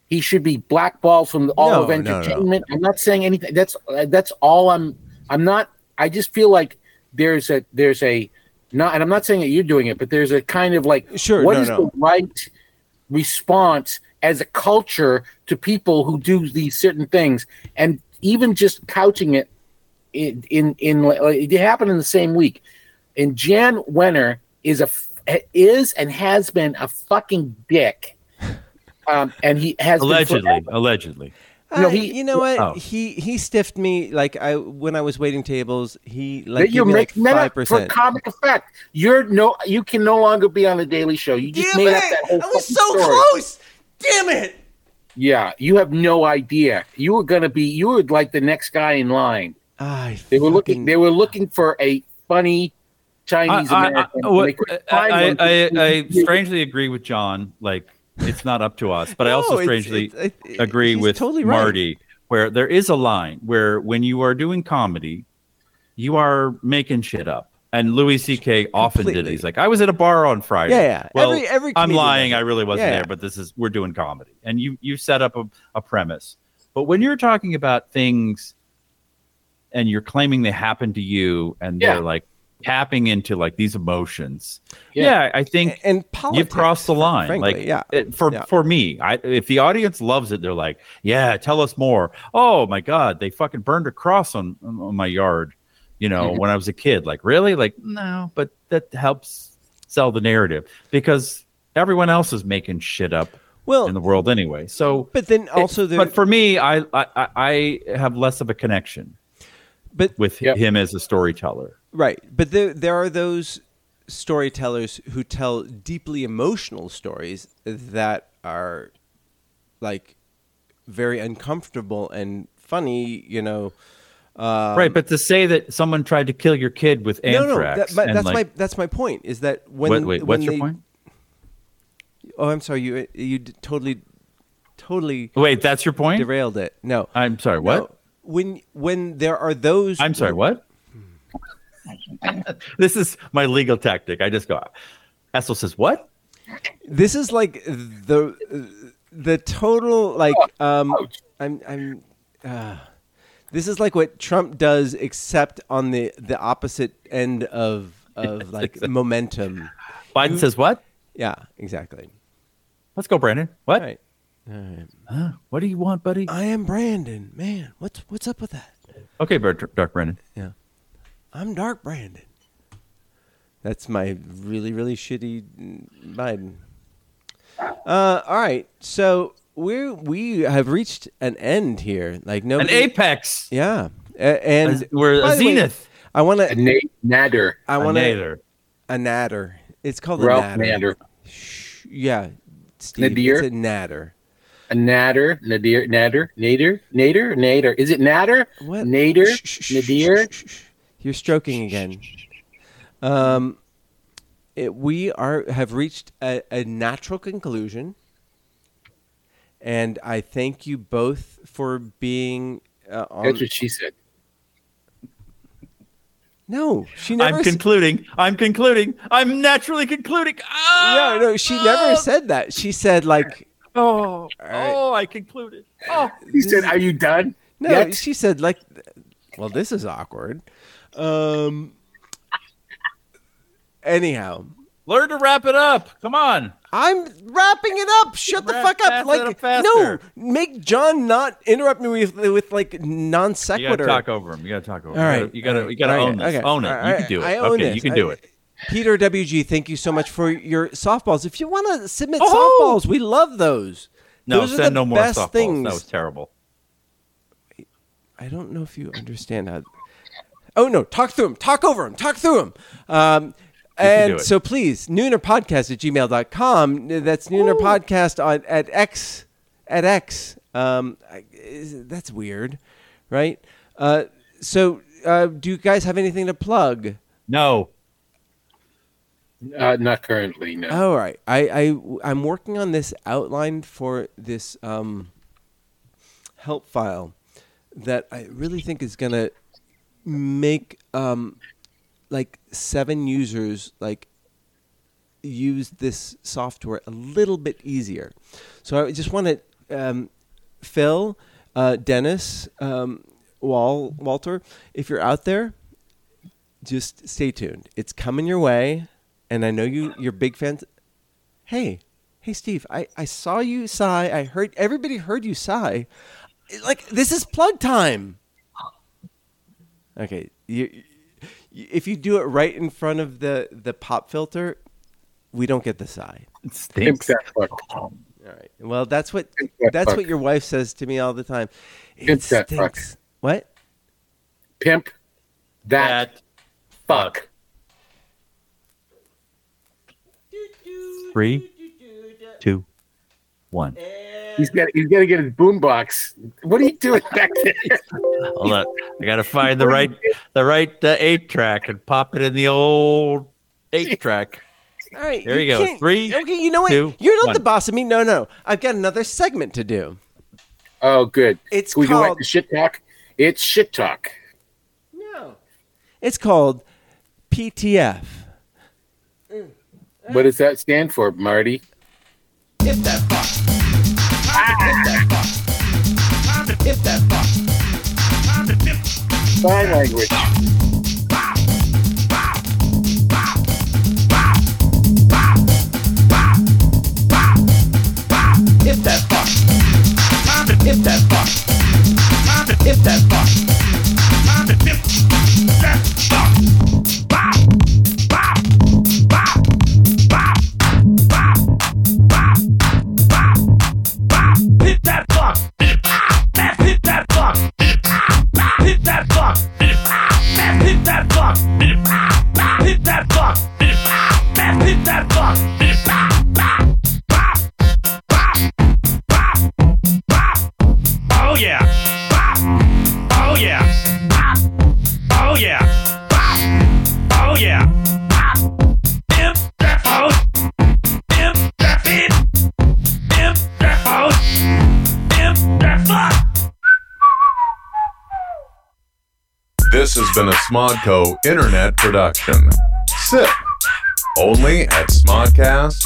he should be blackballed from all
No,
of
no, no.
entertainment. I'm not saying anything. That's uh, that's all I'm. I'm not. I just feel like there's a there's a not, and I'm not saying that you're doing it, but there's a kind of like
Sure,
what
no,
is
no.
the right response as a culture to people who do these certain things and even just couching it in in, in like, it happened in the same week and jan wenner is a f- is and has been a fucking dick um and he has been
Allegedly, allegedly.
No,
I-
he-
Uh, you know what?
oh.
He he stiffed me like I when I was waiting tables. He
That
like
you
gave me like
make no, no,
five
for
percent.
comic effect. You're no, you can no longer be on the Daily Show. You just made up that whole fucking story.
close. Damn it!
Yeah, you have no idea. You were gonna be, you were like the next guy in line.
I
They were looking,
fucking-
they were looking for a funny Chinese
I,
American.
I,
and they
what-
couldn't find
I,
one.
I, I strangely agree with John. Like, it's not up to us. But I
No,
also
it's-
strangely
it's- it-
agree
he's
with
totally right.
Marty, where there is a line where when you are doing comedy, you are making shit up. And Louis C.K. often did it.
Completely.
He's like, I was at a bar on Friday.
Yeah, yeah.
Well,
Every- every
I'm
comedian
lying.
does
I
it.
really wasn't
Yeah, yeah.
there, but this is we're doing comedy, and you you set up a, a premise. But when you're talking about things, and you're claiming they happened to you, and
Yeah.
they're like tapping into like these emotions.
Yeah.
Yeah, I think
and politics.
you've crossed the line.
frankly,
like
yeah.
it- Uh, for
Yeah.
for me, I, if the audience loves it, they're like, "Yeah, tell us more." Oh my god, they fucking burned a cross on on my yard. You know, when I was a kid, like really, like no, but that helps sell the narrative because everyone else is making shit up
Well,
in the world anyway. So,
but then also there.
but for me, I I, I I have less of a connection
but
with
Yep.
him as a storyteller.
Right, but there there are those storytellers who tell deeply emotional stories that are like very uncomfortable and funny. You know,
right, but to say that someone tried to kill your kid with
Um, no, no,
anthrax,
that- but
and
that's
like,
my that's my point. Is that when
wait, wait,
when
what's
they-
your point?
Oh, I'm sorry. You you d- totally totally
Wait, that's your point.
derailed it. No,
I'm sorry.
No,
What?
when when there are those,
I'm sorry. What? this is my legal tactic. I just go. Essel says what?
This is like the the total like um I'm I'm uh, this is like what Trump does except on the the opposite end of of like momentum.
Biden says what?
Yeah, exactly.
Let's go, Brandon. What?
All right. Uh,
Huh? What do you want, buddy?
I am Brandon. Man, what's what's up with that?
Okay, Bar- Dark Brandon.
Yeah. I'm Dark Brandon. That's my really, really shitty mm, Biden. Uh, all right. So we're we have reached an end here. Like no
An apex.
Yeah. A- and
A- we're a
by the way,
zenith.
I want
A
to.
Na- Nader,
I want to.
Neither.
A natter. It's called
Ralph
a natter.
Nader,
Shh, yeah. Steve,
Nadir?
It's a natter.
a Nader, Nadir, Nader, Nader, Nader, Nader. Is it Nader?
What?
Nader,
Shh, shh, shh,
Nadir.
shh, shh, shh. You're stroking again. Um, it, we are have reached a, a natural conclusion, and I thank you both for being uh, on.
That's what she said.
No, she never.
I'm
s-
concluding. I'm concluding. I'm naturally concluding. Ah!
no, no, she never said that. She said like.
Oh,
right.
oh, I concluded. Oh,
He said, "Are you done?"
No,
Yet?
she said like, well, this is awkward. Um. Anyhow,
learn to wrap it up. Come on.
I'm wrapping it up. Shut the
Wrap
fuck up.
fast
Like
and
no,
faster.
make John not interrupt me with with like non
You gotta
sequitur.
talk over him. You gotta talk over
All
him.
right.
You gotta,
All
you gotta,
right.
own this.
Okay.
Own it.
All
You
right.
can do it.
I own
okay,
this.
you can
I-
do it.
Peter WG, thank you so much for your softballs. If you want to submit
Oh!
softballs, we love those.
No,
those are the
send no more
best
softballs.
things.
That was terrible.
I don't know if you understand how. Oh no! Talk through him. Talk over him. Talk through him. Um,
can do
and
it.
so please, noonerpodcast at gmail.com. That's noonerpodcast on at x at x. Um, I- is, that's weird, right? Uh, so uh, do you guys have anything to plug?
No.
Uh, not currently. No.
All Oh, right, I, I I'm working on this outline for this um, help file that I really think is gonna make um, like seven users like use this software a little bit easier. So I just want to um, Phil, uh, Dennis, um, Wal Walter, if you're out there, just stay tuned. It's coming your way, and I know you you're big fans. Hey, hey, Steve, I I saw you sigh. I heard everybody heard you sigh. Like this is plug time. Okay, you, you- if you do it right in front of the the pop filter, we don't get the sigh.
It
Pimp
stinks.
that fuck.
All right. Well, that's what
Pimp that
that's
fuck.
what your wife says to me all the time. It
Pimp that fuck.
stinks. What?
Pimp that,
That
fuck.
three, two, one.
He's got. He's got to get his boombox. What are you doing back there?
Hold on.
I gotta find the right the right uh, eight track and pop it in the old eight track.
All right.
There you go.
can't-
Three,
Okay, you know what?
two,
You're not
one.
the boss of me. No, no. I've got another segment to do.
Oh, good.
It's
we go back
called
to shit talk. It's shit talk.
No. It's called PTF.
What does that stand for, Marty? Ah. Sign language.
Hit that fuck. Man, hit that fuck. Hit that fuck. Man, hit that fuck. Hit that fuck. Man, hit that fuck. Oh yeah. Oh yeah. Oh yeah. Oh yeah. Imp that phone. Imp that fit. Imp that phone. Imp that fuck.
This has been a Smodco internet production. Sip. Only at smodcast.com.